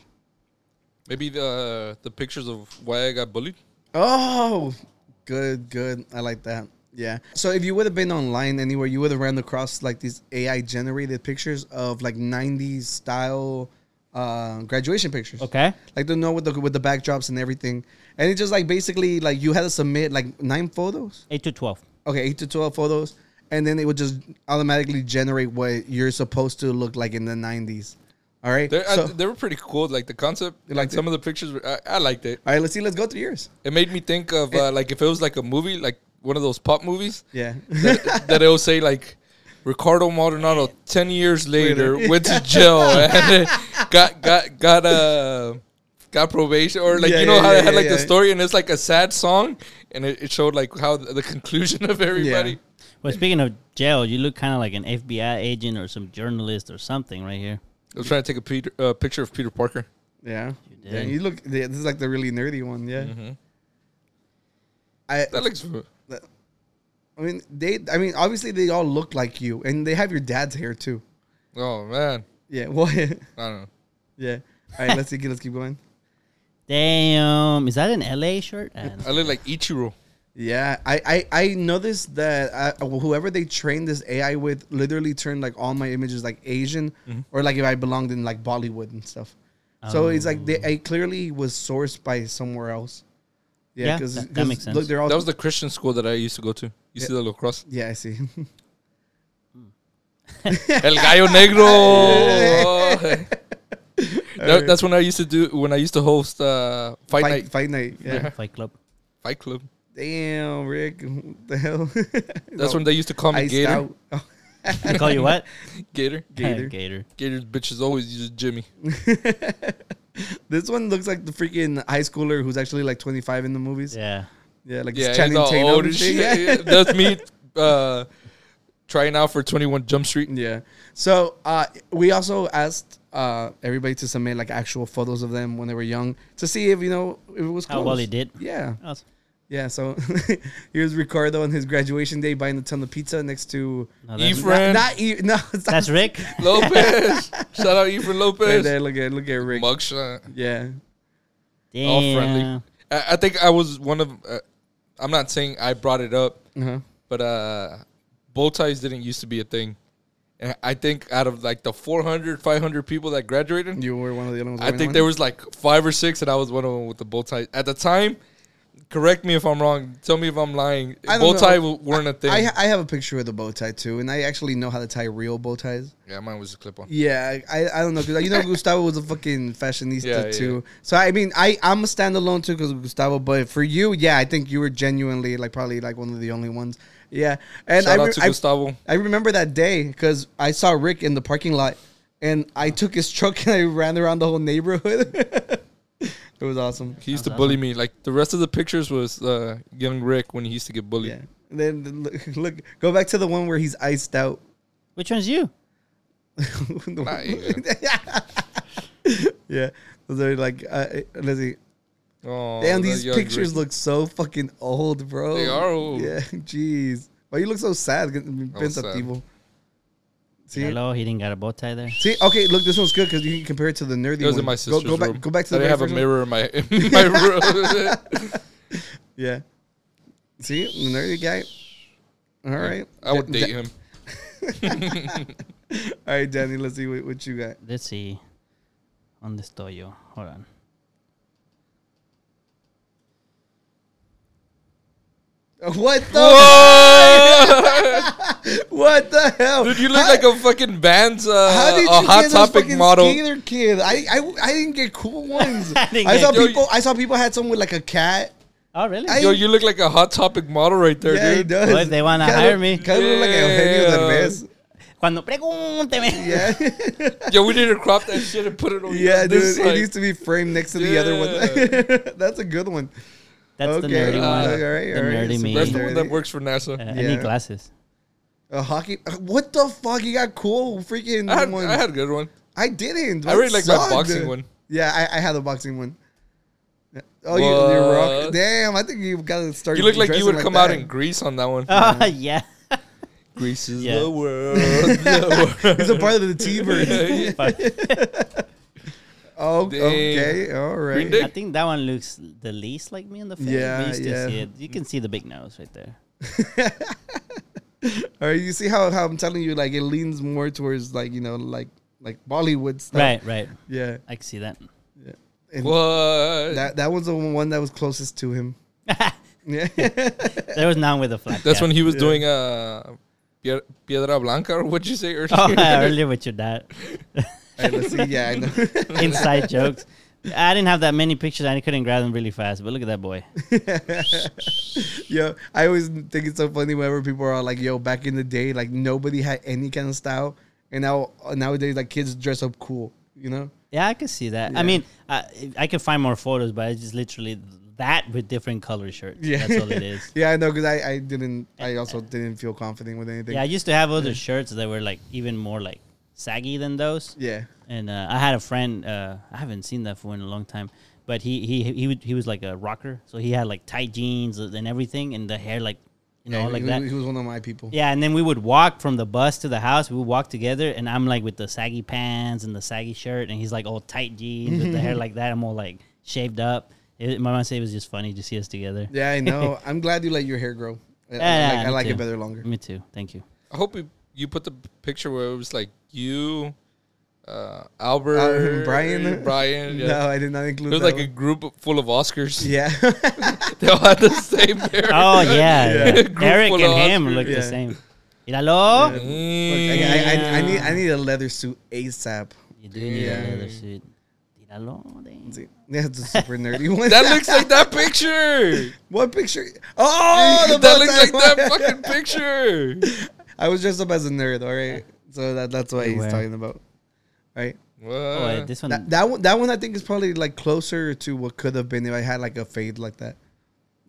S4: Maybe the the pictures of why I got bullied.
S2: Oh, good, good. I like that. Yeah. So if you would have been online anywhere, you would have ran across like these AI generated pictures of like '90s style uh, graduation pictures.
S3: Okay.
S2: Like they know with the with the backdrops and everything, and it's just like basically like you had to submit like nine photos.
S3: Eight to twelve.
S2: Okay, eight to twelve photos, and then it would just automatically generate what you're supposed to look like in the '90s. All right.
S4: They
S2: so,
S4: I, they were pretty cool. Like the concept,
S2: You
S4: like
S2: liked it?
S4: some of the pictures. Were, I, I liked it.
S2: all right. Let's see. Let's go through yours.
S4: It made me think of uh, like if it was like a movie, like one of those pop movies.
S2: Yeah.
S4: that, that it'll say like Ricardo Maldonado ten years later went to jail and got got got uh got probation or like
S2: Yeah,
S4: you know
S2: yeah,
S4: how
S2: yeah,
S4: it had
S2: yeah,
S4: like the
S2: yeah.
S4: story and it's like a sad song and it, it showed like how the, the conclusion of everybody.
S3: Well, speaking of jail, you look kind of like an FBI agent or some journalist or something right here.
S4: I was trying to take a Peter, uh, picture of Peter Parker.
S2: Yeah. You yeah.
S3: did.
S2: You look. yeah, This is like the really nerdy one. Yeah. I.
S4: That looks
S2: I mean, they. I mean, obviously, they all look like you, and they have your dad's hair too.
S4: oh man,
S2: Yeah. Well.
S4: I don't know.
S2: yeah. All right. Let's see. Let's keep going.
S3: Damn, is that an LA shirt? Ah, I don't know.
S4: I look like Ichiro.
S2: Yeah. I. I. I noticed that uh, whoever they trained this AI with literally turned like all my images like Asian,
S3: Mm-hmm.
S2: or like if I belonged in like Bollywood and stuff. So it's like
S3: Oh.
S2: they. I clearly was sourced by somewhere else. Yeah.
S3: Yeah,
S2: Because
S3: that- that makes
S2: Look,
S3: sense.
S2: they're all.
S4: That was the Christian school that I used to go to. You see the little cross,
S2: yeah. I see.
S4: El Gallo Negro. That- that's when I used to do when I used to host uh, fight,
S2: fight.
S4: night,
S2: Fight night. Yeah.
S3: Fight Club.
S4: fight club.
S2: Damn, Rick. What the hell?
S4: That's when they used to call me
S2: Iced
S4: Gator.
S2: out. Oh,
S3: They call you what?
S4: Gator.
S2: Gator.
S3: Gator.
S4: Gator's bitches always use Jimmy.
S2: This one looks like the freaking high schooler who's actually like 25 in the movies. Yeah,
S3: Yeah.
S2: like it's
S4: Yeah, he's
S2: Channing
S4: all
S2: Tatum.
S4: old
S2: and
S4: and
S2: shit.
S4: shit.
S2: Yeah.
S4: Yeah, That's me uh, trying out for 21 Jump Street.
S2: yeah. So uh, we also asked uh, everybody to submit like actual photos of them when they were young to see if you know if it was
S3: How
S2: close.
S3: well he did.
S2: Yeah,
S3: Awesome.
S2: yeah. So here's Ricardo on his graduation day buying a ton of pizza next to
S3: No, that's,
S2: not,
S4: Efren
S2: not e- no. it's not-
S3: that's Rick.
S4: Lopez. Shout out Efren
S2: Right
S4: Lopez.
S2: there, look at look at Rick.
S4: Mugshot.
S2: Yeah,
S3: Damn.
S4: All friendly. I, I think I was one of. Uh, I'm not saying I brought it up,
S2: uh-huh.
S4: but uh, bow ties didn't used to be a thing. And I think out of like the 400, 500 people that graduated,
S2: you were one of the other ones.
S4: I
S2: wearing
S4: think
S2: one?
S4: there was like five or six, and I was one of them with the bow tie. At the time, correct me if I'm wrong. Tell me if I'm lying.
S2: I
S4: Bow
S2: don't
S4: tie
S2: know.
S4: w- weren't a thing.
S2: I, I have a picture of the bow tie too, and I actually know how to tie real bow ties.
S4: yeah, mine was a clip on.
S2: Yeah, I, I don't know because you know Gustavo was a fucking fashionista
S4: Yeah, yeah.
S2: too. So I mean, I I'm a standalone too because of Gustavo. But for you, yeah, I think you were genuinely like probably like one of the only ones. Yeah, and
S4: Shout
S2: I,
S4: out
S2: re-
S4: to
S2: I
S4: Gustavo.
S2: I remember that day because I saw Rick in the parking lot, and I took his truck and I ran around the whole neighborhood. it was awesome.
S4: He used to bully me. Like the rest of the pictures was uh, young Rick when he used to get bullied.
S2: Yeah. And then look, look, go back to the one where he's iced out.
S3: Which one's you?
S2: The one-
S4: Nah, Ah, yeah.
S2: Yeah. They're like, uh, let's see.
S4: Oh,
S2: Damn,
S4: that
S2: these
S4: young
S2: pictures
S4: Rick.
S2: look so fucking old, bro.
S4: They are old.
S2: Yeah, jeez. Why you look so sad? Pent up
S4: sad.
S2: people. See?
S3: Hello, he didn't got a bow tie there.
S2: See, okay, look, this one's good because you can compare it to the nerdy
S4: It was
S2: one.
S4: in my
S2: go,
S4: sister's
S2: go
S4: room.
S2: back, go back to
S4: I
S2: the
S4: didn't have
S2: very
S4: a
S2: first one.
S4: mirror in my in my room.
S2: Yeah. See, the nerdy guy. All right.
S4: I would
S2: Da-
S4: date
S2: da-
S4: him.
S2: All right, Danny, let's see what, what you got.
S3: Let's see. ¿Dónde estoy yo? Hold on.
S2: What the? What the hell?
S4: Dude, you look
S2: How-
S4: like a fucking Vans, uh,
S2: How did you
S4: a
S2: get
S4: Hot
S2: those
S4: Topic
S2: fucking
S4: model.
S2: Skater kid. I, I, I didn't get cool ones. I,
S3: didn't
S2: saw
S3: get-
S4: Yo,
S2: people. I saw people had some with like a cat.
S3: Oh, really?
S2: I-
S4: Yo, you look like a Hot Topic model right there,
S2: yeah, he
S4: dude.
S2: does.
S3: Well, if they wanna
S2: Kinda
S3: hire
S2: look-
S3: me.
S2: Kinda look like Eugenio
S4: Yeah.
S2: Derbez.
S3: Cuando pregúnteme.
S2: Yeah,
S4: Yo, we need to crop that shit and put it on.
S2: yeah, dude.
S4: this
S2: It
S4: side.
S2: used to be framed next to the other one. That's a good one.
S3: That's the
S2: Okay,
S3: nerdy
S2: uh,
S3: one.
S2: all right,
S3: the
S2: all right,
S3: nerdy
S2: it's a
S3: me.
S4: That's
S2: Yeah.
S4: the one that works for NASA.
S3: Uh, I need
S2: Yeah.
S3: glasses.
S2: A hockey. uh, What the fuck? You got cool freaking
S4: I, had,
S2: ones.
S4: I had a good one.
S2: I didn't.
S4: I
S2: That
S4: really like my
S2: sucked.
S4: boxing one.
S2: Yeah, I, I had a boxing one. Oh, you, you're rock.
S4: What?
S2: Damn, I think you got to start.
S4: You look like you
S2: dressing
S4: would come out
S2: that. Ah.
S4: in Greece on that one.
S3: Oh, yeah.
S4: Greece is
S3: Yeah.
S4: the world. The world.
S2: He's a part of the T-Birds. oh,
S4: Dang.
S2: okay, all right.
S4: Green Day?
S3: I think that one looks the least like me on the face.
S2: Yeah,
S3: but you still
S2: yeah.
S3: see it. You can see the big nose right there.
S2: All right, you see how, how I'm telling you, like it leans more towards like you know, like like Bollywood stuff.
S3: Right, right.
S2: Yeah.
S3: I can see that.
S2: And
S4: What?
S2: that that was the one that was closest to him. yeah.
S3: There was none with the flat.
S4: That's
S3: cap.
S4: when he was doing uh, Pier- Piedra Blanca, or what'd you say earlier?
S3: Oh, earlier with your dad.
S2: All right, let's see. Yeah, I know.
S3: Inside jokes. I didn't have that many pictures. I couldn't grab them really fast. But look at that boy.
S2: Yo, I always think it's so funny whenever people are like, "Yo, back in the day, like nobody had any kind of style, and now nowadays, like kids dress up cool." You know?
S3: Yeah, I could see that.
S2: Yeah.
S3: I mean, I, I could find more photos, but it's just literally that with different color shirts.
S2: Yeah.
S3: That's all it is.
S2: Yeah, I know because I, I didn't I also didn't feel confident with anything.
S3: Yeah, I used to have other shirts that were like even more like saggy than those.
S2: yeah.
S3: And uh, I had a friend. Uh, I haven't seen that for in a long time, but he he he would, he was like a rocker, so he had like tight jeans and everything, and the hair like you know
S2: Yeah,
S3: like
S2: he,
S3: that.
S2: he was one of my people.
S3: Yeah, and then we would walk from the bus to the house. We would walk together, and I'm like with the saggy pants and the saggy shirt, and he's like all tight jeans with the hair like that. I'm all like shaved up. It, my mom said it was just funny to see us together.
S2: Yeah, I know. I'm glad you let your hair grow. I- I
S3: Yeah,
S2: like,
S3: me
S2: I like
S3: too.
S2: it better longer.
S3: Me too. Thank you.
S4: I hope you, you put the picture where it was like you, uh, Albert,
S2: Brian?
S4: Brian. Yeah.
S2: No, I did not
S4: It
S2: include.
S4: was
S2: that
S4: like a
S2: one.
S4: group full of Oscars.
S2: yeah.
S4: They all had the same hair.
S3: Oh yeah,
S4: Yeah.
S3: Eric
S4: Group
S3: and
S4: full of
S3: him
S4: Oscars.
S3: look
S2: Yeah.
S3: the same. Hello.
S2: Look,
S4: Mm.
S2: I, I- I- I need
S3: Yeah.
S2: I need a leather suit ASAP.
S3: You do need
S2: Yeah.
S3: a leather suit. Tíralo, damn.
S2: That's a super nerdy one.
S4: That looks like that picture.
S2: what picture? Oh, the
S4: that looks like
S2: Buckeye
S4: that
S2: one.
S4: fucking picture.
S2: I was dressed up as a nerd. All right, so that that's what
S3: You
S2: he's
S3: were.
S2: talking about. Right.
S3: Oh, wait,
S4: What?
S3: this one.
S2: Uh, That, that one that one I think is probably like closer to what could have been if I had like a fade like that.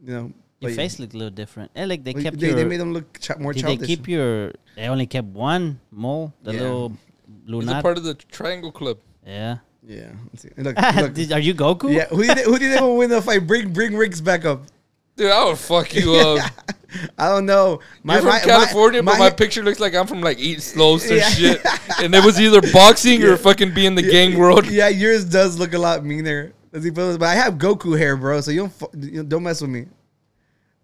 S2: You know,
S3: your
S2: but-
S3: face looked a little different. Eh, like they
S2: but
S3: kept
S2: they,
S3: your.
S2: they made them look ch- more
S3: did they
S2: childish.
S3: keep your? They only kept one mole. The
S2: Yeah.
S3: little
S4: He's
S3: lunar.
S4: a part of the Triangle Club.
S3: yeah.
S2: yeah. Let's see. Look, look.
S3: Did- Are you Goku?
S2: Yeah, who do you, thi- who do you think will win the fight? Bring bring Riggs back up.
S4: Dude, I would fuck you up.
S2: I don't know.
S4: You're from California, but my picture looks like I'm from like eight slopes or
S2: Yeah.
S4: shit. And it was either boxing or fucking being the gang world.
S2: Yeah, yours does look a lot meaner. Does he feel- But I have Goku hair, bro. So you don't fu- you don't mess with me.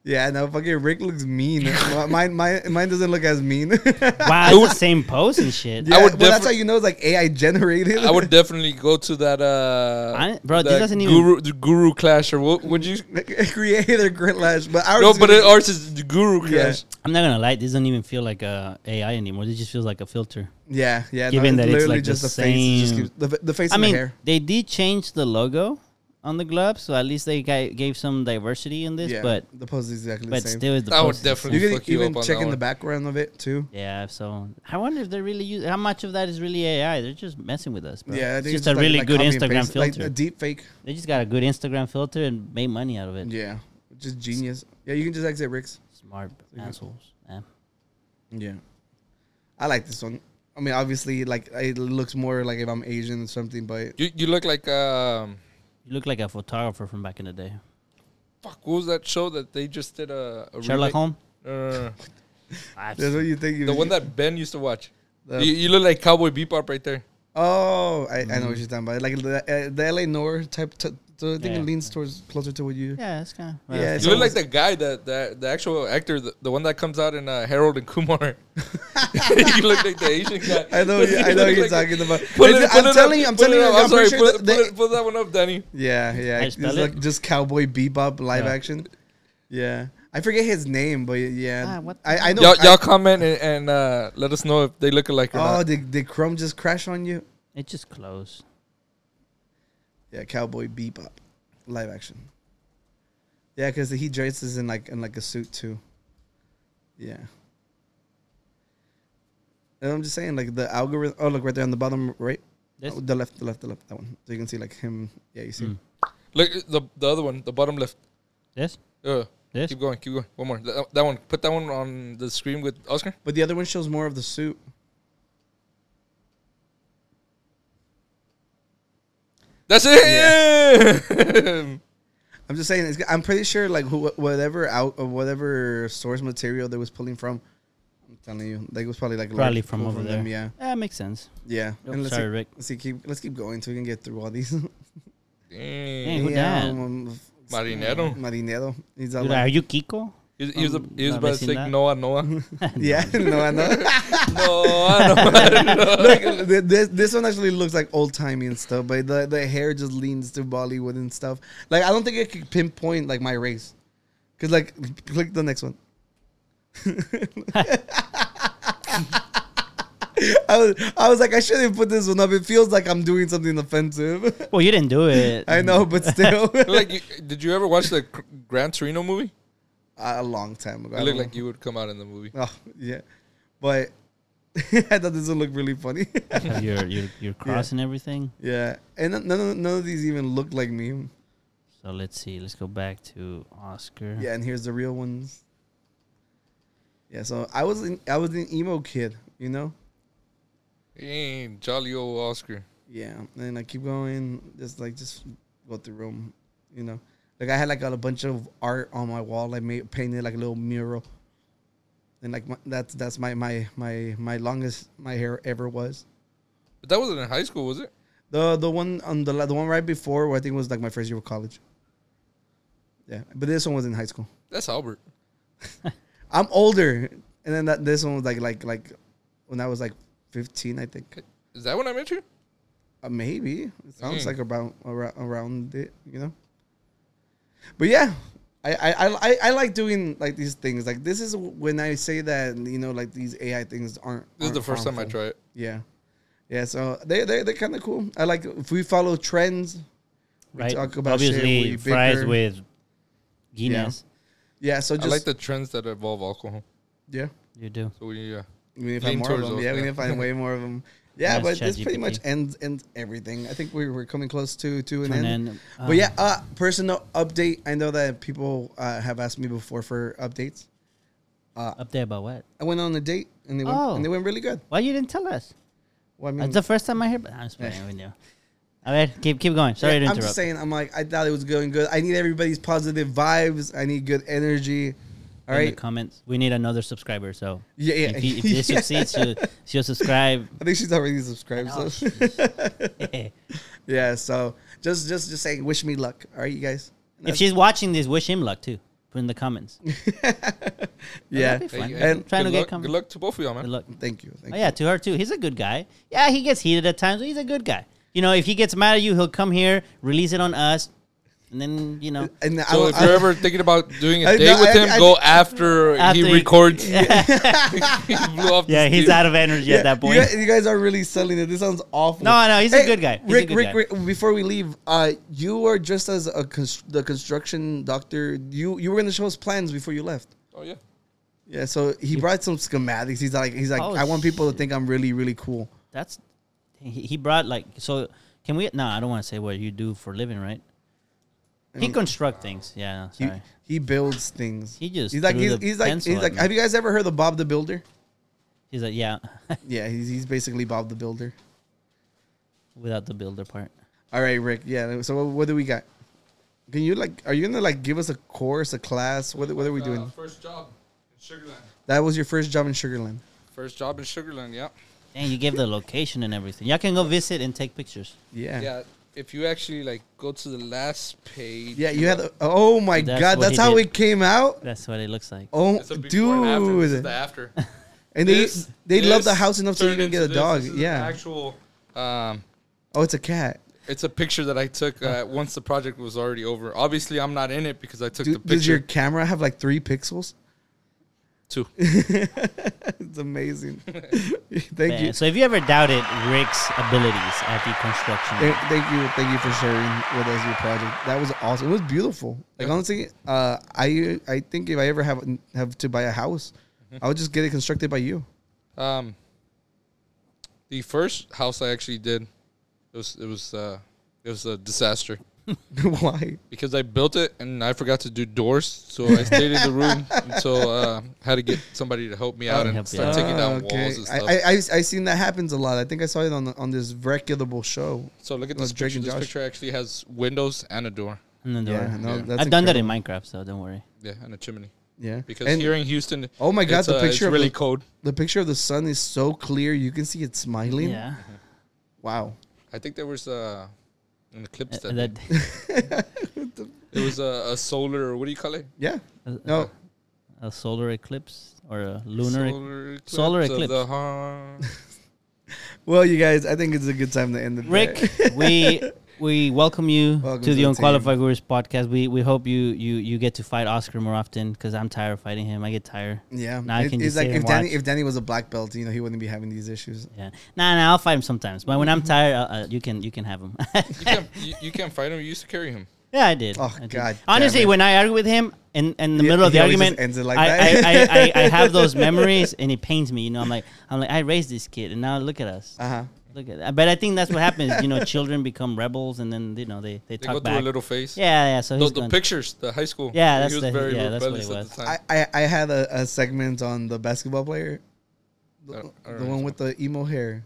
S2: Yeah, no, fucking Rick looks mean. Mi- mine, mine, mine doesn't look as mean. yeah,
S3: Wow, it's the same pose and shit.
S4: I would
S2: well, that's
S4: defi-
S2: how you know it's like AI generated.
S4: I would definitely go to that uh
S3: I- bro, this
S4: that
S3: doesn't even-
S4: guru, the guru clash or what would you
S2: creator lash, but ours
S4: No,
S2: is
S4: but
S2: gonna
S4: it,
S2: be-
S4: ours is the guru clash.
S3: I'm not gonna lie, this doesn't even feel like a AI anymore. This just feels like a filter.
S2: yeah, yeah.
S3: Given that it's like the
S2: face, it
S3: same-
S2: keeps- the, fa- the face
S3: I
S2: and
S3: mean,
S2: the hair.
S3: they did change the logo on the glove, so at least they ga- gave some diversity in this.
S2: Yeah,
S3: But
S2: the pose is exactly
S3: but
S2: the same.
S3: still, the
S4: I would
S3: pose is the
S4: definitely-
S2: you
S3: same.
S2: can
S4: fuck you
S2: even
S4: up on
S2: check
S4: that
S2: in the
S4: one.
S2: background of it too.
S3: Yeah, so I wonder if they really use how much of that is really AI. They're just messing with us, bro.
S2: Yeah, I
S3: it's
S2: think
S3: just a really
S2: like
S3: good
S2: copy and
S3: Instagram
S2: paste,
S3: filter.
S2: like a deep fake.
S3: they just got a good Instagram filter and made money out of it.
S2: Yeah, just genius. Yeah, you can just exit Rick's.
S3: Smart assholes. Yeah.
S2: Yeah, I like this one. I mean, obviously, like it looks more like if I'm Asian or something, but
S4: You you look like um
S3: You look like a photographer from back in the day.
S4: fuck what was that show that they just did uh, a, a
S3: Sherlock
S4: remake?
S3: Holmes.
S4: No, no, no,
S3: I've
S2: that's what you think.
S4: no.
S2: You,
S4: the one that Ben used to watch.
S2: The-
S4: you, you look like Cowboy Bebop right there.
S2: oh, I, I know what you're talking about. Like the, uh, the LA Noir type. T- so I think
S3: Yeah.
S2: it leans towards closer to what you.
S3: Yeah, that's kind of.
S2: Yeah,
S4: You look like the guy that, that the actual actor, the, the one that comes out in uh, Harold and Kumar. you look like the Asian guy.
S2: I know.
S4: You
S2: I know
S4: look
S2: what you're
S4: like-
S2: talking about.
S4: Pull
S2: It's-
S4: it- pull
S2: I'm
S4: it up,
S2: telling you. I'm
S4: pull
S2: telling
S4: it
S2: you.
S4: up,
S2: I'm,
S4: I'm sorry.
S2: pretty
S4: pull,
S2: sure. that
S4: it- pull,
S2: they-
S4: it- pull that one up, Danny.
S2: yeah, yeah.
S3: I
S2: It's
S3: spell
S2: like
S3: it?
S2: just cowboy bebop live
S3: Yeah.
S2: action. Yeah, I forget his name, but yeah,
S3: Ah, what the
S2: I, I know.
S4: Y'all,
S2: I-
S4: y'all comment and, and uh, let us know if they look alike or
S2: oh,
S4: not.
S2: did did Crumb just crash on you?
S3: It just closed.
S2: Yeah, Cowboy Bebop, live action. Yeah, because he dresses in like in like a suit too. Yeah. And I'm just saying, like the algorithm. Oh, look right there on the bottom right,
S3: This?
S2: oh, the left, the left, the left, that one. So you can see like him. Yeah, you see.
S3: Hmm.
S2: him.
S4: Look the the other one, the bottom left.
S3: This?
S4: Uh,
S3: This?
S4: keep going, keep going. One more. That, that one. Put that one on the screen with Oscar.
S2: But the other one shows more of the suit.
S4: That's it.
S2: I'm just saying, it's, I'm pretty sure like who, whatever out of whatever source material they was pulling from. I'm telling you, like it was probably like a
S3: Probably
S2: large
S3: from
S2: pool
S3: over there.
S2: them, Yeah,
S3: That makes sense.
S2: yeah.
S3: Yep,
S2: and let's
S3: sorry,
S2: see,
S3: Rick.
S2: Let's see, keep let's keep going so we can get through all these.
S4: Damn.
S3: Dang, who
S2: yeah,
S3: that?
S2: um, um,
S4: Marinero.
S2: Marinero. He's all
S3: Dude,
S2: like,
S3: are you Kiko?
S4: He was, he was,
S3: Um,
S4: he was
S3: no,
S4: about to
S3: I've seen
S4: say
S3: that.
S4: Noah, Noah. Noah,
S2: yeah, no, I know.
S4: Noah.
S2: Th- this this one actually looks like old timey and stuff, but the, the hair just leans to Bollywood and stuff. Like I don't think I could pinpoint like my race, cause like click the next one. I was I was like I shouldn't put this one up. It feels like I'm doing something offensive.
S3: Well, you didn't do it.
S2: I know, but still,
S4: like, you, did you ever watch the Cr- Gran Torino movie?
S2: a long time ago. I
S4: It looked
S2: don't
S4: like you would come out in the movie.
S2: know. Oh yeah, but I thought this one looked really funny.
S3: Have your your your cross and everything.
S2: yeah, and none of, none of these even look like me.
S3: So let's see. Let's go back to Oscar.
S2: Yeah, and here's the real ones. Yeah, so I was an, I was an emo kid, you know.
S4: Damn, jolly old Oscar.
S2: Yeah, and I keep going, just like just go through them, you know. Like I had like a bunch of art on my wall. I made painted like a little mural, and like my, that's that's my my my my longest my hair ever was.
S4: But that wasn't in high school, was it?
S2: The the one on the la- the one right before, where I think was like my first year of college. Yeah, but this one was in high school.
S4: That's Albert.
S2: I'm older, and then that this one was like like like when I was like 15, I think.
S4: Is that when I met you?
S2: Uh, maybe it sounds
S4: Mm.
S2: like about around, around it, you know. But yeah, I, I I I- I like doing like these things. Like this is when I say that you know like these AI things aren't.
S4: This is the
S2: aren't
S4: first time I
S2: harmful.
S4: tried it.
S2: Yeah, yeah. So they they they're kind of cool. I like if we follow trends. We
S3: right.
S2: talk about shit,
S3: Obviously,
S2: we
S3: fries
S2: bicker.
S3: with Guinness.
S2: Yeah, so
S4: I
S2: just
S4: like the trends that involve alcohol.
S2: yeah.
S3: You do.
S4: So we, uh,
S2: We need to
S4: Lean
S2: find more of
S4: towards
S2: them.
S4: those,
S2: Yeah, we
S4: yeah.
S2: need to find way more of them. Yeah,
S3: Yes,
S2: but this pretty
S3: ChatGPT.
S2: much ends ends everything. I think we we're coming close to to an
S3: To an
S2: end.
S3: end,
S2: but
S3: um,
S2: yeah, uh, personal update. I know that people uh, have asked me before for updates.
S3: Up there about what?
S2: I went on a date and they went,
S3: Oh.
S2: and they went really good.
S3: Why you didn't tell us?
S2: Well, I mean,
S3: That's the first time I hear. But I'm just playing with you. All right, keep keep going. Sorry to
S2: yeah, I'm
S3: interrupt.
S2: just saying. I'm like, I thought it was going good. I need everybody's positive vibes. I need good energy. All
S3: in the
S2: right.
S3: comments, we need another subscriber. So
S2: Yeah, yeah.
S3: If, you, if this
S2: Yeah.
S3: succeeds, she'll, she'll subscribe.
S2: I think she's already subscribed.
S3: Oh,
S2: So. yeah. So just just just saying, wish me luck. All right, you guys.
S3: if she's watching this, wish him luck too. Put in the comments.
S2: yeah.
S3: that'd be
S4: hey,
S3: Fine.
S4: hey,
S2: And
S3: Trying
S4: good
S3: to get
S4: luck,
S3: com-
S4: Good luck to both of y'all, man.
S3: Good luck.
S2: thank you. Thank
S3: Oh yeah, to her too. He's a good guy. Yeah, he gets heated at times, but he's a good guy. You know, if he gets mad at you, he'll come here, release it on us, and then you know.
S2: you. And I,
S4: So
S2: will-
S4: if
S2: I-
S4: you're ever thinking about doing
S2: I-
S4: a date
S2: no,
S4: with
S2: I-
S4: him,
S2: I-
S4: go after,
S3: After
S4: he
S3: he-
S4: records. he blew off
S3: Yeah,
S4: this
S3: he's
S4: dude.
S3: out of energy at that point.
S2: You guys, you guys are really selling it. This sounds awful.
S3: No, no, he's a good guy. He's a
S2: Rick,
S3: good
S2: Rick,
S3: guy.
S2: Rick, before we leave, uh, you are just as a const- the construction doctor. You you were gonna show us plans before you left.
S4: Oh yeah.
S2: Yeah, so he brought some schematics. He's like, he's like,
S3: Oh,
S2: I want people to think I'm really, really cool.
S3: That's he, he brought like so. Can we? No, I don't want to say what you do for a living, right? He
S2: Um,
S3: construct things. Yeah, no,
S2: He,
S3: sorry.
S2: he builds things.
S3: He just
S2: he's like,
S3: threw
S2: he's,
S3: the
S2: he's like,
S3: pencil
S2: he's
S3: at
S2: like.
S3: me.
S2: Have you guys ever heard of Bob the Builder?
S3: He's like, yeah,
S2: Yeah, he's he's basically Bob the Builder.
S3: without the builder part.
S2: All right, Rick. Yeah. So what, what do we got? Can you like? Are you gonna like give us a course, a class? What what are we doing?
S4: Uh, First job in Sugarland.
S2: That was your first job in Sugarland.
S4: First job in Sugarland. Yeah.
S3: Dang, you gave the location and everything. Y'all can go visit and take pictures.
S2: Yeah.
S4: Yeah. If you actually like go to the last page.
S2: Yeah, you had. A, oh my
S3: That's
S2: god,
S3: what
S2: that's
S3: he
S2: how
S3: did.
S2: it came out.
S3: That's what it looks like.
S2: Oh,
S4: It's a before and after. This is
S2: dude,
S4: the after.
S2: and they
S4: This-
S2: they love the
S4: this
S2: house enough to
S4: turned
S2: even
S4: into
S2: get a
S4: this.
S2: dog.
S4: This is an
S2: Yeah.
S4: Actual. Um,
S2: Oh, it's a cat.
S4: it's a picture that I took uh, once the project was already over. Obviously, I'm not in it because I took
S2: Do,
S4: the
S2: does your
S4: picture
S2: camera have like three pixels?
S4: too.
S2: it's amazing. thank you,
S3: Yeah, So if you ever doubted Rick's abilities at the construction,
S2: Th- thank you, thank you for sharing with us your project. That was awesome. It was beautiful. Like honestly, uh, I I think if I ever have have to buy a house, I would just get it constructed by you.
S4: Um, the first house I actually did, it was it was uh, it was a disaster
S2: Why?
S4: because I built it and I forgot to do doors, so I stayed in the room until uh, had to get somebody to help me out and
S3: help you
S4: start
S3: out.
S4: taking down
S2: Oh, okay.
S4: walls and
S2: I,
S4: stuff.
S2: I, I, I seen that happens a lot. I think I saw it on the, on this reputable show.
S4: so look at
S2: Well,
S4: this
S2: Drake
S4: picture.
S2: and
S4: This
S2: Josh.
S4: picture actually has windows and a door.
S3: and then the
S2: Yeah,
S3: door.
S2: no,
S4: Yeah.
S2: that's
S3: I've done that
S2: incredible.
S3: in Minecraft, so don't worry.
S4: Yeah, and a chimney.
S2: Yeah.
S4: because
S2: and
S4: here in Houston,
S2: Oh my God,
S4: it's,
S2: the
S4: uh, it's
S2: picture of
S4: really
S2: the-
S4: cold.
S2: the picture of the sun is so clear, you can see it smiling.
S3: Yeah.
S2: Wow.
S4: I think there was uh, in the clips that,
S3: And Uh, that,
S4: there was a, a solar. What do you call it?
S2: Yeah.
S3: a,
S2: No.
S3: a solar eclipse or a lunar eclipse. solar
S4: solar eclipse. of
S3: eclipse.
S4: the har-
S2: Well, you guys, I think it's a good time to end it. there.
S3: Rick, we we welcome you
S2: Welcome
S3: to
S2: to
S3: the
S2: the
S3: Unqualified Gurus podcast. We we hope you you you get to fight Oscar more often because I'm tired of fighting him. I get tired.
S2: Yeah.
S3: Now I
S2: It-
S3: can
S2: it's
S3: just
S2: like
S3: sit
S2: if
S3: and
S2: Danny
S3: watch.
S2: if Danny was a black belt, you know, he wouldn't be having these issues.
S3: Yeah, nah, nah. I'll fight him sometimes, but when
S2: Mm-hmm.
S3: I'm tired, uh, uh, you can you can have him.
S4: you can't you, you can't fight him. You used to carry him.
S3: yeah, I did.
S2: Oh,
S3: I did.
S2: God damn
S3: Honestly,
S2: it.
S3: when I argue with him in in the
S2: He-
S3: middle of
S2: he
S3: the
S2: always just
S3: argument,
S2: ends it like
S3: I,
S2: that.
S3: I, I, I, I have those memories, and it pains me. You know, I'm like I'm like I raised this kid, and now look at us.
S2: Uh huh.
S3: Look at that. But I think that's what happens. You know, children become rebels, and then you know they they
S4: They
S3: talk
S4: go through
S3: back.
S4: a little phase.
S3: yeah, yeah. So
S4: The,
S3: he's
S4: the
S3: gone.
S4: pictures, the high school.
S3: Yeah, that's
S4: he was
S3: the-
S4: very
S3: yeah, that's what
S4: rebellious
S3: it
S4: at
S3: was.
S4: the time.
S2: I, I, I had a, a segment on the basketball player, the,
S4: Uh,
S2: the
S4: alright,
S2: one with the emo hair.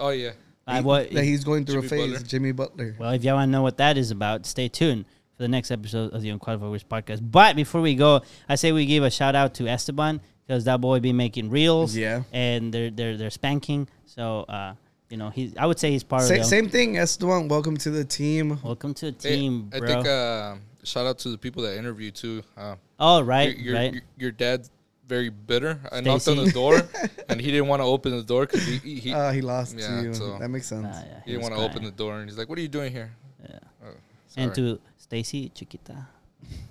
S4: oh yeah,
S3: I,
S2: He-
S3: what,
S2: that he's going through a
S4: Jimmy
S2: phase.
S4: Butler.
S2: Jimmy Butler.
S3: Well, if y'all want to know what that is about, stay tuned for the next episode of the Unqualified Wish podcast. But before we go, I say we give a shout out to Esteban because that boy be making reels,
S2: Yeah.
S3: and they're they're they're spanking. So uh, you know, he's I would say he's part
S2: Sa-
S3: of the
S2: same thing, Esteban. Welcome to the team.
S3: Welcome to the
S4: Hey,
S3: team,
S4: I
S3: bro.
S4: think uh, shout out to the people that interviewed too. Uh,
S3: oh, right,
S4: your, your,
S3: right.
S4: your, your dad's very bitter. I knocked on the door, and he didn't want to open the door because he he, he,
S2: Uh, he lost
S4: Yeah,
S2: to you.
S4: so-
S2: That makes sense.
S3: Ah, yeah,
S4: he didn't
S3: was
S4: want to open the
S3: crying.
S4: door, and he's like, "What are you doing here?"
S3: Yeah.
S4: Oh,
S3: And
S4: sorry.
S3: to Stacy Chiquita,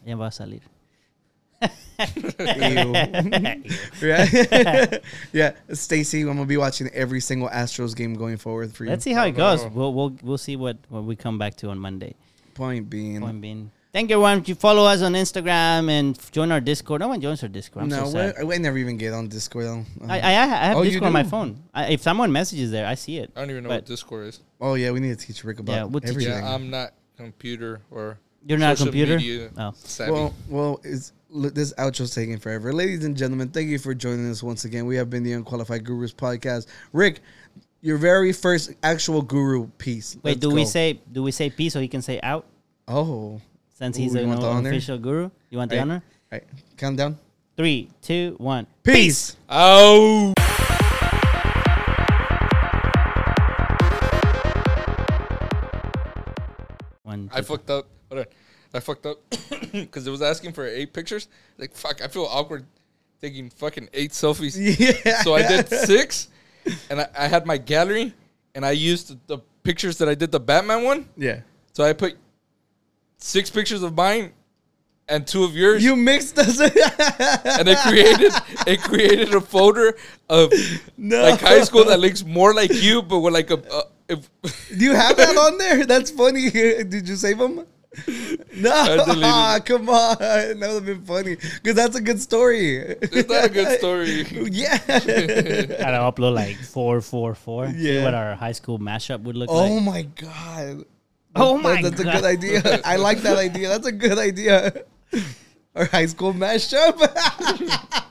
S3: ya va a salir.
S2: Ew. yeah, yeah. Stacy, I'm gonna be watching every single Astros game going forward for you.
S3: Let's see how it
S4: no,
S3: goes.
S4: no.
S3: We'll we'll we'll see what what we come back to on Monday.
S2: Point being,
S3: Point being, thank you everyone. You follow us on Instagram and f- join our Discord. No one joins our Discord. I'm
S2: no,
S3: so sad.
S2: we I never even get on Discord. though. Uh,
S3: I, I, I have
S2: Oh, you
S3: Discord on my
S2: do?
S3: phone. I, if someone messages there, I see it.
S4: I don't even know
S3: But
S4: what Discord is.
S2: oh yeah, we need to teach Rick about
S3: Yeah, we'll teach you.
S2: everything.
S4: Yeah, I'm not computer or
S3: You're not a
S4: social
S3: computer?
S4: media
S3: Oh.
S4: savvy.
S2: Well, well, it's, l- this outro's taking forever. Ladies and gentlemen, thank you for joining us once again. We have been the Unqualified Gurus podcast. Rick, your very first actual guru piece.
S3: Wait,
S2: Let's
S3: do we
S2: go.
S3: say do we say peace so he can say out
S2: Oh,
S3: since
S2: Ooh,
S3: he's
S2: you
S3: an
S2: want the honor?
S3: official guru? You want the
S2: Hey.
S3: honor?
S2: all right, calm down.
S3: Three, two, one.
S2: Peace.
S4: oh.
S3: One.
S4: I
S3: two,
S4: fucked up. Hold on. I fucked up because it was asking for eight pictures. Like fuck, I feel awkward taking fucking eight selfies.
S2: Yeah.
S4: So I did six, and I, I had my gallery, and I used the, the pictures that I did the Batman one.
S2: Yeah.
S4: So I put six pictures of mine and two of yours,
S2: You mixed us.
S4: and it created it created a folder of
S2: no.
S4: like high school that looks more like you, but with like a. Uh, if
S2: Do you have that on there? That's funny. Did you save them?
S4: deleted
S2: No,
S4: it.
S2: come on. That would have been funny because that's a good story.
S4: it's not a good story.
S2: yeah.
S3: three. Gotta upload like four, four, four. See
S2: Yeah.
S3: what our high school mashup would look
S2: Oh
S3: like.
S2: my god.
S3: Oh
S2: That-
S3: my
S2: That's
S3: God.
S2: a good idea. I like that idea. That's a good idea. Our high school mashup.